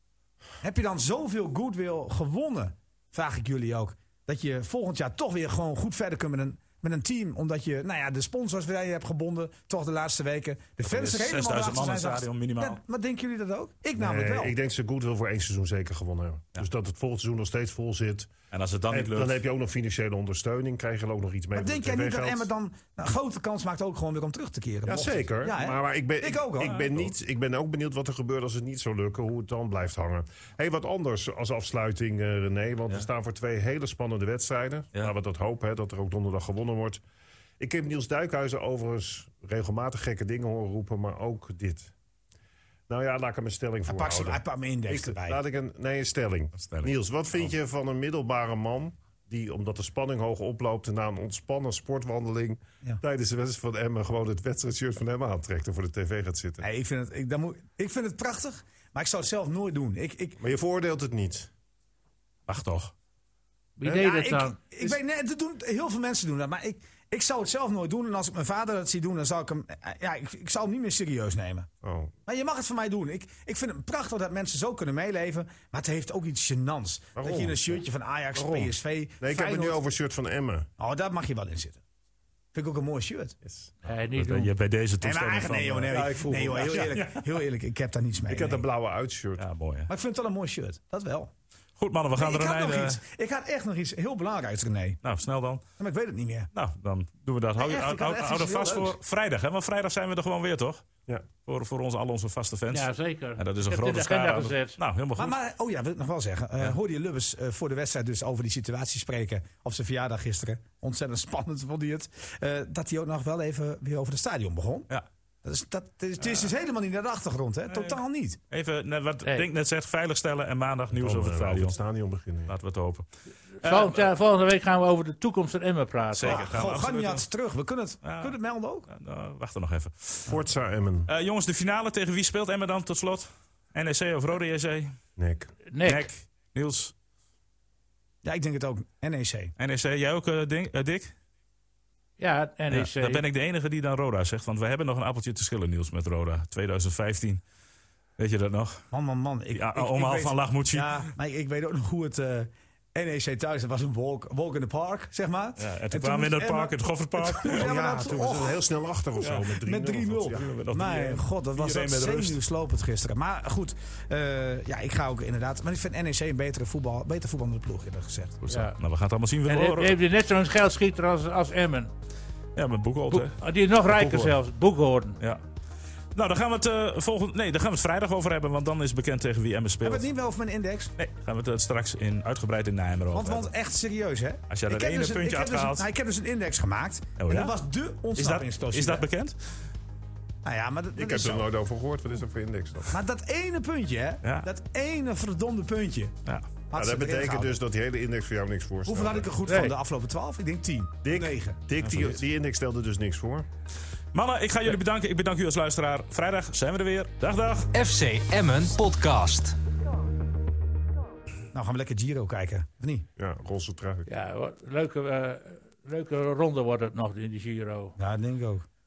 Speaker 3: Heb je dan zoveel goodwill gewonnen, vraag ik jullie ook, dat je volgend jaar toch weer gewoon goed verder kunt met een, met een team, omdat je, nou ja, de sponsors waar je hebt gebonden, toch de laatste weken, de fans er
Speaker 2: weer
Speaker 3: helemaal
Speaker 2: 6000
Speaker 3: achter
Speaker 2: man in het
Speaker 3: zijn.
Speaker 2: stadion Nou. minimaal.
Speaker 3: Ja, maar denken jullie dat ook? Ik namelijk
Speaker 4: Eh,
Speaker 3: wel.
Speaker 4: ik denk dat ze Goodwill voor één seizoen zeker gewonnen hebben. Dus dat het volgend seizoen nog steeds vol zit.
Speaker 2: En als het dan
Speaker 4: En
Speaker 2: niet lukt...
Speaker 4: dan heb je ook nog financiële ondersteuning. Krijg je er ook nog iets mee.
Speaker 3: Maar
Speaker 4: van
Speaker 3: denk
Speaker 4: het
Speaker 3: jij niet dat
Speaker 4: tv-geld?
Speaker 3: Emma dan een grote kans maakt ook gewoon weer om terug te keren?
Speaker 4: Ja,
Speaker 3: mocht het?
Speaker 4: zeker.
Speaker 3: Ja, hè?
Speaker 4: maar, maar ik, ben,
Speaker 3: Ik ook, hoor.
Speaker 4: Ik ben, niet, ik ben ook benieuwd wat er gebeurt als het niet zou lukken. Hoe het dan blijft hangen. hey, wat anders als afsluiting, eh, René. Want we staan voor twee hele spannende wedstrijden.
Speaker 2: Ja.
Speaker 4: Laten we dat hopen, hè, dat er ook donderdag gewonnen wordt. Ik heb Niels Duikhuizen overigens regelmatig gekke dingen horen roepen. Maar ook dit. Nou ja, laat ik hem een stelling
Speaker 3: Hij pakt
Speaker 4: voorhouden.
Speaker 3: ze- hij pakt mijn index
Speaker 4: Ik-
Speaker 3: erbij.
Speaker 4: Laat ik een, nee, een stelling.
Speaker 2: Een stelling.
Speaker 4: Niels, wat vind je van een middelbare man die, omdat de spanning hoog oploopt, na een ontspannen sportwandeling
Speaker 3: Ja.
Speaker 4: tijdens de wedstrijd van Emmen gewoon het wedstrijdshirt van Emmen aantrekt en voor de tv gaat zitten?
Speaker 3: Nee, ik, vind het, ik, dan moet, ik vind het prachtig, maar ik zou het zelf nooit doen. Ik, ik,
Speaker 4: Maar je veroordeelt het niet.
Speaker 2: Wacht toch.
Speaker 5: Wie deed dat
Speaker 3: eh, ik,
Speaker 5: dan?
Speaker 3: ik weet, nee, dat doen, heel veel mensen doen dat, maar ik, ik zou het zelf nooit doen. En als ik mijn vader dat zie doen, dan zou ik hem, ja, ik, ik zou hem niet meer serieus nemen.
Speaker 4: Oh.
Speaker 3: Maar je mag het van mij doen. Ik, ik vind het prachtig dat mensen zo kunnen meeleven, maar het heeft ook iets gênants.
Speaker 4: Waarom?
Speaker 3: Dat je in een shirtje van Ajax,
Speaker 4: Waarom?
Speaker 3: PSV,
Speaker 4: Nee, ik heb het nu over het shirt van Emmen.
Speaker 3: Oh, daar mag je wel in zitten. Vind ik ook een mooi shirt.
Speaker 5: Nee, niet
Speaker 2: Je
Speaker 5: doen.
Speaker 2: hebt bij deze
Speaker 3: Nee, maar
Speaker 2: toestemming
Speaker 3: eigenlijk, nee, joh,
Speaker 2: van...
Speaker 3: nee,
Speaker 2: eh,
Speaker 4: ja, ik voel hem.
Speaker 3: ik- nee, joh, heel,
Speaker 4: Ja,
Speaker 3: eerlijk, heel eerlijk, ik heb daar niets mee.
Speaker 4: Ik had
Speaker 3: nee.
Speaker 4: een blauwe uitshirt.
Speaker 2: Ja, mooi hè.
Speaker 3: Maar ik vind het wel een mooi shirt, dat wel.
Speaker 2: Goed mannen, we gaan
Speaker 3: ik
Speaker 2: er een
Speaker 3: had nog
Speaker 4: eh?
Speaker 2: einde...
Speaker 3: iets. Ik had echt nog iets heel belangrijks, René.
Speaker 2: Nou, snel dan.
Speaker 3: Maar ik weet het niet meer.
Speaker 2: Nou, dan doen we dat. Hou,
Speaker 3: Echt,
Speaker 2: hou,
Speaker 3: ik had
Speaker 2: hou,
Speaker 3: echt
Speaker 2: hou er
Speaker 3: iets
Speaker 2: vast
Speaker 3: heel
Speaker 2: voor vrijdag, hè? Want vrijdag zijn we er gewoon weer, toch?
Speaker 4: Ja.
Speaker 2: Voor, voor ons, al onze vaste fans.
Speaker 5: Ja, zeker.
Speaker 2: En dat is een
Speaker 5: Ik heb
Speaker 2: grote
Speaker 5: dit in de agenda
Speaker 2: schade.
Speaker 5: gezet.
Speaker 2: Nou, helemaal
Speaker 3: Maar,
Speaker 2: goed.
Speaker 3: maar, oh ja, wil ik nog wel zeggen. Eh, Hoorde je Lubbers eh, voor de wedstrijd dus over die situatie spreken op zijn verjaardag gisteren? Ontzettend spannend vond hij het. Eh, dat hij ook nog wel even weer over het stadion begon.
Speaker 2: Ja.
Speaker 3: Dat is, dat, het is, het is dus helemaal niet naar de achtergrond, hè? Totaal niet.
Speaker 2: Even, net, wat
Speaker 5: Hey.
Speaker 2: Dink net zegt, veiligstellen en maandag nieuws over het
Speaker 4: Dan, eh,
Speaker 2: stadion.
Speaker 4: stadion beginnen.
Speaker 2: Laten we het hopen.
Speaker 5: Volgend jaar- volgende week gaan we over de toekomst van Emmen praten.
Speaker 2: Nou, Zeker.
Speaker 3: Ah,
Speaker 2: gaan we
Speaker 3: Goh,
Speaker 2: absoluut
Speaker 3: Ganjaert terug. We kunnen het,
Speaker 2: Ja.
Speaker 3: kunnen het melden ook.
Speaker 2: doen. Nou, wacht er nog even.
Speaker 4: Forza Emmen.
Speaker 2: Eh, jongens, de finale tegen wie speelt Emmen dan tot slot? NEC of Rode JC?
Speaker 4: Nek.
Speaker 5: Nek.
Speaker 2: Nek. Niels.
Speaker 3: Ja, ik denk het ook. E NEC.
Speaker 2: NEC. Jij ook, eh, Dink- eh, Dick?
Speaker 5: Ja, E NEC.
Speaker 2: Ja, dan ben ik de enige die dan Roda zegt. Want we hebben nog een appeltje te schillen, Niels, met Roda. 2015. Weet je dat nog?
Speaker 3: Man, man, man. Ik,
Speaker 2: Ja,
Speaker 3: ik- ik
Speaker 2: omhaal
Speaker 3: weet-
Speaker 2: van Lachmoetsi.
Speaker 3: Ja, maar ik, ik weet ook nog hoe het eh, NEC thuis, dat was een walk, walk in the park, zeg maar.
Speaker 2: Ja, en toen kwamen we in het park, het Goffertpark.
Speaker 3: Ja, maar
Speaker 4: Oh ja,
Speaker 3: dat-
Speaker 4: toen was
Speaker 3: och.
Speaker 4: het heel snel achter of zo. Met 3-0.
Speaker 3: Met 3-0.
Speaker 4: Ja.
Speaker 2: dat
Speaker 3: Mijn
Speaker 2: die, eh,
Speaker 3: god, dat was
Speaker 2: 4-1
Speaker 3: dat
Speaker 2: met rust.
Speaker 3: zenuwslopend gisteren. Maar goed, eh, ja, ik ga ook inderdaad... Maar ik vind NEC een betere voetbal, beter voetbal dan de ploeg, eerder gezegd.
Speaker 2: Goed zo.
Speaker 5: Ja.
Speaker 2: Nou, we gaan het allemaal zien. We
Speaker 5: En heb,
Speaker 2: horen.
Speaker 5: heb je net zo'n geldschieter als, als Emmen.
Speaker 2: Ja, met Boekholt, hè?
Speaker 5: Boek- Oh, die is nog rijker
Speaker 2: Boekhoorn.
Speaker 5: zelfs. Boekhoorn.
Speaker 2: Ja. Nou, dan gaan we het, eh volgend, nee, daar gaan we het vrijdag over hebben, want dan is bekend tegen wie Emmen
Speaker 3: Hebben
Speaker 2: speelt.
Speaker 3: we het niet wel over mijn index?
Speaker 2: Nee, gaan we het eh, straks in, uitgebreid in Nijmegen over
Speaker 3: Want, want
Speaker 2: hebben.
Speaker 3: echt serieus, hè?
Speaker 2: Als jij
Speaker 3: Ik
Speaker 2: dat
Speaker 3: heb
Speaker 2: ene
Speaker 3: dus een-
Speaker 2: puntje
Speaker 3: ik heb dus een-
Speaker 2: uitgehaald. Oh
Speaker 3: nou, Ik heb dus een index gemaakt.
Speaker 2: ja?
Speaker 3: En dat was de
Speaker 2: Is dat,
Speaker 3: ontsnappingsclausule.
Speaker 2: is dat bekend?
Speaker 3: Nou ja, maar dat, dat
Speaker 4: Ik
Speaker 3: is
Speaker 4: heb er
Speaker 3: zo.
Speaker 4: nooit over gehoord. Wat is dat voor index dan? Nou,
Speaker 3: Maar dat ene puntje, hè?
Speaker 2: Ja.
Speaker 3: Dat ene verdomde puntje. had
Speaker 2: Ja.
Speaker 4: Nou,
Speaker 3: ze
Speaker 4: dat
Speaker 3: erin
Speaker 4: betekent
Speaker 3: gehouden.
Speaker 4: dus dat die hele index voor jou niks voorstelt.
Speaker 3: Hoeveel had ik er goed
Speaker 5: Nee.
Speaker 3: van de afgelopen 12? Ik denk 10.
Speaker 4: Dick,
Speaker 3: 9.
Speaker 4: Dick die, die index stelde dus niks voor.
Speaker 2: Mannen, ik ga jullie bedanken. Ik bedank u als luisteraar. Vrijdag zijn we er weer. Dag, dag.
Speaker 1: FC Emmen Podcast.
Speaker 3: Nou, gaan we lekker Giro kijken. Of niet?
Speaker 4: Ja, roze trui.
Speaker 5: Ja, wat- leuke, eh, leuke ronde wordt het nog in die Giro.
Speaker 3: Ja, dat denk ik ook.